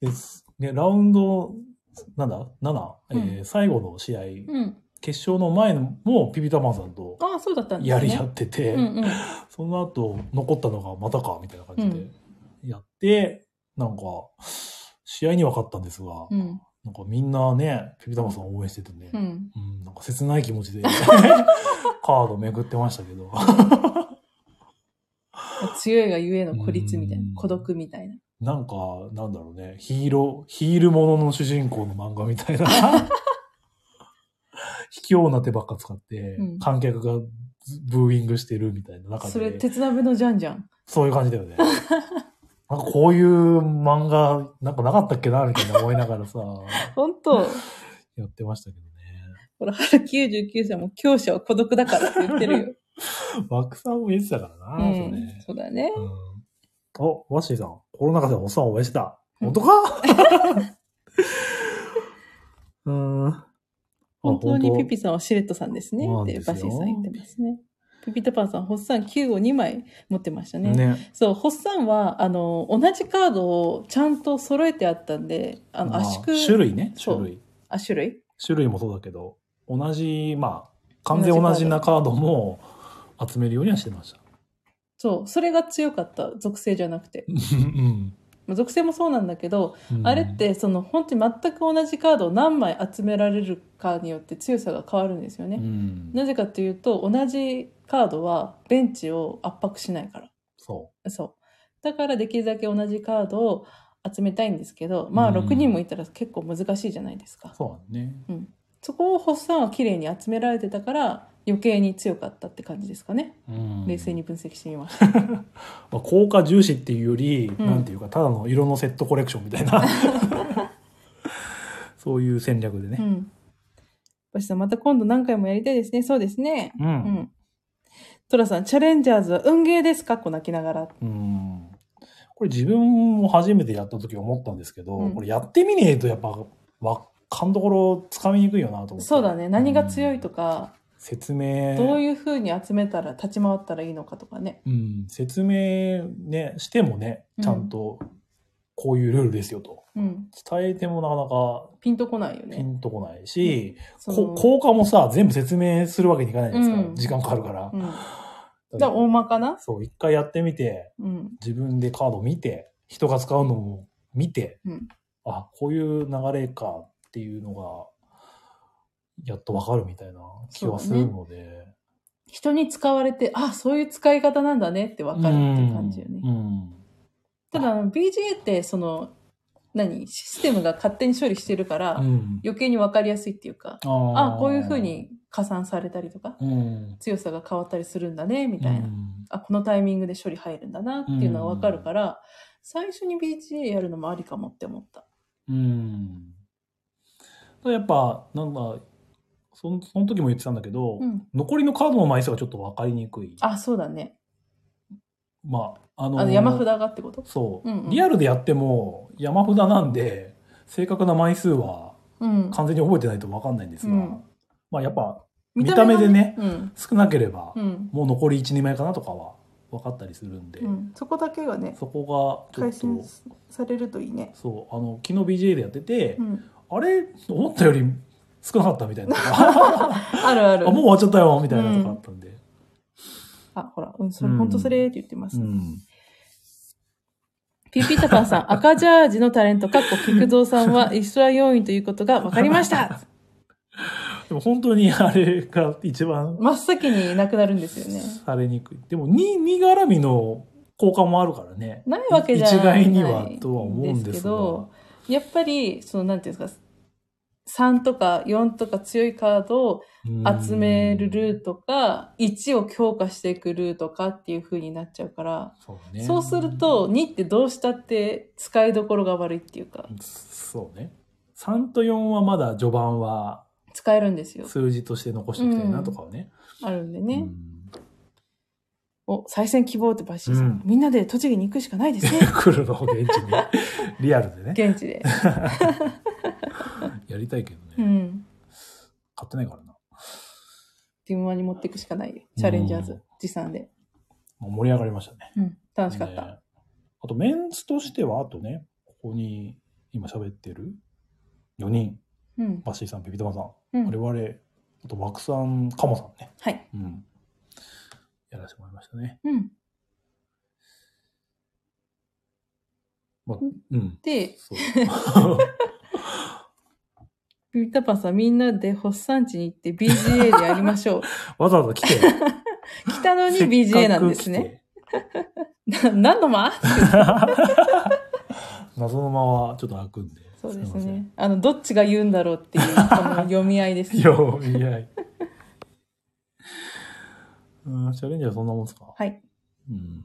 A: です。ね、ラウンド、なんだ ?7? えー最後の試合、
B: うん、
A: 決勝の前のもピピタパンさんと
B: ああそうだったんですね
A: やり合ってて、
B: うんうん
A: その後残ったのがまたかみたいな感じ
B: う
A: でやって、なんか、試合には勝ったんですが、
B: うん
A: なんかみんなね、ピピタマさんを応援しててね、
B: う
A: うん
B: ん
A: なんか切ない気持ち で、カードめくってましたけど。
B: 強いがゆえの孤立みたいな
A: うん
B: 孤独みたいな
A: なんか、なんだろうね、ヒーロー、ヒールものの主人公の漫画みたい な。卑怯な手ばっか使って
B: うん、
A: 観客がずブーイングしてるみたいな中で。
B: それ鉄鍋のジャンジャン
A: そういう感じだよね。 なんかこういう漫画、なんかなかったっけなみたいな思いながらさ、
B: 本当
A: やってましたけどね。
B: ほら春99歳も強者は孤独だからって言ってる よ、
A: 枠さんも言ってたからな、
B: う
A: それ
B: ん
A: ね、
B: そうだね
A: うん。お、ワッシーさん、コロナ禍でおっさんを応援してた。
B: うん
A: 本当か うーん。あ
B: 本当にピピさんはシレットさんですね
A: そうな
B: っ
A: ん
B: て
A: ですよ
B: バシーさん言ってますねピピタパンさんホッサン9を2枚持ってましたね
A: ね。
B: そう、ホッサンは、あの、同じカードをちゃんと揃えてあったんで、あの、
A: まあ
B: 圧縮、
A: 種類ね、
B: そう
A: 種類。
B: あ、種類
A: 種類もそうだけど、同じ、まあ、完全同じなカードも集めるようにはしてました。
B: そう、それが強かった、属性じゃなくて。
A: うん
B: まあ属性もそうなんだけど、
A: うん
B: あれっ、て、その、本当に全く同じカードを何枚集められるかによって強さが変わるんですよ
A: う
B: ね。
A: ん、
B: なぜかというと、同じカードはベンチを圧迫しないから。
A: そ
B: そう。だから、できるだけ同じカードを集めたいんですけど、まあ、
A: うん
B: 6人もいたら結構難しいじゃないですか
A: う。。そうだね。
B: そこをホッサンは綺麗に集められてたから余計に強かったって感じですかね。
A: うん
B: 冷静に分析してみました。
A: まあ、効果重視っていうより、
B: うん
A: なんていうか、ただの色のセットコレクションみたい な。そういう戦略で
B: う
A: ね。
B: ん。星さん、また今度何回もやりたいですね。そうですね。
A: う。
B: うんん。トラさん、チャレンジャーズは運ゲーですかこう泣きながら。
A: うん。これ自分も初めてやった時思ったんですけど、
B: うん
A: これやってみねえとやっぱ、わ、勘どころつかみにくいよなと思って。
B: そうだね。何が強いと
A: か。
B: か、
A: 説明。
B: どういうふうに集めたら立ち回ったらいいのかとかね。
A: うん、説明ね、してもね、ちゃんと、こういうルールですよと。
B: うん。
A: 伝えてもなかなか
B: ピンとこないよ
A: ピ
B: ね。
A: ンとこないし、
B: その
A: こ効果もさ、全部説明するわけにいかないじゃないですか。
B: うん
A: 時間かかるから。
B: うん。じゃあ、大まかな
A: そう、一回やってみて、
B: うん。
A: 自分でカード見て、人が使うのも見て、
B: うん
A: あ、こういう流れかっていうのが、やっとわかるみたいな気はするので。
B: 人に使われて、あ、そういう使い方なんだねってわかるっていう感じよね。
A: うん。
B: ただ、あの BGA って、その、何システムが勝手に処理してるから、
A: うん。
B: 余計にわかりやすいっていうか、
A: あー
B: あ、こういうふう、に加算されたりとか、
A: うん。
B: 強さが変わったりするんだね、みたいな。
A: うん
B: あ、このタイミングで処理入るんだなっていうのはわかるから、最初に BGA やるのもありかもって思った。
A: うん。ただやっぱ、なんだ、そのその時も言ってたんだけど、
B: うん。
A: 残りのカードの枚数がちょっと分かりにくい。
B: あ、そうだね。
A: まあ、あの
B: あの、山札がってこと
A: そう、
B: うんうん
A: リアルでやっても山札なんで、正確な枚数は
B: うん。
A: 完全に覚えてないと分かんないんですが、
B: うん
A: まあやっぱ見た目でね
B: 見た目がね。
A: 少なければ、
B: うん。
A: もう残り1、2枚かなとかは分かったりするんで、
B: うん。うん。そこだけがね、
A: そこが
B: 改
A: ちょっ
B: 善
A: と、
B: されるといいね。
A: そう、あの、昨日 BJ でやってて、
B: うん。
A: あれ思ったより少なかったみた いなとか
B: あるあ
A: あ、
B: る。
A: もう終わっちゃったよみたいなとかあったんで。
B: あ、ほら、うん、それ、
A: うん
B: ほんとそれって言ってま
A: う
B: す。
A: ん。
B: ピーピータパンさ ん、赤ジャージのタレント、かっこ菊蔵さんは一緒要員ということが分かりました
A: でも本当にあれが一番
B: 真っ先になくなるんですよね。
A: されにくい。でも、に、に絡みの効果もあるからね。
B: ないわけじゃない。
A: 一概にはとは思うんですが
B: けど、やっぱり、その、なんていうんですか、3とか4とか強いカードを
A: うん
B: 集めるルートか、1を強化していくルートかっていう風になっちゃうから、
A: そうね。
B: そうする、と2ってどうしたって使いどころが悪いっていうか、
A: そうね。3と4はまだ序盤は
B: 使えるんですよ。
A: 数字として残しておきたいなとかはね。
B: あるんで
A: う
B: ね。
A: ん
B: お、再選希望ってバッシーさん。
A: うん。
B: みんなで栃木に行くしかないですね
A: 来るの、現地に。 リアルでね。
B: 現地で。
A: やりたいけどね。
B: うん。
A: 買ってないからな。
B: ビムマに持っていくしかないよ。チャレンジャーズ。持参で。
A: もう盛り上がりましたね。
B: うん。楽しかった。
A: ねあと、メンツとしては、あとね、ここに今喋ってる4人、
B: うん。
A: バッシーさん、ピピタマさん、
B: うん
A: 我々、あと、枠さん、カモさんね。
B: はい。
A: うん。やらせてもらいましたね。
B: うん。
A: まあ、うん。
B: で、
A: そう。
B: ビビタパンさん、みんなで発散地に行って BGA でやりましょう。
A: わざわざ来て。
B: 来たのに BGA なんですね。な 何の間
A: せっかく来て。 謎の間はちょっと開くんで。
B: そうです
A: いません。
B: ね。あの、どっちが言うんだろうっていう、この読み合いです。
A: よう、いやい。 うん、チャレンジはそんなもんですか。
B: はい。
A: うん。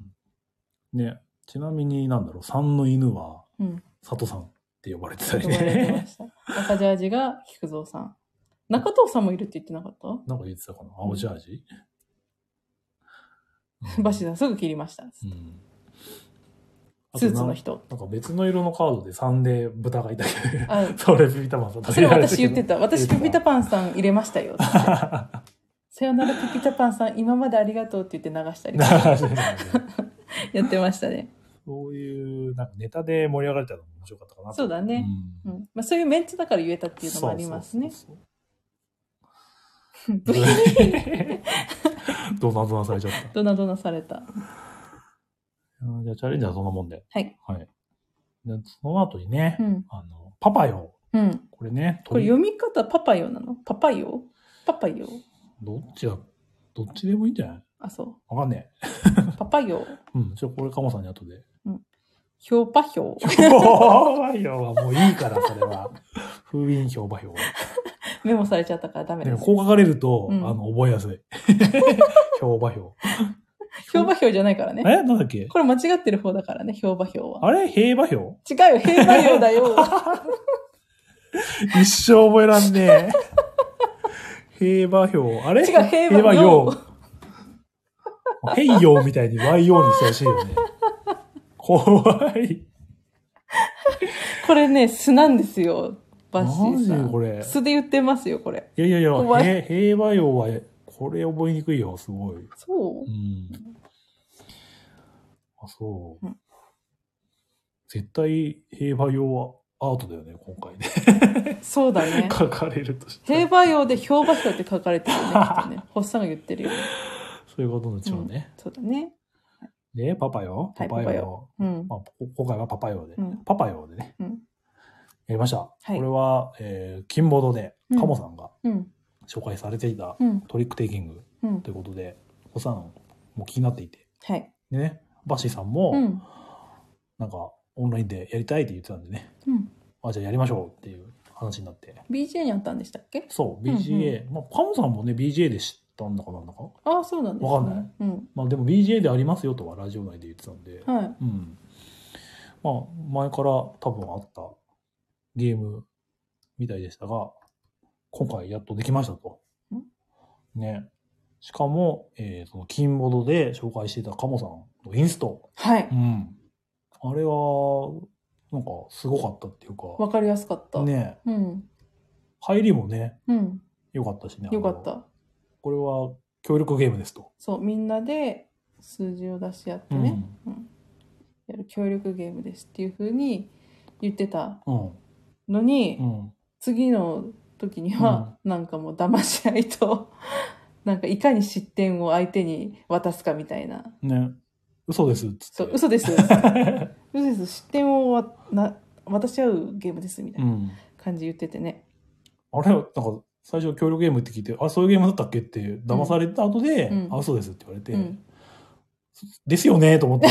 A: ね、ちなみになんだろう、三の犬は、
B: うん。
A: 佐藤さんって呼ばれてたり
B: 呼ばれてま
A: ね。
B: した。赤ジャージが菊蔵さん。中藤さんもいるって言ってなかった
A: なんか言ってたかな青ジャージ、うん
B: バシさんすぐ切りまし
A: う
B: た。
A: ん
B: スーツの人。
A: なんか別の色のカードで3で豚がいたけど、
B: あ
A: それピピタマンさん
B: それ私言ってた。私ピピタ
A: パ
B: パンさん入れまし たよ。
A: ン。
B: さよならピピタパンさん、今までありがとうって言って流したり やってましたね。
A: そういう、なんかネタで盛り上がれたのも面白かったかなと。
B: そうだね。う
A: うん。
B: んまあ、そういうメンツだから言えたっていうのもありますね。
A: そう
B: うん
A: そう
B: ド
A: そう。どうなどなされちゃった。
B: ドナドナされた。
A: うんじゃあチャレンジはそんなもんで。
B: はい。
A: はい。でその後にね、
B: うん。
A: あの、パパよ。
B: うん。
A: これね、
B: これ読み方パパヨなのパパヨパパヨ
A: どっちが、どっちでもいいんじゃない
B: あ、そ
A: わかんね
B: う。パパヨ
A: え。うん、ちょ、これカモさんに後で。
B: ひょうぱひょう。
A: 評判票 はもういいから、それは。封印評判票は。
B: メモされちゃったからダメ
A: で
B: で
A: も
B: す。
A: こう書かれると、
B: うん
A: あの、覚えや すい。評判票。
B: ひょうばひょうじゃないから
A: え
B: ね。
A: なんだっけ
B: これ間違ってる方だからね、ひょうばひょうは。
A: あれ平和票
B: 違うよ、平和よだ よ。
A: 一生覚えらんねえ。平和票。あれ
B: 違う平和票
A: 票。平洋みたいに YO にしてほしいよね。怖い。
B: これね、素なんですよ。バッシーさ
A: マ
B: ん。
A: ジこれ
B: 素で言ってますよ、これ。
A: いやいやいや、
B: 怖い
A: へ平和洋はこれ覚えにくいよ、すごい。う
B: そ
A: ん。あ、そう。
B: うん
A: 絶対平和用はアートだよね、今回ね。
B: う そうだね。
A: 書かれるとして。
B: 平和用で氷柱って書かれてるよね、きっと ね。星さんが言ってるよね。
A: そういうことにしょうね。
B: そうだね。
A: で、パパよ。
B: は
A: パ
B: い
A: パ
B: パパ
A: よ。
B: うん。
A: まあ、こ今回はパパよで。
B: うん
A: パパよでね。
B: うん。
A: やりました。
B: はい
A: これは、えー、金ボードで、
B: うん
A: カモさんが
B: うん。
A: 紹介されていた
B: うん。
A: トリックテイキング
B: うん。
A: ということで、おさんも気になっていて。
B: はい。
A: でね、バシさんも、
B: うん。
A: なんか、オンラインでやりたいって言ってたんでね、
B: うん。
A: あ、じゃあやりましょうっていう話になって。
B: BJ にあったんでしたっけ
A: そう、
B: うん
A: BGA。まあ、カモさんもね、BGA で知ったんだかなんだか。
B: ああ、そうなんですね。
A: わかんない。
B: うん。
A: まあ、でも BGA でありますよとはラジオ内で言ってたんで、
B: はい。
A: うん。まあ、前から多分あったゲームみたいでしたが、今回やっとできましたと。ね。しかも、えーその、金ボドで紹介していたカモさんのインスト。
B: はい。
A: うん。あれは、なんか、すごかったっていうか、
B: わかりやすかった。
A: ね、
B: うん。
A: 入りもね、
B: うん。
A: 良かったしね。
B: よかっ
A: あの。
B: た。
A: これは、協力ゲームですと。
B: そう、みんなで数字を出し合って
A: うん
B: ね、やる協力ゲームですっていうふうに言ってた
A: うん。
B: のに、
A: うん。
B: 次の時には、なんかもう騙し合いと、 なんかいかに失点を相手に渡すかみたいな。
A: ね。嘘ですっつ
B: そ
A: っ
B: う
A: て。、。
B: 嘘です。嘘です。失点をわな渡し合うゲームですみたいうなん感じ言っててね。
A: あれなんか最初協力ゲームって聞いて、あそういうゲームだったっけって騙された後で、
B: うんうん
A: あ、嘘ですって言われて、
B: うん。
A: ですよねと 思って、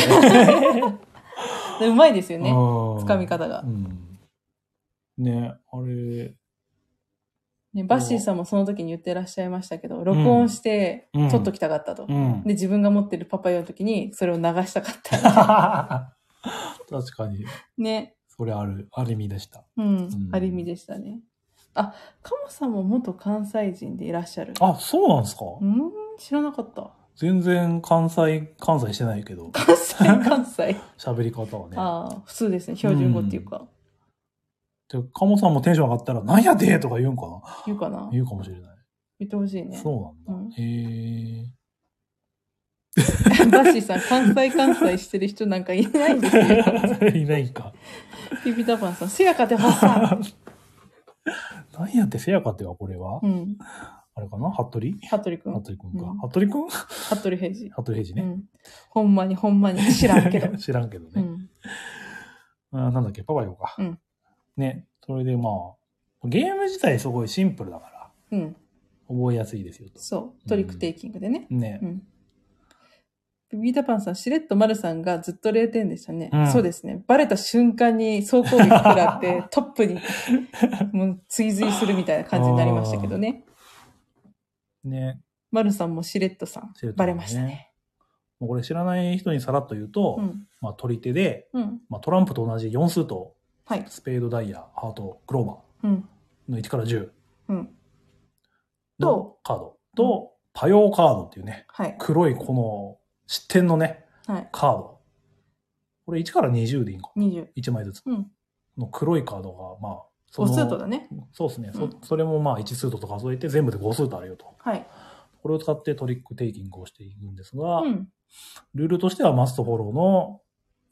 B: でうまいですよね。
A: つ
B: つかみ方が。
A: うん。ね、あれ、
B: ね、バッシーさんもその時に言ってらっしゃいましたけど、録音して
A: うん
B: 撮っときたかったと。
A: うん。
B: で、自分が持ってるパパ用の時にそれを流したかった。
A: 確かに、
B: ね。
A: それある、ある意味でした。
B: うん。
A: ん
B: ある意味でしたね。あ、カモさんも元関西人でいらっしゃる。
A: あ、そうなんですか、
B: うーん、知らなかった。
A: 全然関西、関西してないけど、
B: 関西、関 西。
A: 喋り方はね。
B: ああ、普通ですね。標準語っていうか、
A: で、カモさんもテンション上がったら、なんやでとか言うんかな
B: 言うかな。
A: 言うかもしれない。
B: 言ってほしいね。
A: そうなんだ。へえ。
B: バッシーさん、関西関西してる人なんかいないですよ。
A: いないか。
B: ピピタパンさん、せやかてはっさ
A: 何やってせやかってはこれは、
B: ん。うん。
A: あれかな服部
B: 服部くん。
A: 服部くんか。
B: うん
A: 服部くん
B: 服部平次。
A: 服部平次
B: う
A: ね。
B: ん。ほんまにほんまに知らんけど。
A: 知らんけど
B: う
A: ね。
B: ん。
A: あーなんだっけ、パパよか、
B: うん
A: ね。それでまあ、ゲーム自体すごいシンプルだから、
B: うん。
A: 覚えやすいですよと。
B: そう。トリックテイキングでね。
A: ね
B: う。ん。ビビータパンさん、しれっと丸さんがずっと0点でしたね。
A: うん
B: そうですね。バレた瞬間に走行力食ら って、トップに、もう追随するみたいな感じになりましたけどね。
A: ね。
B: 丸さんもしれっとさん
A: しれっ、とさ
B: バ
A: んね
B: レましたね。
A: もうこれ知らない人にさらっと言うと、
B: うん。
A: まあ取り手で、
B: うん。
A: まあトランプと同じ4数と、
B: はい。
A: スペードダイヤ、ハート、クローバ
B: うん。
A: ーの1から10
B: うん。
A: のカードと、多様カードっていうね、
B: はい。
A: 黒いこの失点のね、
B: はい。
A: カード。これ1から20でいいんか。
B: 20。
A: 1枚ずつ
B: うん。
A: の黒いカードが、まあ、そ
B: 5
A: の
B: スートだね。
A: そうですね、
B: うん
A: そ。それもまあ1スートと数えて全部で5スートあるよと。
B: はい。
A: これを使ってトリックテイキングをしていくんですが、
B: うん。
A: ルールとしてはマストフォローの、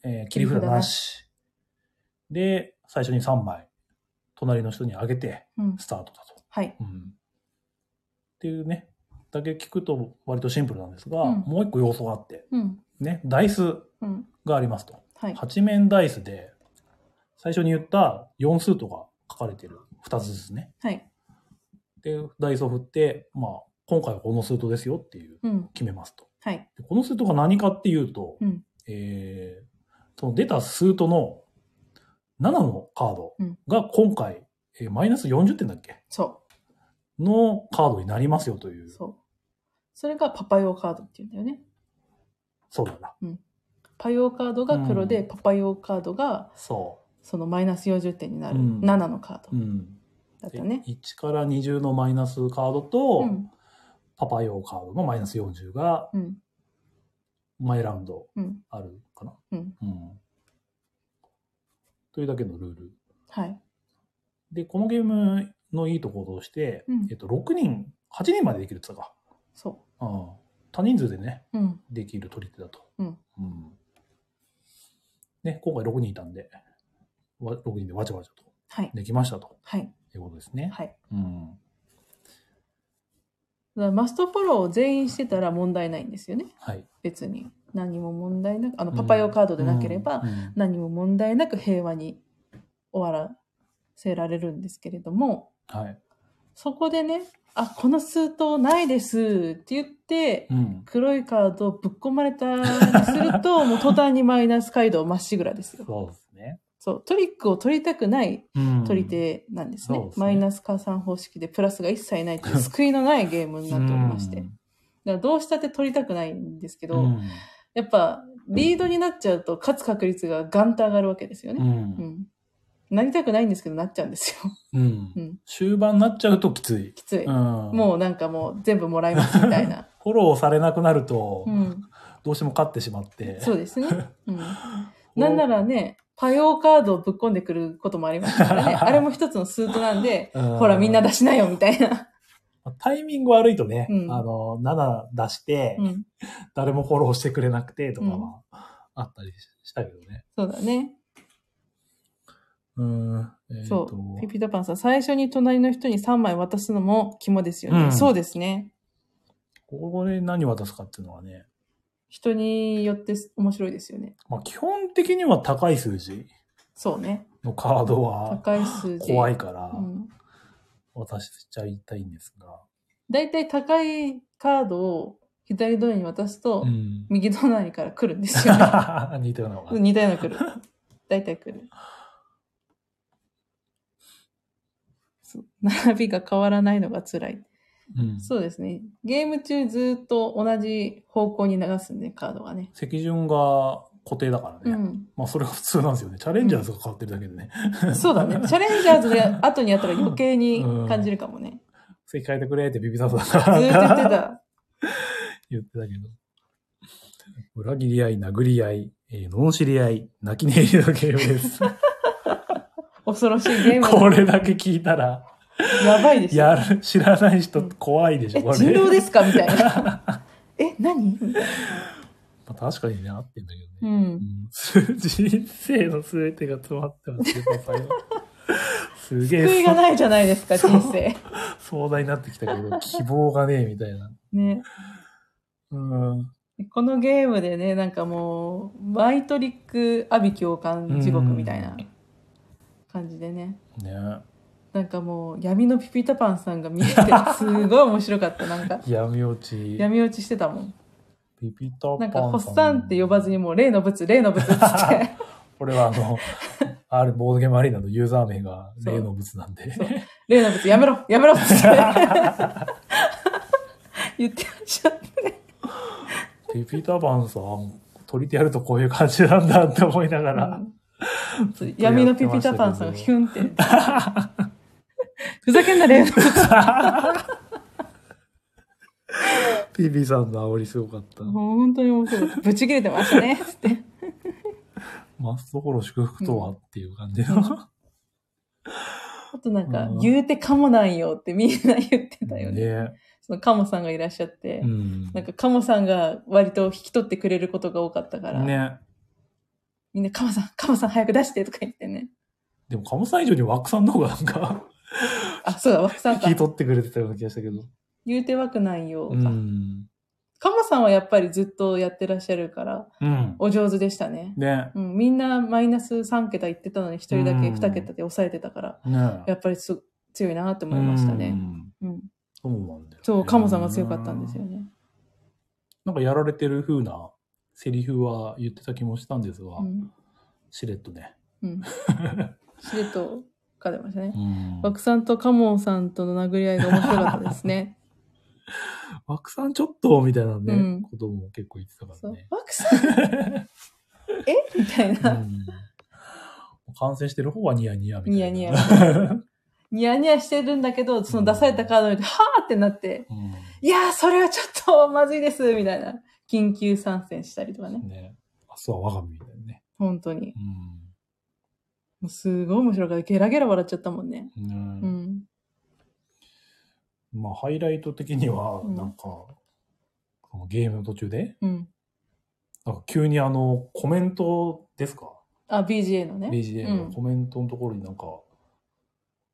A: えー切り札なし。で、最初に3枚、隣の人にあげて、
B: うん。
A: スタートだと。
B: はい。
A: うん。っていうね、だけ聞くと割とシンプルなんですが、
B: うん
A: もう一個要素があって、
B: うん。
A: ね、ダイス
B: うん。
A: がありますと。
B: はい。
A: 8面ダイスで、最初に言った4数とが書かれてる2つですね。
B: はい。
A: で、ダイスを振って、まあ、今回はこの数とですよっていう、
B: うん。
A: 決めますと。
B: はい。
A: でこの数とが何かっていうと、
B: うん
A: えーその出た数との7のカードが今回、えーマイナス40点だっけ
B: そ。
A: のカードになりますよというう。
B: そう。それがパパ用カードっていうんだよね。
A: そうだな。
B: パ用カードが黒で、
A: う
B: パパ用カードが
A: そ
B: そのマイナス40点になる
A: うん
B: 7のカード
A: う。うん。
B: だったね。
A: 1から20のマイナスカードと、
B: うん。
A: パパ用カードのマイナス40が
B: うん。
A: マイラウンド
B: うん。
A: あるかな。
B: うん。
A: うん。というだけのルール。
B: はい。
A: で、このゲームのいいところとして、
B: うん
A: えっと、6人、8人までできるって言ってたか。
B: そ
A: ああ多人数でね、
B: う。うん。
A: できる取り手だと。
B: うん
A: ね、今回6人いたんで、わ6人でわちゃわちゃと
B: はい。
A: できましたと
B: はい。
A: いうことですね。
B: はい。
A: うん。
B: だからマストフォローを全員してたら問題ないんですよね。
A: はい。
B: 別に。何も問題なく、あの、パパ用カードでなければ、
A: うんうん
B: 何も問題なく平和に終わらせられるんですけれども、
A: はい。
B: そこでね、あ、この数刀ないですって言って
A: う、ん。
B: 黒いカードをぶっ込まれたりすると、もう途端にマイナス街道まっしぐらですよ。
A: そうですね。
B: そう、トリックを取りたくない
A: うん
B: 取り手なんですね。
A: そうですね
B: マイナス加算方式でプラスが一切ない という救いのないゲームになっておりまして。
A: う
B: だか
A: ん
B: らどうしたって取りたくないんですけ
A: う
B: ど、
A: ん
B: やっぱリードになっちゃうと勝つ確率がガンと上がるわけですよ
A: う。
B: ね。うんんなりたくないんですけどなっちゃうんですよ。
A: うん
B: うん
A: 終盤になっちゃうときつい。
B: きつい。
A: も
B: もうなんかもう全部もらいますみた いな。
A: フォローされなくなると
B: う、ん、
A: どうしても勝ってしまって。
B: そうですね。 うん、なんならね、パヨーカードをぶっ込んでくることもありましたか らね。あれも一つのスートなんで、
A: うん
B: ほらみんな出しなよみた いな。
A: タイミング悪いとね、
B: うん
A: あの、7出して
B: う、ん、
A: 誰もフォローしてくれなくてとかはあったりししたけどね。
B: そうだね。
A: うん。えー
B: そ
A: と
B: う。ピピタパンさん、最初に隣の人に3枚渡すのも肝ですよね。
A: うん
B: そうですね。
A: ここで何渡すかっていうのはね、
B: 人によって面白いですよね。
A: まあ基本的には高い数字
B: そうね。
A: のカードは
B: 高い数字。
A: 怖いから
B: うん。
A: 渡しちゃいたいんですが。
B: だいたい高いカードを左隣に渡すと、
A: うん。
B: 右隣から来るんですよね。
A: 似たようなのが
B: 似たような来る。大体来る。そう並びが変わらないのが辛い。
A: うん。
B: そうですね。ゲーム中ずっと同じ方向に流すんで、カードがね。
A: 席順が固定だからね。
B: うん。
A: まあそれが普通なんですよね。チャレンジャーズが変わってるだけでね。
B: そ うだね。チャレンジャーズで後にやったら余計に感じるかもね。
A: 席変えてくれってビビタさん
B: ずーっと言って
A: が
B: た。
A: 言ってたけど。 裏切り合い、殴り合い、えー、罵り合い、泣き寝入りのゲームです。
B: 恐ろしいゲーム。
A: これだけ聞いたら、
B: やばいでしょ。
A: やる、知らない人怖いでしょ、
B: え、
A: これ。
B: 人狼ですかみたいな。 え、何みたいな
A: まあ、確かにね、合ってんだけど
B: う
A: ね。
B: ん。
A: うん、人生の全てが詰まってますよ、パパよ。すげ
B: 救い
A: え
B: がないじゃないですか、
A: そう
B: 人生。
A: 壮大になってきたけ ど、希望がねえ、みたいな。
B: ね。
A: うん。
B: このゲームでね、なんかもう、マイトリック、阿鼻教官地獄みたいな感じでね。
A: ね
B: なんかもう、闇のピピタパンさんが見えて、すごい面白かった。なんか、
A: 闇落ち。
B: 闇落ちしてたもん。
A: ピピタパン
B: なんか、ホッサンって呼ばずにもう、例の物、例の物っつ って。
A: これはあ の、あるボードゲームアリーナのユーザー名が例の物なんで。
B: 例の物、やめろやめろっつって。言ってましたね。
A: ピピタパンさん、取りてやるとこういう感じなんだって思いながら。
B: うん闇のピピタパンさんがヒュンって。ふざけんな、例の物。
A: ピピさんの煽りすごかった。
B: 本当に面白かった。ぶち切れてましたね。つって。
A: マストフォロー祝福とはっていう感じの。
B: あとなんか
A: うん、
B: 言うてかもなんよってみんな言ってたよね。
A: ね。
B: そのカモさんがいらっしゃって、
A: うん。
B: なんかカモさんが割と引き取ってくれることが多かったから、
A: ね。
B: みんなカモさん、カモさん早く出してとか言ってね。
A: でも、カモさん以上にワクさんの方がなんか、
B: あ、そうだ、枠さん
A: 聞
B: か
A: き。取ってくれてたような気がしたけど。
B: 言うて枠なんよか。
A: うん。
B: カモさんはやっぱりずっとやってらっしゃるから、
A: うん。
B: お上手でしたね。
A: ね。
B: うん、みんなマイナス3桁いってたのに1人だけ
A: うん
B: 2桁で抑えてたから、
A: ね。
B: やっぱりす強いなって思いましたね。うん、
A: うん。そうなんだよ。
B: そう、カモさんが強かったんですよ。ね。
A: なんかやられてる風なセリフは言ってた気もしたんですが、
B: うん
A: しれっとね。
B: うん。しれっと書かれましたね
A: う。ん。
B: 枠さんとカモンさんとの殴り合いが面白かったですね。
A: ワクさんちょっと、みたいなね、
B: うん
A: ことも結構言ってたか
B: そ
A: ら
B: う
A: ね。
B: 枠さんえ みたいうな。
A: ん。完成してる方はニヤニヤみたいな。
B: ニヤニ ヤ。ニヤニヤしてるんだけど、その出されたカードを見て、はーってなって、
A: う
B: いやー、それはちょっとまずいです、 みたいな。緊急参戦したりとかね
A: ん。。ね。明日は我が身みたいなね。
B: 本当に。
A: うん。
B: もうすごい面白かった。ゲラゲラ笑っちゃったもんね。
A: ね
B: うん。
A: まあ、ハイライト的には、
B: うん
A: なんか、そのゲームの途中で、
B: うん。
A: なんか急にあの、コメントですか
B: あ、BGA のね。
A: ?BGA
B: う
A: の
B: ん
A: コメントのところになんか、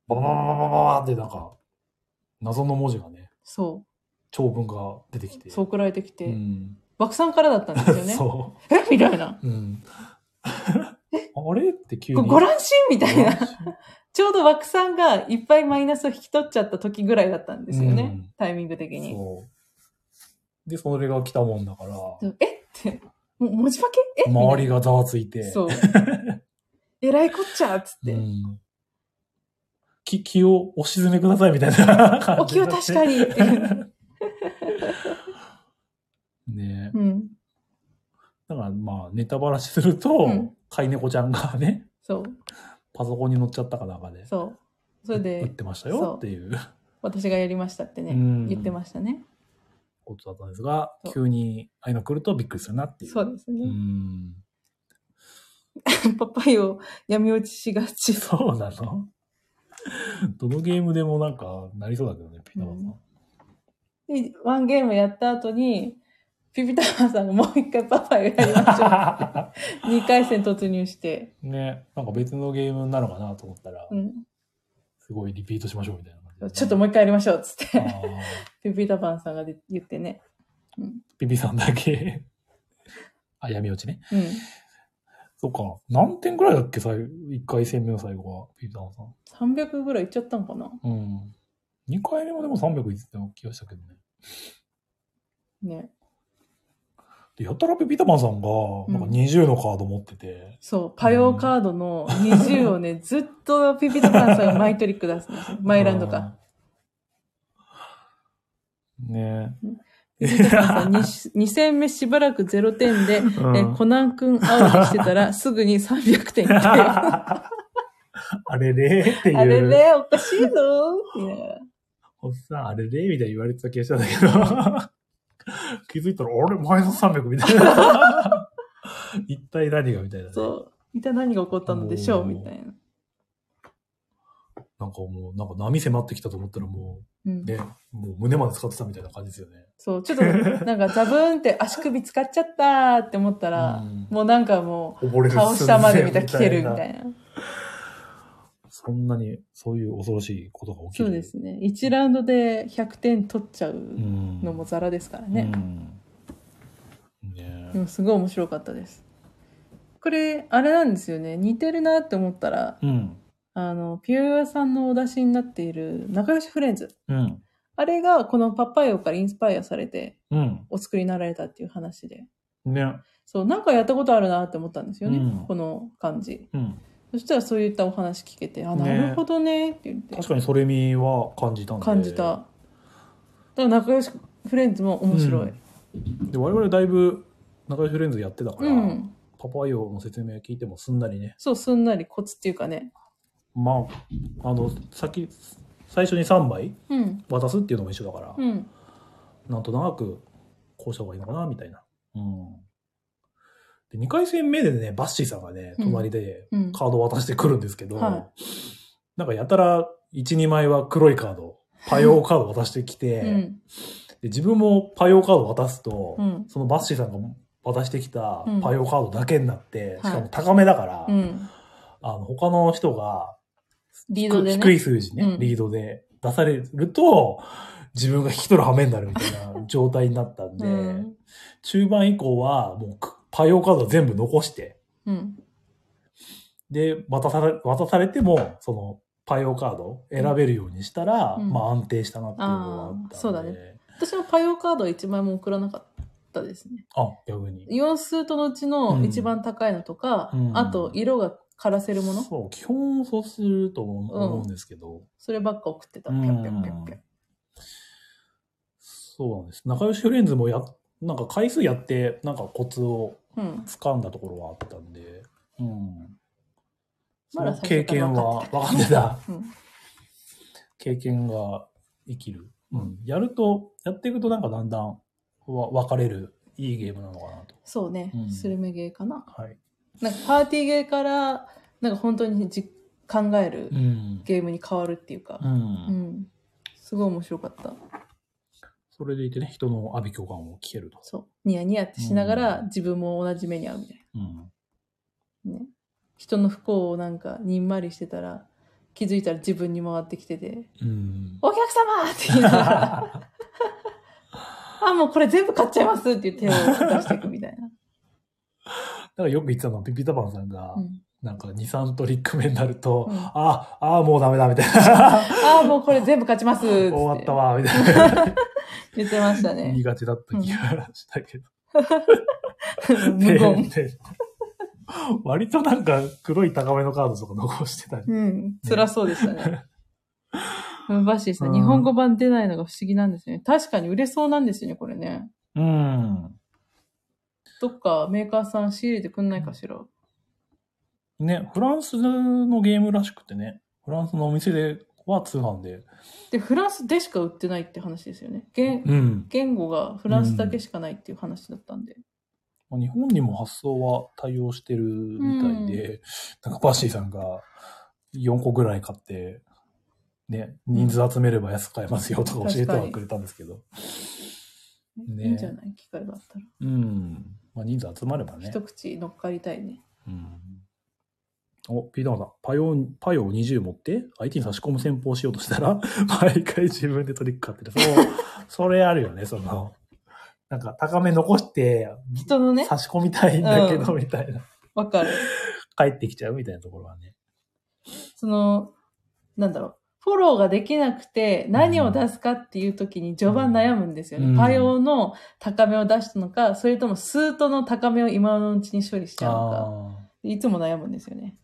A: バババババババってなんか、謎の文字がね、
B: そ
A: 長文が出てきて。
B: う。そう送られてきて、
A: う
B: 枠
A: ん。
B: さんからだったんですよ ね。
A: そ
B: えみたいな。
A: う。うん。あれって急
B: こ
A: に。
B: れご覧しみたいな。
A: ご覧し
B: ちょうど枠さんがいっぱいマイナスを引き取っちゃった時ぐらいだったんですよね。
A: うん
B: タイミング的に。
A: そう。で、それが来たもんだから、
B: そうえって、も文字化けえみたいな
A: 周りがざわついて。
B: そう。えらいこっちゃっつって。
A: うんき気をお沈めくださいみたいな感
B: お
A: じ
B: 気
A: に
B: を
A: なって
B: 確かにっていう。
A: ねえ
B: うん。
A: だからまあネタバラシすると、
B: ん
A: 飼い猫ちゃんがね
B: そう。
A: パソコンに乗っちゃったかなんかで
B: そう。それ
A: 打っ
B: で、
A: てました
B: そう
A: よっていう
B: 私がやりましたってね、
A: うん
B: 言ってましたね。
A: ことだったんですが
B: そう
A: 急にああいうの来るとびっくりするなっていう
B: そうです
A: う
B: ね。
A: ん
B: パパイを闇落ちしがち。
A: そうなのどのゲームでもなんかなりそうだけどねピタパさん、
B: うんで、ワンゲームやった後に、ピピタマさんがもう一回パパイをやりましょ う。2回戦突入して。
A: ねなんか別のゲームなのかなと思ったら、
B: うん。
A: すごいリピートしましょうみたいな感じでね
B: ちょっともう一回やりましょうっつっ
A: あ
B: て、
A: ー
B: ピピタパンさんがで言ってね。うん。
A: ピピさんだけ。あ、闇落ちね。
B: うん。
A: そっか。何点ぐらいだっけ最後、1回戦目の最後は、ピピさんさん。
B: 300ぐらいいっちゃったのかな
A: うん。2回目もでも300いってた気がしたけどね。
B: ね。
A: で、やたらピピタマンさんが、なんか20のカード持ってて、
B: そう、パヨーカードの20をね、ずっとピピタパンさんがマイトリック出すんですよ。マイランドか。
A: うん。ね
B: ピピタパンさん 2, 2戦目しばらく0点で、
A: え。う
B: え
A: ん
B: コナン君アウトしてた ら、すぐに300点いったよ。
A: あれれっていう。
B: あれね、おかしいぞみたいな
A: おっさん、あれれみたいに言われてた気がしたんだけど、 気づいたら、あれマイナス300みたい な。一体何がみたいなね、
B: そう。一体何が起こったのでしょうみたいな。
A: なんかもう、なんか波迫ってきたと思ったらも
B: うん
A: う、ね、もう胸まで使ってたみたいな感じですよね。
B: そう、ちょっと、なんかザブーンって足首使っちゃったーって思ったら、
A: うん
B: もうなんかも
A: 溺れ
B: う、
A: る
B: 顔下まで見たら来てるみた
A: な。
B: いな。
A: そんなに、そういう恐ろしいことが起き
B: そ
A: る。
B: うですね。1ラウンドで100点取っちゃう
A: うん。
B: のもザラですからね。
A: うん。ね
B: でもすごい面白かったです。これ、あれなんですよね。似てるなって思ったら、
A: うん。
B: あの、ピュアヨさんのお出しになっている仲良しフレンズ。
A: うん。
B: あれがこのパパイヨからインスパイアされて
A: うん。
B: お作りになられたっていう話で。
A: ね。
B: そう、なんかやったことあるなって思ったんですよね。
A: うん
B: この感じ。
A: うん。
B: そしたらそういったお話聞けて、あ、
A: ね
B: なるほどねって言って
A: 確かにそれみは感じたんで。
B: 感じた。だから仲良しフレンズも面白い。
A: で我々だいぶ仲良しフレンズやってたから、
B: うん
A: パパイヨの説明聞いてもすんなりね
B: そう、すんなりコツっていうかね。
A: まああの先最初に3杯
B: うん。
A: 渡すっていうのも一緒だから、
B: うん。
A: なんとなくこうした方がいいのかなみたいな、うん、で2回戦目でねバッシーさんがね
B: うん
A: 隣で
B: うん。
A: カードを渡してくるんですけど、
B: は
A: なんかやたら12枚は黒いカードパヨーカード渡してきて、
B: うん。
A: で自分もパヨーカード渡すと、
B: うん
A: そのバッシーさんが渡してきた
B: うん
A: パヨーカードだけになって、
B: い
A: しかも高めだから、
B: うん。
A: あの他の人が
B: リ
A: 低,、
B: ードでね。
A: い数字ね、
B: うん
A: リードで出されると、自分が引き取る羽目になるみたい な状態になったんで、
B: うん。
A: 中盤以降はもうくパヨーカード全部残して、
B: うん。
A: で、渡され、渡されても、その、パヨーカード選べるようにしたら、
B: うん
A: まあ安定したなっていうのがあったんで。
B: あーそうだね私もパイオカードは1枚も送らなかったですね。
A: あ、逆に。
B: 4スートのうちの一番高いのとか、
A: うん
B: あと色が枯らせるもの、
A: そう、基本そうすると思う
B: うん
A: 思うんですけど、
B: そればっか送ってた。
A: う
B: ぴょ
A: ん
B: んぴょんぴょんぴょん。
A: そうなんです。仲良しフレンズもや、なんか回数やって、なんかコツを
B: うん。
A: 掴んだところはあったんで、うん。そ
B: まだ
A: の経験は、分か
B: 最
A: っ
B: 初
A: てた。
B: うん。
A: 経験が生きる。うん。やると、やっていくとなんかだんだんわ分かれる、いいゲームなのかなと。
B: そうね。
A: うん
B: スルメゲーかな。
A: はい。
B: なんかパーティーゲーから、なんか本当にじ考える
A: うん。
B: ゲームに変わるっていうか
A: う。。
B: うんん。すごい面白かった。
A: それでいてね、人の阿鼻共感を聞けると。
B: そう。ニヤニヤってしなが
A: う
B: ら
A: ん
B: 自分も同じ目に遭うみたい
A: うん。
B: な。ね。人の不幸をなんかにんまりしてたら、気づいたら自分に回ってきてて、
A: うん。
B: お客様って言いながら、あ、もうこれ全部買っちゃいますっていう手を出していくみたい な。
A: だからよく言ってたのは、ピピタパンさんが、
B: うん
A: なんか2、3トリック目になると、
B: うん
A: あ、あ、もうダメだ、みたいな。
B: ああ、もうこれ全部勝ちますっつって
A: 終わったわ、みたいな。
B: 言ってました
A: 言い
B: ね。
A: がちだった気がしたけど。
B: 無言。
A: で割となんか黒い高めのカードとか残してたり。
B: うん。辛そうでしたね。バッシーさ
A: うん
B: ん、日本語版出ないのが不思議なんですね。確かに売れそうなんですよね、これね。
A: うん。
B: どっかメーカーさん仕入れてくんないかしら。
A: ね、フランスのゲームらしくてね、フランスのお店では通販で。
B: で、フランスでしか売ってないって話ですよね。言
A: うん。
B: 言語がフランスだけしかないっていう話だったんで。
A: まあ日本にも発送は対応してるみたいで、なんかバッシーさんが4個ぐらい買って、ね、人数集めれば安く買えますよとか教えてはくれたんですけど。ね
B: いいんじゃない機会があったら。
A: うん。まあ人数集まればね。
B: 一口乗っかりたいね。
A: うん。お、ピータマンさん、パヨ、パヨを20持って、相手に差し込む戦法をしようとしたら、 毎回自分でトリック買ってる。そう、それあるよね、その。なんか、高め残して、
B: 人のね、
A: 差し込みたいんだけど、
B: う
A: みたいな。
B: わかる。
A: 帰ってきちゃうみたいなところはね。
B: その、なんだろう。フォローができなくて何を出すかっていう時に序盤悩むんですよね。
A: うん
B: パヨの高めを出したのか、それともスートの高めを今のうちに処理しちゃうのか。
A: ああ。
B: いつも悩むんですよね。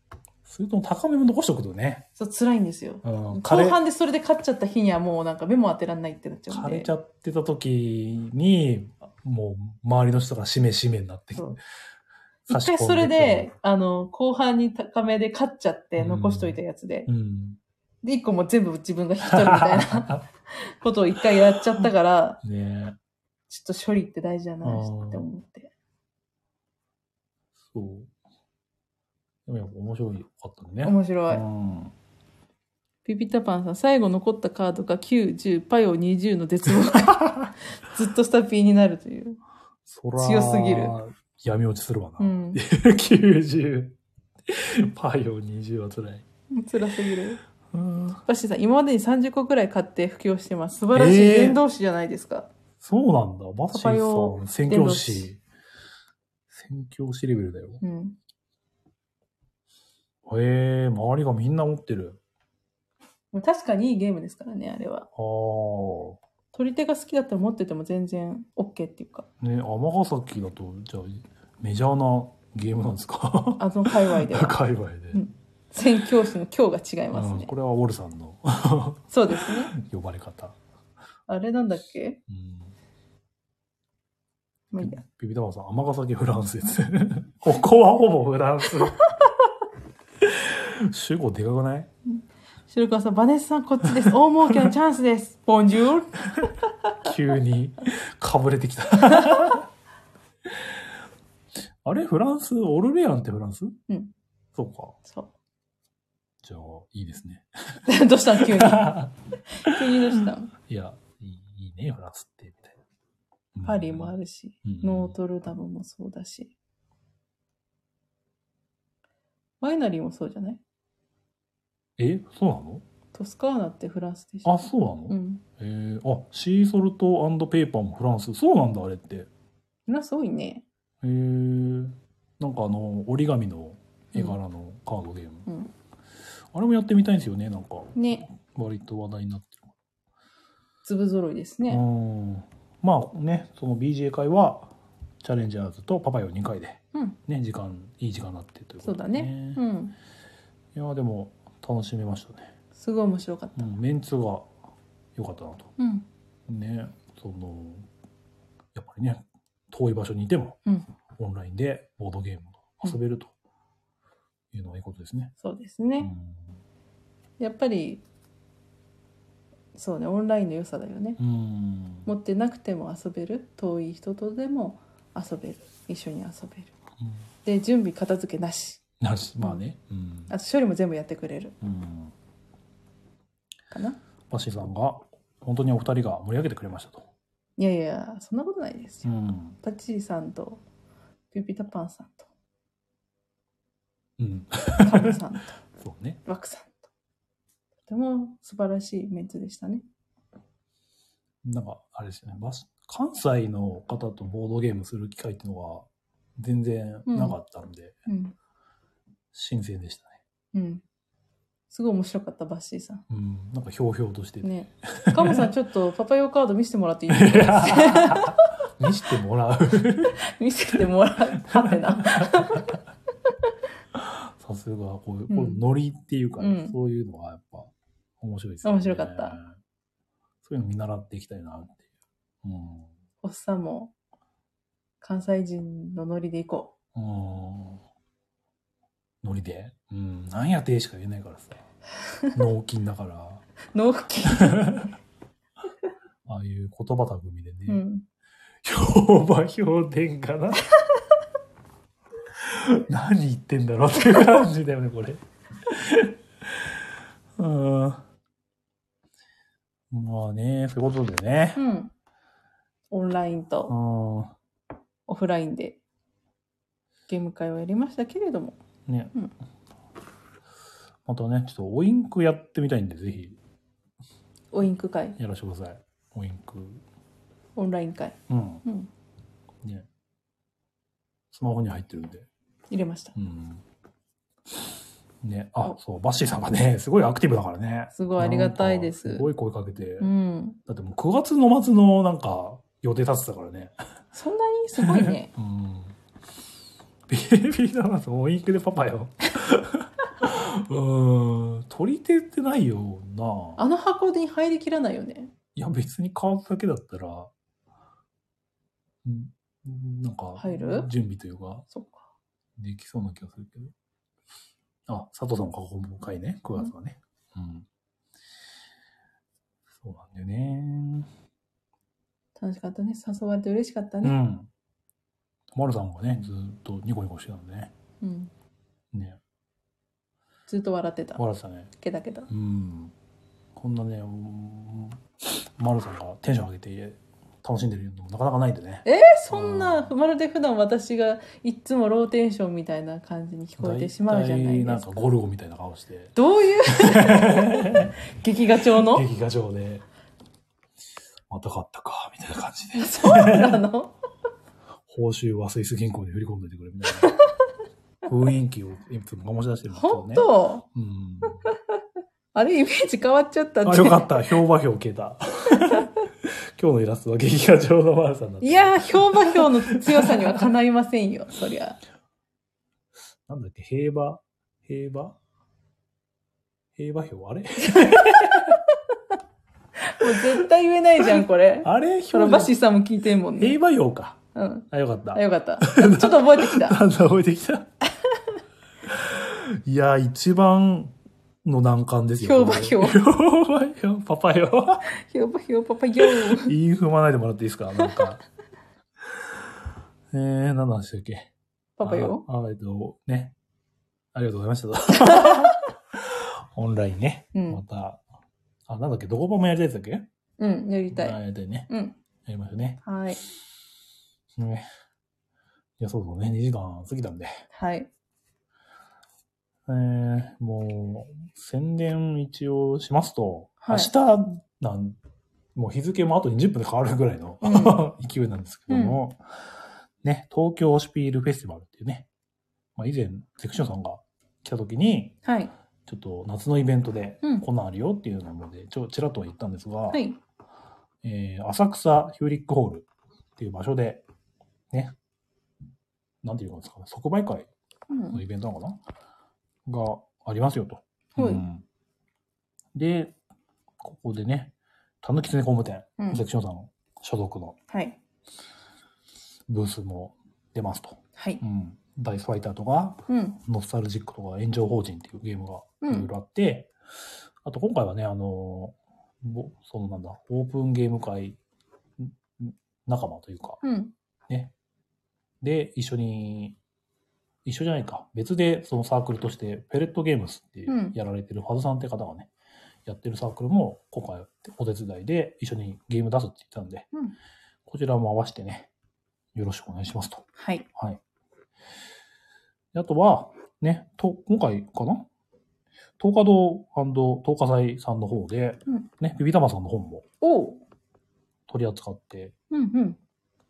A: それとも高めも残しておくとね。
B: そう、辛いんですよ。
A: うん。枯
B: 後
A: れ、
B: 半でそれで勝っちゃった日にはもうなんか目も当てらんないってなっちゃうん
A: 枯
B: で。
A: れちゃってた時に、もう、周りの人がしめしめになって
B: そう
A: 差
B: 一
A: し込ん
B: 回
A: くる
B: それで、、あの、後半に高めで勝っちゃって
A: うん
B: 残しといたやつで。
A: うん。
B: で、一個も全部自分が引き取るみたいなことを一回やっちゃったから、
A: ねえ。
B: ちょっと処理って大事だなって思って。
A: そう。でもやっぱ面白いかったね。
B: 面白い。
A: うん
B: ピピタパンさん、最後残ったカードが9、10、パヨ20の絶望 感。ずっとスタピーになる という。
A: そら
B: 強すぎる。
A: 闇落ちするわな。
B: うん。
A: 90。パイオ20は辛い。
B: 辛すぎる。
A: うん
B: バッシーさん、今までに30個くらい買って布教してます。素晴らしい
A: えー
B: 伝道師じゃないですか。
A: そうなんだ。バッシ
B: パイオ
A: ーさん、宣教師。宣教師レベルだよ。
B: うん。
A: へえ、周りがみんな持ってる。
B: もう確かにいいゲームですからね、あれは。
A: ああ。
B: 取り手が好きだったら持ってても全然 OK っていうか、
A: ね、尼崎だと、じゃあ、メジャーなゲームなんですか
B: あの界隈では。
A: 界隈で。
B: ん宣教師の今日が違います
A: うん
B: ね
A: こ。れはウォルさんの
B: そうですね。
A: 呼ばれ方。
B: あれなんだっけ
A: うん
B: まあいいや。
A: ビビタマンさん、尼崎フランスです。 ここはほぼフランス。 主語でかくない
B: 白川さん、バネスさんこっち です。大儲けのチャンスです。ボンジュール。
A: 急にかぶれてきた。 あれフランスオルレアンってフランス
B: うん。
A: そうか。
B: そ
A: じゃあ、いいです ね。
B: う。どうしたん急に。急にどうしたん
A: いや、いいいいね、フランスって、みたいな。
B: パリもあるし、
A: うん
B: ノートルダムもそうだし。ワイナリーもそうじゃない
A: え、そうなの
B: トスカーナってフランスでしょ
A: あ、そうなの、
B: うん。
A: えーあ、シーソルトペーパーもフランス。そうなんだ、あれって。
B: フランス多いね。
A: へえなんかあの折り紙の絵柄のカードゲーム、
B: うん。
A: あれもやってみたいんですよねなんか
B: ね。
A: 割と話題になって
B: 粒揃いです
A: る、
B: ね。
A: うんまあねその BJ 会はチャレンジャーズとパパよ2回で、
B: うん
A: ね時間いい時間になってという
B: そ
A: こ
B: う
A: と
B: だ
A: で、
B: ね。うん。
A: いやでも楽しめましたね、
B: すごい面白かった。
A: うん、メンツが良かったなと
B: うん。
A: ねそのやっぱりね遠い場所にいても、
B: うん
A: オンラインでボードゲームを遊べるというのはいいことですね、
B: そうです
A: う
B: ね。
A: ん
B: やっぱり、そうね、オンラインの良さだよね。
A: うん。
B: 持ってなくても遊べる。遠い人とでも遊べる。一緒に遊べる。
A: うん
B: で、準備片付けなし。
A: なし、まあね。うん。
B: あと処理も全部やってくれる
A: うん。
B: かな。
A: バッシーさんが、本当にお二人が盛り上げてくれましたと。
B: いやいや、そんなことないです
A: う
B: よ。
A: ん。
B: パッチーさんと、ピュピタパンさ んと、
A: うん。
B: カブさんと、
A: そうね。
B: ワクさんと。とても素晴らしいメンツでしたね。
A: なんか、あれですよね。バス関西の方とボードゲームする機会っていうのは、全然なかったので、
B: うん。
A: 新鮮でしたね。
B: うん。すごい面白かった、バッシーさん。
A: うん。なんか、ひょうひょうとしてて。
B: ね。カモさん、ちょっとパパ用カード見せてもらって いいですか
A: 見せてもらう。
B: 見せてもらう。はてな。
A: さすが、こういう、
B: う
A: こ
B: ん
A: ういうノリっていうかね、
B: うん
A: そういうのがやっぱ、面白いですよね。
B: 面白かった。
A: そういうの見習っていきたいなっていう。うん。
B: おっさんも、関西人のノリで行こ
A: うーんノリで。うん。なんやてしか言えない からさ。脳筋だから。
B: う。納期。
A: ああいう言葉巧みで
B: う
A: ね。
B: ん。
A: 評判評点かな。 何言ってんだろうっていう感じだよね、これ。 うん。まあね、そういうことでね。
B: うん。オンライン
A: う
B: と
A: ん。
B: オフラインでゲーム会をやりましたけれども。
A: ね。
B: うん
A: またね、ちょっとオインクやってみたいんで、ぜひ
B: オインク会、
A: やらせてください。オインク。
B: オンライン会。
A: うん。
B: うん。
A: ね。スマホに入ってるんで。
B: 入れました。
A: うん。ね。あ、そう、バッシーさんがね、 すごいアクティブだからね。
B: すごいありがたいです
A: なんかすごい声かけて。
B: うん。
A: だってもう9月の末のなんか予定立ってたからね。。
B: そんなにすごいね
A: うん。ビリビリだな、オインクでパパ よ。うん。取り手ってないよな。
B: あの箱に入りきらないよね。
A: いや、別にカードだけだったら、うんなんか、
B: 入る
A: 準備というか、
B: そっか。
A: できそうな気がするけど。あ、佐藤さんも囲む会ね、9月はね。うん。そうなんだよね。
B: 楽しかったね。誘われて嬉しかった
A: う
B: ね。
A: ん。マルさんがね、ずーっとニコニコしてたんでね。
B: うん。
A: ね。
B: ずっと笑ってた。
A: 笑ってたね。
B: ケタケタ。
A: うん。こんなね、うんマルさんがテンション上げて楽しんでるのもなかなかないんでね。
B: えー、そんな、まるで普段私がいっつもローテンションみたいな感じに聞こえてしまうじゃない
A: 大体な
B: で
A: ん
B: す
A: か
B: か。
A: ゴルゴみたいな顔して、
B: どういう 劇画調の
A: 劇画上で、また買ったか、みたいな感じで。
B: そうな の
A: 報酬はスイス銀行に振り込んでてくれみたいな 雰囲気をいつも醸し出してるんですけど
B: 本
A: ね。
B: 当
A: うん。
B: あれイメージ変わっちゃった
A: あ、よか
B: っ
A: った。評判表消えた。 今日のイラストは劇画上のマルさんだった。
B: いやー、評判票の強さにはかないませんよ、そりゃ。
A: なんだっけ、平和平和平和表あれ
B: もう絶対言えないじゃん、こ れ。
A: あれ
B: それ
A: 表
B: バシさんも聞いてんもんね。
A: 平和表か。
B: うん。
A: あ、よかった
B: あ、。よかった。ちょっと覚えてき た。
A: なんだ、覚えてきた。いや、一番の難関ですよ。
B: 評判表
A: これ評判表。パパよ。
B: 評判票パパよー。
A: 言い踏まないでもらっていいですかなん か。えー、何の話だっけ
B: パパよ。
A: ああえっと、ね。ありがとうございました。 オンラインね。
B: うん
A: また。あ、なんだっけどこばもやりたいやつだっけ
B: うん、やりた
A: あ
B: い。
A: やりたいね。
B: うん。
A: やりましょうね。
B: はい。
A: ねいや、そうそうね。2時間過ぎたんで。
B: はい。
A: えー、もう、宣伝一応しますと、
B: はい
A: 明日なん、もう日付もあと20分で変わるぐらいの、
B: う
A: 勢いなんですけども、ね、東京シュピールフェスティバルっていうね、まあ、以前、セクションさんが来た時に、
B: はい。
A: ちょっと夏のイベントで
B: うん、
A: こんなんあるよっていうので、ちょ、ちらっとは言ったんですが、
B: はい。
A: えー浅草ヒューリックホールっていう場所で、ね、なんていうんですかね、即売会
B: うん
A: のイベントなのかながありますよと。
B: はい
A: うんで、ここでね、たぬきつね工務店、
B: うん
A: セクションさんの所属の
B: はい。
A: ブースも出ますと。
B: はい。
A: うん。ダイスファイターとか、
B: うん。
A: ノスタルジックとか、炎上法人っていうゲーム
B: うん
A: がいろいろあって、あと今回はね、あのー、ぼそのなんだ、オープンゲーム会んん仲間というか、
B: うん。
A: ね。で、一緒に、一緒じゃないか。別で、そのサークルとして、ペレットゲームスっていう
B: うん
A: やられてるファドさんって方がね、やってるサークルも、今回お手伝いで一緒にゲーム出すって言ってたんで、
B: うん
A: こちらも合わせてね、よろしくお願いしますと。
B: はい。
A: はい。であとは、ね、と、今回かな東華堂東華祭さんの方で、
B: うん
A: ね、ビビタマさんの本も
B: おう。
A: 取り扱って
B: うんうん。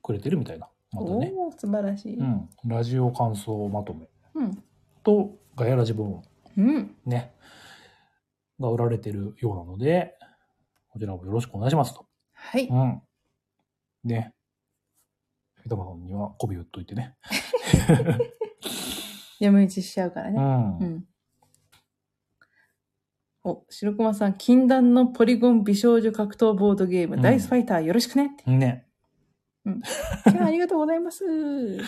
A: くれてるみたいな。またね。
B: おお、素晴らしい。
A: うん。ラジオ感想まとめ
B: うん。
A: と、ガヤラジ部門
B: うん。
A: ね、が売られてるようなので、こちらもよろしくお願いしますと。。
B: はいう
A: ん。ね。ビビタマさんには媚び売っといてね。
B: 闇討ちしちゃうから
A: う
B: ね。
A: ん。
B: うん。お、白熊さん、禁断のポリゴン美少女格闘ボードゲーム、
A: うん
B: ダイスファイターよろしくねって。
A: ね。
B: じゃあ、ありがとうございます。って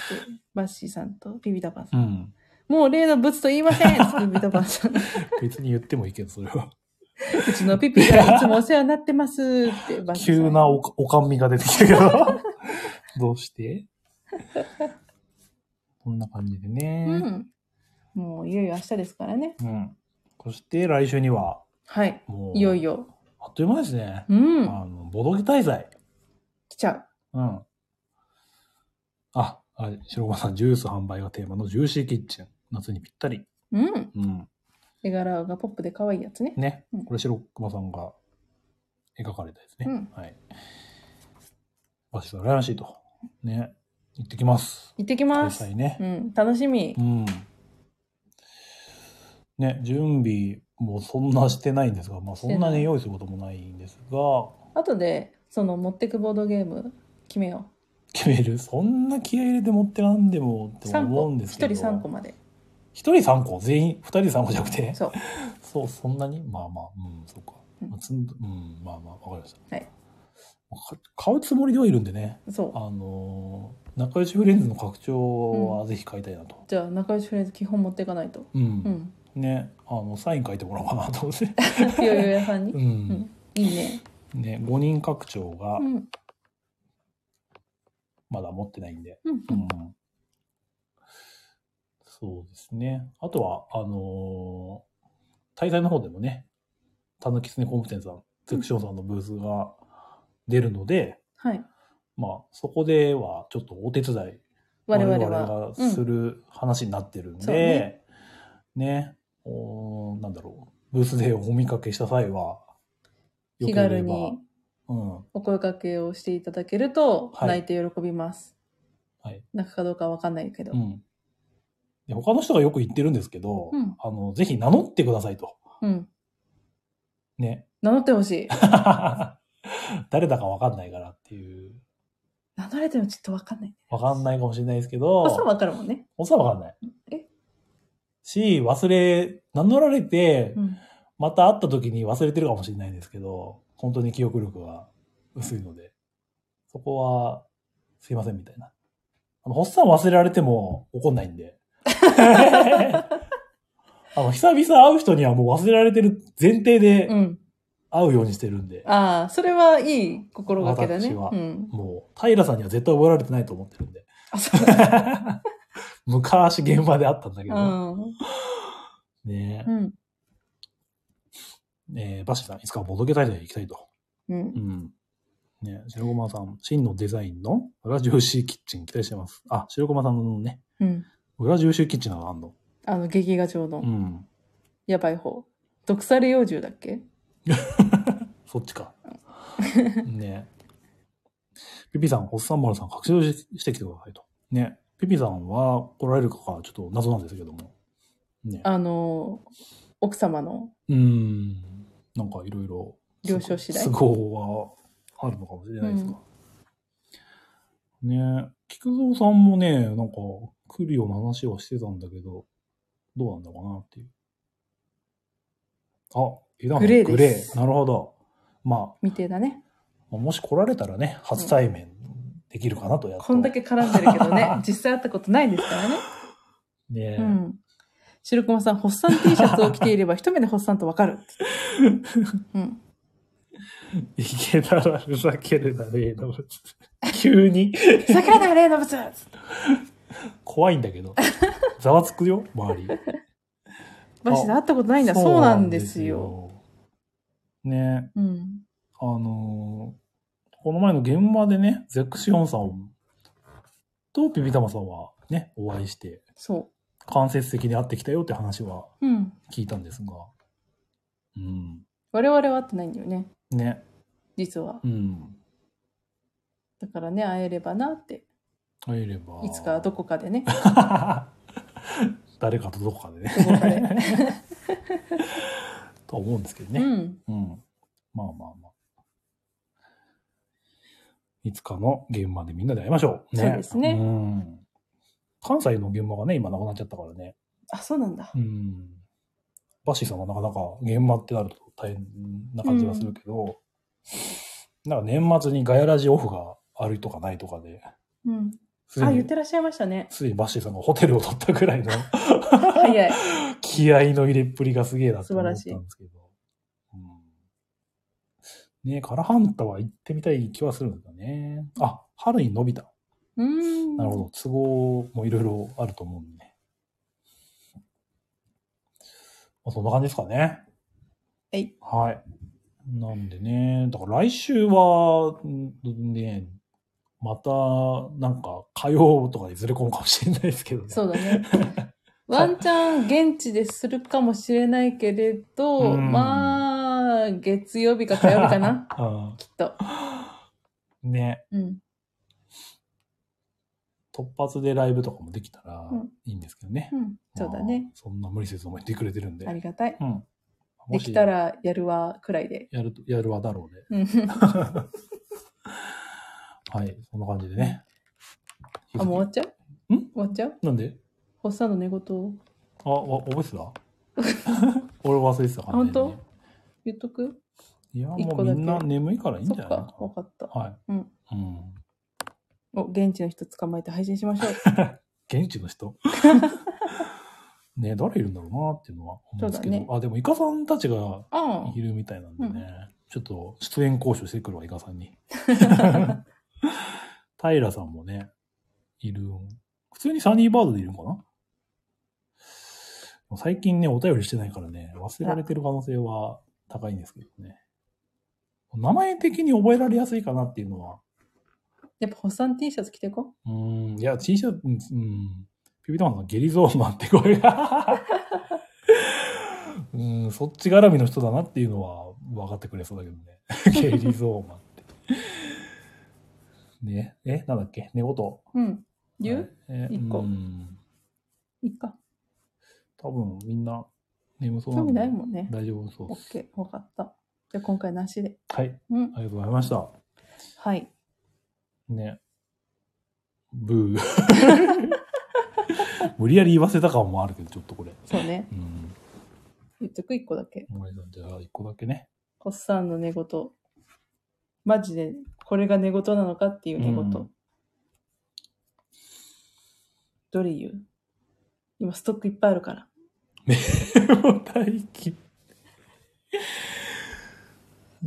B: バッシーさんとビビタパンさ。
A: うんん。
B: もう例のブツと言いませんってビビタパンさん。う
A: 別に言ってもいいけど、それは。
B: ちのピピがいつもお世話になってますってバッシーさ
A: 急
B: ん。
A: なおかおかんみが出てきたけど。 どうしてこんな感じで
B: う
A: ね。
B: ん。もういよいよ明日ですからね。
A: うん。そして来週には、
B: はい。
A: もう、
B: いよいよ。
A: あっという間ですね。
B: うん。
A: あの、ボドゲ大祭。
B: 来ちゃう。
A: うん。あ、あ白馬さん、ジュース販売がテーマのジューシーキッチン。夏にぴったり。
B: うん。
A: うん。
B: 絵柄がポップで可愛いやつね。
A: ね
B: うん。
A: これ白熊さんが描かれたやつね。
B: うん
A: はい。わしは羨ましいと。ね。行ってきます。
B: 行ってき
A: 開
B: ます。
A: 催ね
B: う。ん。楽しみ
A: う。ん。ね、準備もそんなしてないんですが、まあそんな
B: してな
A: に
B: い
A: 用意することもないんですが、
B: 後で、その持ってくボードゲーム決めよ
A: 決める。そんな気合い入れて持ってらんでも
B: う。
A: って
B: 3
A: 思
B: 個。
A: うんですけど。
B: 1人3個。まで。
A: 一人三個全員、二人三個じゃなくて。
B: そう。
A: そう、そんなにまあまあ、うん、そうか。
B: うん
A: まあ、つんうん、まあまあ、わかりました。
B: はい
A: か買うつもりではいるんでね。
B: そう。
A: あのー仲良しフレンズの拡張はぜひ買いたいなと。
B: じゃあ、仲良しフレンズ基本持っていかないと。
A: うん。
B: うん。
A: ね、あの、サイン書いてもらおうかなと思 って。
B: いよいよ屋さんに
A: う。。
B: うんん。いいね。
A: ね、5人拡張が
B: うん。
A: まだ持ってないんで。
B: うん
A: う。ん。そうですね。あとは、あのー滞在の方でもね、たぬきつねコンプテンツさん、ゼクションさんのブースが出るので、
B: はい。
A: まあ、そこではちょっとお手伝い
B: 我々
A: 々
B: は。う
A: がす
B: ん。
A: る話になってるん
B: そう
A: で
B: ね、
A: ねおーなんだろう、ブースでお見かけした際は、よ
B: 気
A: ければ
B: 軽に
A: うん、
B: お声掛けをしていただけると、
A: はい
B: 泣いて喜びます。
A: はい。
B: 泣くかどうかわかんないけど
A: う。ん。で他の人がよく言ってるんですけど、
B: うん
A: あの、ぜひ名乗ってくださいと。
B: うん。
A: ね。
B: 名乗ってほしい。
A: 誰だかわかんないからっていう。
B: 名乗れてもちょっとわかんない。
A: わかんないかもしれないですけど。
B: おっさんわかるもんね。
A: おっさんわかんない。
B: え
A: し、忘れ、名乗られて、
B: うん。
A: また会った時に忘れてるかもしれないんですけど、本当に記憶力が薄いので、そこは、すいませんみたいな。あの、ホッサン忘れられても怒んないん で。あの、久々会う人にはもう忘れられてる前提で
B: うん。
A: 会うようにしてるんで、
B: ああ、それはいい心がけだね。
A: 私は
B: うん。
A: もう、平さんには絶対覚えられてないと思ってるんで。
B: あ、そうだ。
A: 昔現場で会ったんだけ
B: う
A: ど、
B: ん。
A: ね
B: うん。
A: えーバッシーさん、いつかボドゲ大会に行きたいと。
B: うん
A: う。ん。ね、白駒さん、真のデザインの裏ジューシーキッチン期待してます。あ、白駒さんのね、
B: うん。
A: 裏ジューシーキッチンなのあんの
B: あの、劇画調の
A: うん。
B: やばい方。毒され幼獣だっけ
A: そっちか。 ね。ピピさん、ホッサンマルさん、拡張ししてきてくださいと。ね。ピピさんは来られるかがちょっと謎なんですけども。ね。
B: あの、奥様の。
A: うーん。なんかいろいろ。
B: 了承次第
A: 都合はあるのかもしれないですか。ねえ、菊蔵さんもね、なんか来るような話はしてたんだけど、どうなんだろうなっていう。あ、枝
B: グレーです
A: グレー。なるほど。ま
B: 未定だね。
A: あ、もし来られたらね、初対面できるかなとやっと
B: こんだけ絡んでるけど ね、実際会ったことないですからね。
A: ねえ、
B: うん。白駒さん、ホッサン T シャツを着ていれば一目でホッサンとわ かる。うん。
A: 池田はふざけるな、例の物。 急に。
B: ふざけんな、霊の物
A: 怖いんだ けど。ざわつくよ、周り。
B: バシで会ったことないんだ。そうなんですよ。
A: そうなんですよ。ね
B: うん。
A: あのーこの前の現場でね、ゼクシオンさんとピピタマさんはね、お会いして、
B: そ
A: 間接的に会ってきたよって話は
B: う。うん。
A: 聞いたんですが、うん。
B: 我々は会ってないんだよね、
A: ね、
B: 実は。
A: うん。
B: だからね、会えればなって。
A: 会えれば。
B: いつかどこかでね。
A: 誰かとどこかでね。
B: どこかで。
A: と思うんですけど
B: う
A: ね。
B: ん。
A: うん。まあまあまあ。いつかの現場でみんなで会いましょう。ね。
B: そうですね
A: うん。関西の現場がね、今なくなっちゃったからね。
B: あ、そうなんだ
A: う。ん。バッシーさんはなかなか現場ってなると大変な感じがするけど、なんか年末にガヤラジオフがあるとかないとかで、
B: うん。
A: すで
B: あ、言
A: に
B: ってらっしゃいましたね。
A: すでにバッシーさんがホテルを取ったぐらいの
B: 早 い。
A: 気合の入れっぷりがすげえなって思ったんですけど。うん、ねカラハンタは行ってみたい気はするんだね。あ、春に伸びた。
B: うーん。
A: なるほど。都合もいろいろあると思うんでね。まあ、そんな感じですかね。
B: はい。
A: はい。なんでね、だから来週は、んね、また、なんか、火曜とかにずれ込むかもしれないですけどね。
B: そうだ ね。ワンチャン現地でするかもしれないけれど、
A: うん、
B: まあ、月曜日か火曜日かな
A: うん
B: きっと。
A: ね、
B: うん。
A: 突発でライブとかもできたら
B: うん
A: いいんですけどね。
B: うん。そうだね
A: ま。あ。そんな無理せずも言ってくれてるんで。
B: ありがたい。
A: うん。
B: できた。らやるわ、くらい で。
A: やると、やるわだろうね。
B: うん。
A: はい、そんな感じでね。
B: あ、もう終わっちゃうん終わっちゃう
A: なんで
B: ホッサンの寝言を
A: あ、わ覚えてた 俺忘れてた感じ、ね。
B: 本言っとく
A: いや、も
B: 一
A: う
B: 個
A: み
B: だけ
A: んな眠いからいいん
B: そ
A: じ
B: っ
A: ゃない
B: か
A: のか、
B: わかった。
A: はい。
B: う
A: う
B: ん。
A: ん。
B: お、現地の人捕まえて配信し ましょう。
A: 現地の 人ね誰いるんだろうなっていうのは思うんですけど、
B: そうだね
A: あでもイカさんたちが
B: あ
A: いるみたいなんでね、
B: うん
A: ちょっと出演交渉してくるわイカさん に平さんもねいる普通にサニーバードでいるのかな最近ねお便りしてないからね忘れられてる可能性は高いんですけどね名前的に覚えられやすいかなっていうのは
B: あ。やっぱホッサン T シャツ着てこ
A: うーん、いや、T シャツ、うんうん、ピピタマンさん、ゲリゾーマンって 声が。うん、そっち絡みの人だなっていうのは分かってくれそうだけ どね。ゲリゾーマンって。ね、え、なんだっけ寝言。
B: う。うん。言
A: はいうえ
B: 一個
A: うん
B: いっか。
A: 多分みんな眠そう
B: 興味
A: んで
B: ないもんね。
A: 大丈夫そう
B: オ
A: で
B: ッ
A: す。
B: ケー、わかった。じゃあ今回なしで。
A: はい、
B: うん
A: あ。りがとうございました。
B: はい。
A: ね。ブ ー。無理やり言わせた感もあるけど、ちょっとこれ。
B: そうね。
A: うん
B: 言っとく、一個だけ。
A: 森さん、じゃあ、一個だけ ね。
B: ホッサンの寝言。マジで、これが寝言なのかっていう寝言。
A: うん
B: どれ言う今ストックいっぱいあるから。
A: 大気。い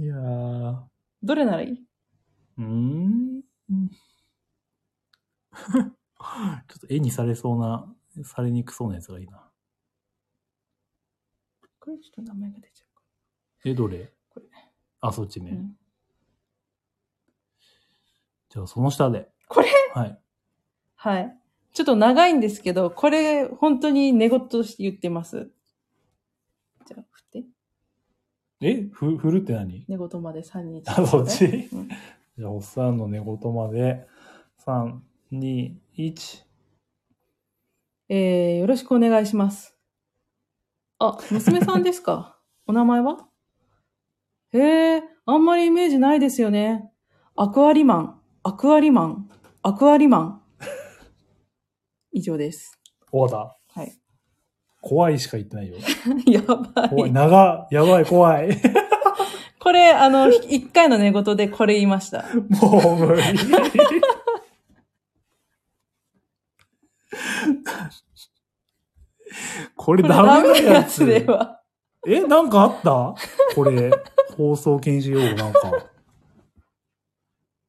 A: やー。
B: どれならいいう
A: ー ん。ちょっと絵にされそうな、されにくそうなやつがいいな。
B: これちょっと名前が出ちゃうか
A: え、どれ
B: これ
A: あ、そっちね。
B: ら。うん
A: じゃあ、その下で。
B: これ
A: はい。
B: はい。ちょっと長いんですけど、これ本当に寝言として言ってます。じゃあ、振って。
A: えふ、振るって何
B: 寝言まで3日。
A: あ、 そっち。
B: ん
A: じゃあ、おっさんの寝言まで、3、2、1。
B: えー、よろしくお願いします。あ、娘さんです かお名前はへえ、あんまりイメージないですよね。アクアリマン、アクアリマン、アクアリマ ン。以上です。
A: 終わった。
B: はい。
A: 怖いしか言ってないよ。
B: やば
A: 怖い。
B: い。
A: 長、やばい、怖い。
B: これ、あの、ひ一回の寝言でこれ言いました。
A: もう無理。これ
B: これ
A: ダメなや
B: や
A: つ
B: つでは。
A: え、なんかあったこれ、放送禁止用語なんか。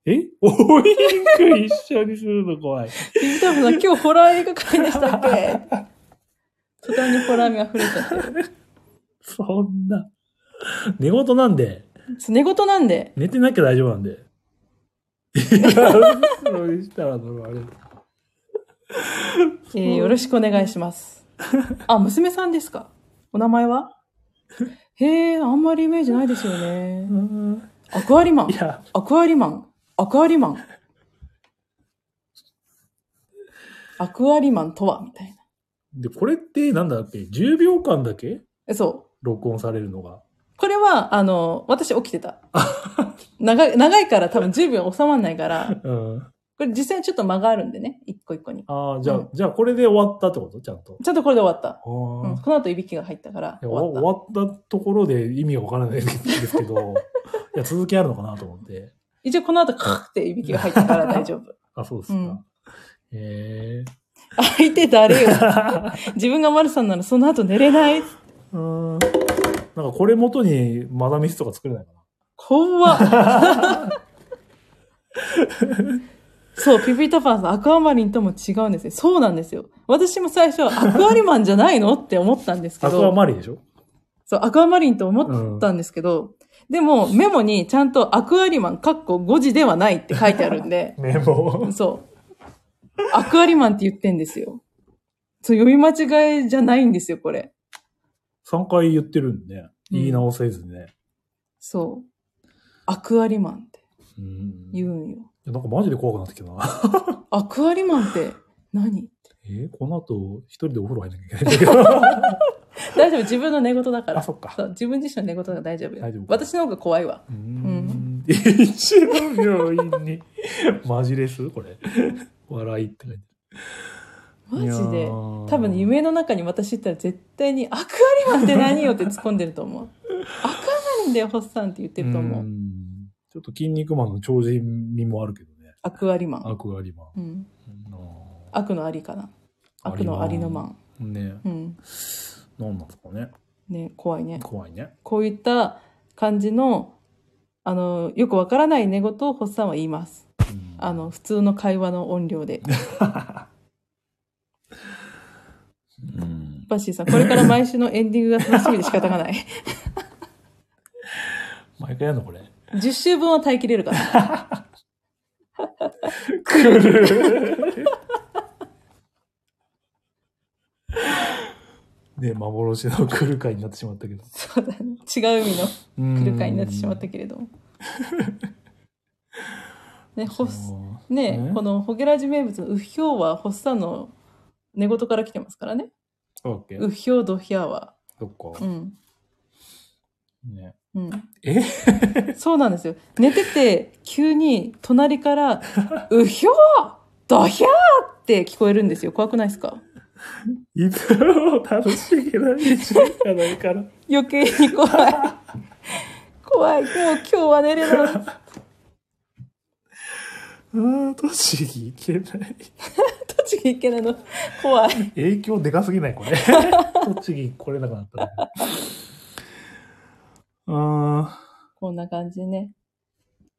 A: えおインク一緒にするの怖い。
B: ピタさん、今日ホラー映画会でしたっ け途端にホラー味あふれちゃってる。
A: そんな。寝言なんで、
B: 寝言なんで、
A: 寝てなきゃ大丈夫なんで。それしたらそれあれ。
B: えーよろしくお願いし ます。あ、娘さんですかお名前 はへえ、あんまりイメージないですよね。アクアリマン
A: い。や、
B: アクアリマン。アクアリマン。アクアリマンとはみたいな
A: で、これってなんだっけ ?10 秒間だけ
B: え。そう。
A: 録音されるのが。
B: これは、あの、私起きて た。長い、長いから多分10秒収まんないから、
A: うん。
B: これ実際にちょっと間があるんでね、一個一個に。
A: ああ、じゃあ、
B: うん
A: じゃあこれで終わったってことちゃんと。
B: ちゃんとこれで終わった。
A: あ
B: う
A: ー
B: ん、この後いびきが入ったから
A: いや
B: 終
A: 終
B: わっ
A: わ終わったところで意味がわからないですけ ど、いや、続きあるのかなと思って。
B: た。一応この後カーっていびきが入ったから大丈夫。
A: あ、そうですか。
B: うん
A: え
B: 相手誰 よ
A: えー。
B: 自分がマルさんならその後寝れない
A: うん。なんかこれ元にマダミスとか作れないかな。
B: 怖っそうピピタパンさんアクアマリンとも違うんですねそうなんですよ私も最初アクアリマンじゃないのって思ったんですけ
A: ア
B: ど
A: クアマリンでしょ
B: そうアクアマリンと思ったんですけど、でもメモにちゃんとアクアリマンかっこ5時ではないって書いてあるんで
A: 名簿。
B: そうアクアリマンって言ってんですよそう読み間違いじゃないんですよこれ
A: 3回言ってるんでね、
B: うん
A: 言い直せずね。
B: そうアクアリマンって
A: うん。
B: 言うんよ
A: いやなんかマジで怖くなってきたな。
B: アクアリマンって何
A: えーこの後、一人でお風呂入んなきゃいけないんだけ ど。
B: 大丈夫自分の寝言だから
A: あ、そっか。
B: そう自分自身の寝言が大丈夫よ
A: 大丈夫
B: 私の方が怖いわ
A: うーん。一の病院に。マジレスこれ。笑いって書いてあ
B: マ
A: る。
B: ジで多
A: 多
B: 分ね夢の中に私行ったら絶対に「アクアリマンって何よ」って突っ込んでる と思う「アクアマリンだよホッサン」って言ってると思う
A: ちょっと筋肉マンの超人味もあるけどね。
B: アクアリマン、
A: アクアリマン。
B: うん、
A: あ
B: 悪のありかな悪のありのマン
A: ーね
B: うん
A: 何なんですかね。
B: ね怖いね
A: 怖いね。
B: こういった感じのあのよくわからない寝言をホッサンは言います
A: うん
B: あの普通の会話の音量で
A: うん
B: バッシーさん、これから毎週のエンディングが楽しみで仕方がない。
A: 毎回やるのこれ。
B: 10週分は耐えきれるから。
A: 来 るね幻の来る回になってしまったけど。
B: そうだね。違う意味の来る会になってしまったけれども。ね、ホス、
A: う
B: ね
A: ね、
B: このホゲラジ名物のウヒョウは、ホッサンの寝言から来てますからね。
A: んオッケ
B: ウ
A: ー。
B: ヒョウドヒャーは。
A: そっ
B: う
A: か。
B: ん。
A: ね。
B: うん。
A: え
B: そうなんですよ。寝てて、急に隣から、ウヒョウドヒャーって聞こえるんですよ。怖くないですか
A: いつも楽しげな日常じゃないから。
B: 余計に怖 い。怖い。もう今日は寝れない。
A: ああ、栃木行けない。
B: 栃木行けないの怖い。
A: 影響でかすぎない これ。栃木来れなくなったね。あ
B: こんな感じでね。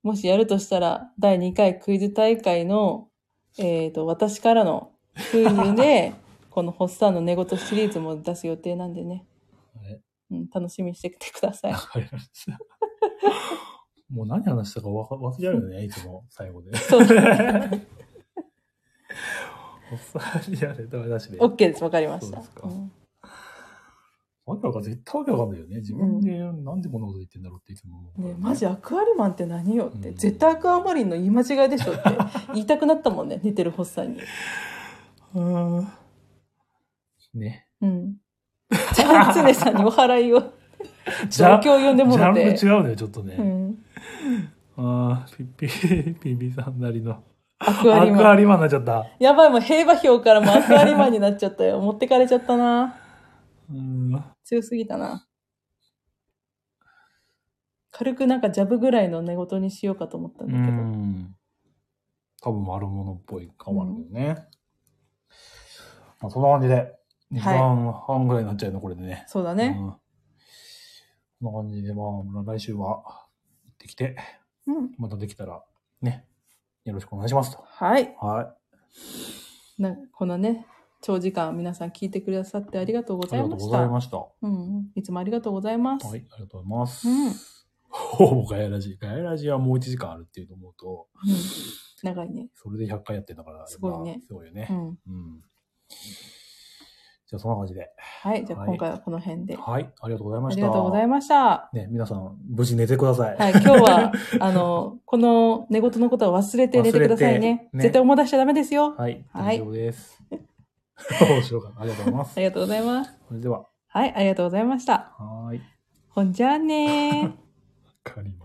B: もしやるとしたら、第2回クイズ大会の、えっ、と、私からのクイズ で、このホッサンの寝言シリーズも出す予定なんでね。
A: はい
B: うん、楽しみにしてきてください
A: あ、。わかりました。もう何話したかわか忘れちゃうよね、いつも最後で。
B: そうです。
A: おさりやれ、ダメ出しで。わ
B: OK です。わかりました。
A: そうですか
B: ん
A: けわかん絶対わけわかんないよね。自分でなんでこんなこと言ってんだろうっていつも思うから
B: ね、マジアクアリマンって何よって、
A: うん
B: 絶対アクアマリンの言い間違いでしょって言いたくなったもんね、寝てるホッサンに。
A: うんね。
B: うん。じゃあ、常さんにお払い を、状況を呼んでもらっ
A: ジャ
B: て
A: ン。プ違うのよ、ちょっと
B: う
A: ね。
B: ん。
A: ああ、ピ ッピ、ピッピさんなりの。
B: アクア
A: ア
B: リ
A: クア
B: マン。
A: リマンになっちゃった。
B: やばい、もう平和表からもアクアリマンになっちゃったよ。持ってかれちゃったな。
A: うん。
B: 強すぎたな。軽くなんかジャブぐらいの寝言にしようかと思ったん
A: う
B: だけど。
A: ん。多分丸物っぽい感はあるけどね。まあ、そんな感じで、2時間半ぐらいになっちゃうの、これでね。
B: そうだね。
A: うん。こんな感じで、まあ、来週は行ってきて、
B: うん。
A: またできたら、ね、よろしくお願いしますと。
B: はい。
A: は
B: なこのね、長時間皆さん聞いてくださってありがとうご
A: い。あ
B: ざ
A: り
B: い
A: がと
B: ま
A: うご
B: した。
A: ざいました。は
B: うんうん。いつもありがとうございます。
A: い、ありがとうございます。
B: うん
A: ほぼガヤラジ。ガヤラジはもう1時間あるっていうと思うと、
B: うん長いね。
A: それで100回やってんだから、
B: すごいね
A: まあすごいよね
B: う。ん。
A: うん。じゃあ、そんな感じで。
B: はい。じゃあ今回はこの辺で。
A: はい。ありがとうござい
B: あ
A: ました。
B: りがとうございました。
A: ね、皆さん、無事寝てください。
B: はい。今日は、あの、この寝言のことは忘れて寝てくださ
A: 忘
B: い
A: れ
B: ね
A: て。ね
B: 絶対思い出しちゃダメですよ。
A: はい。
B: は
A: 大
B: い
A: 丈夫です。 面白かった。ありがとうございます
B: あ。りがとうございます。
A: それでは、
B: はい。ありがとうございました。
A: はーい。
B: ほんじゃあねー。
A: わかりました。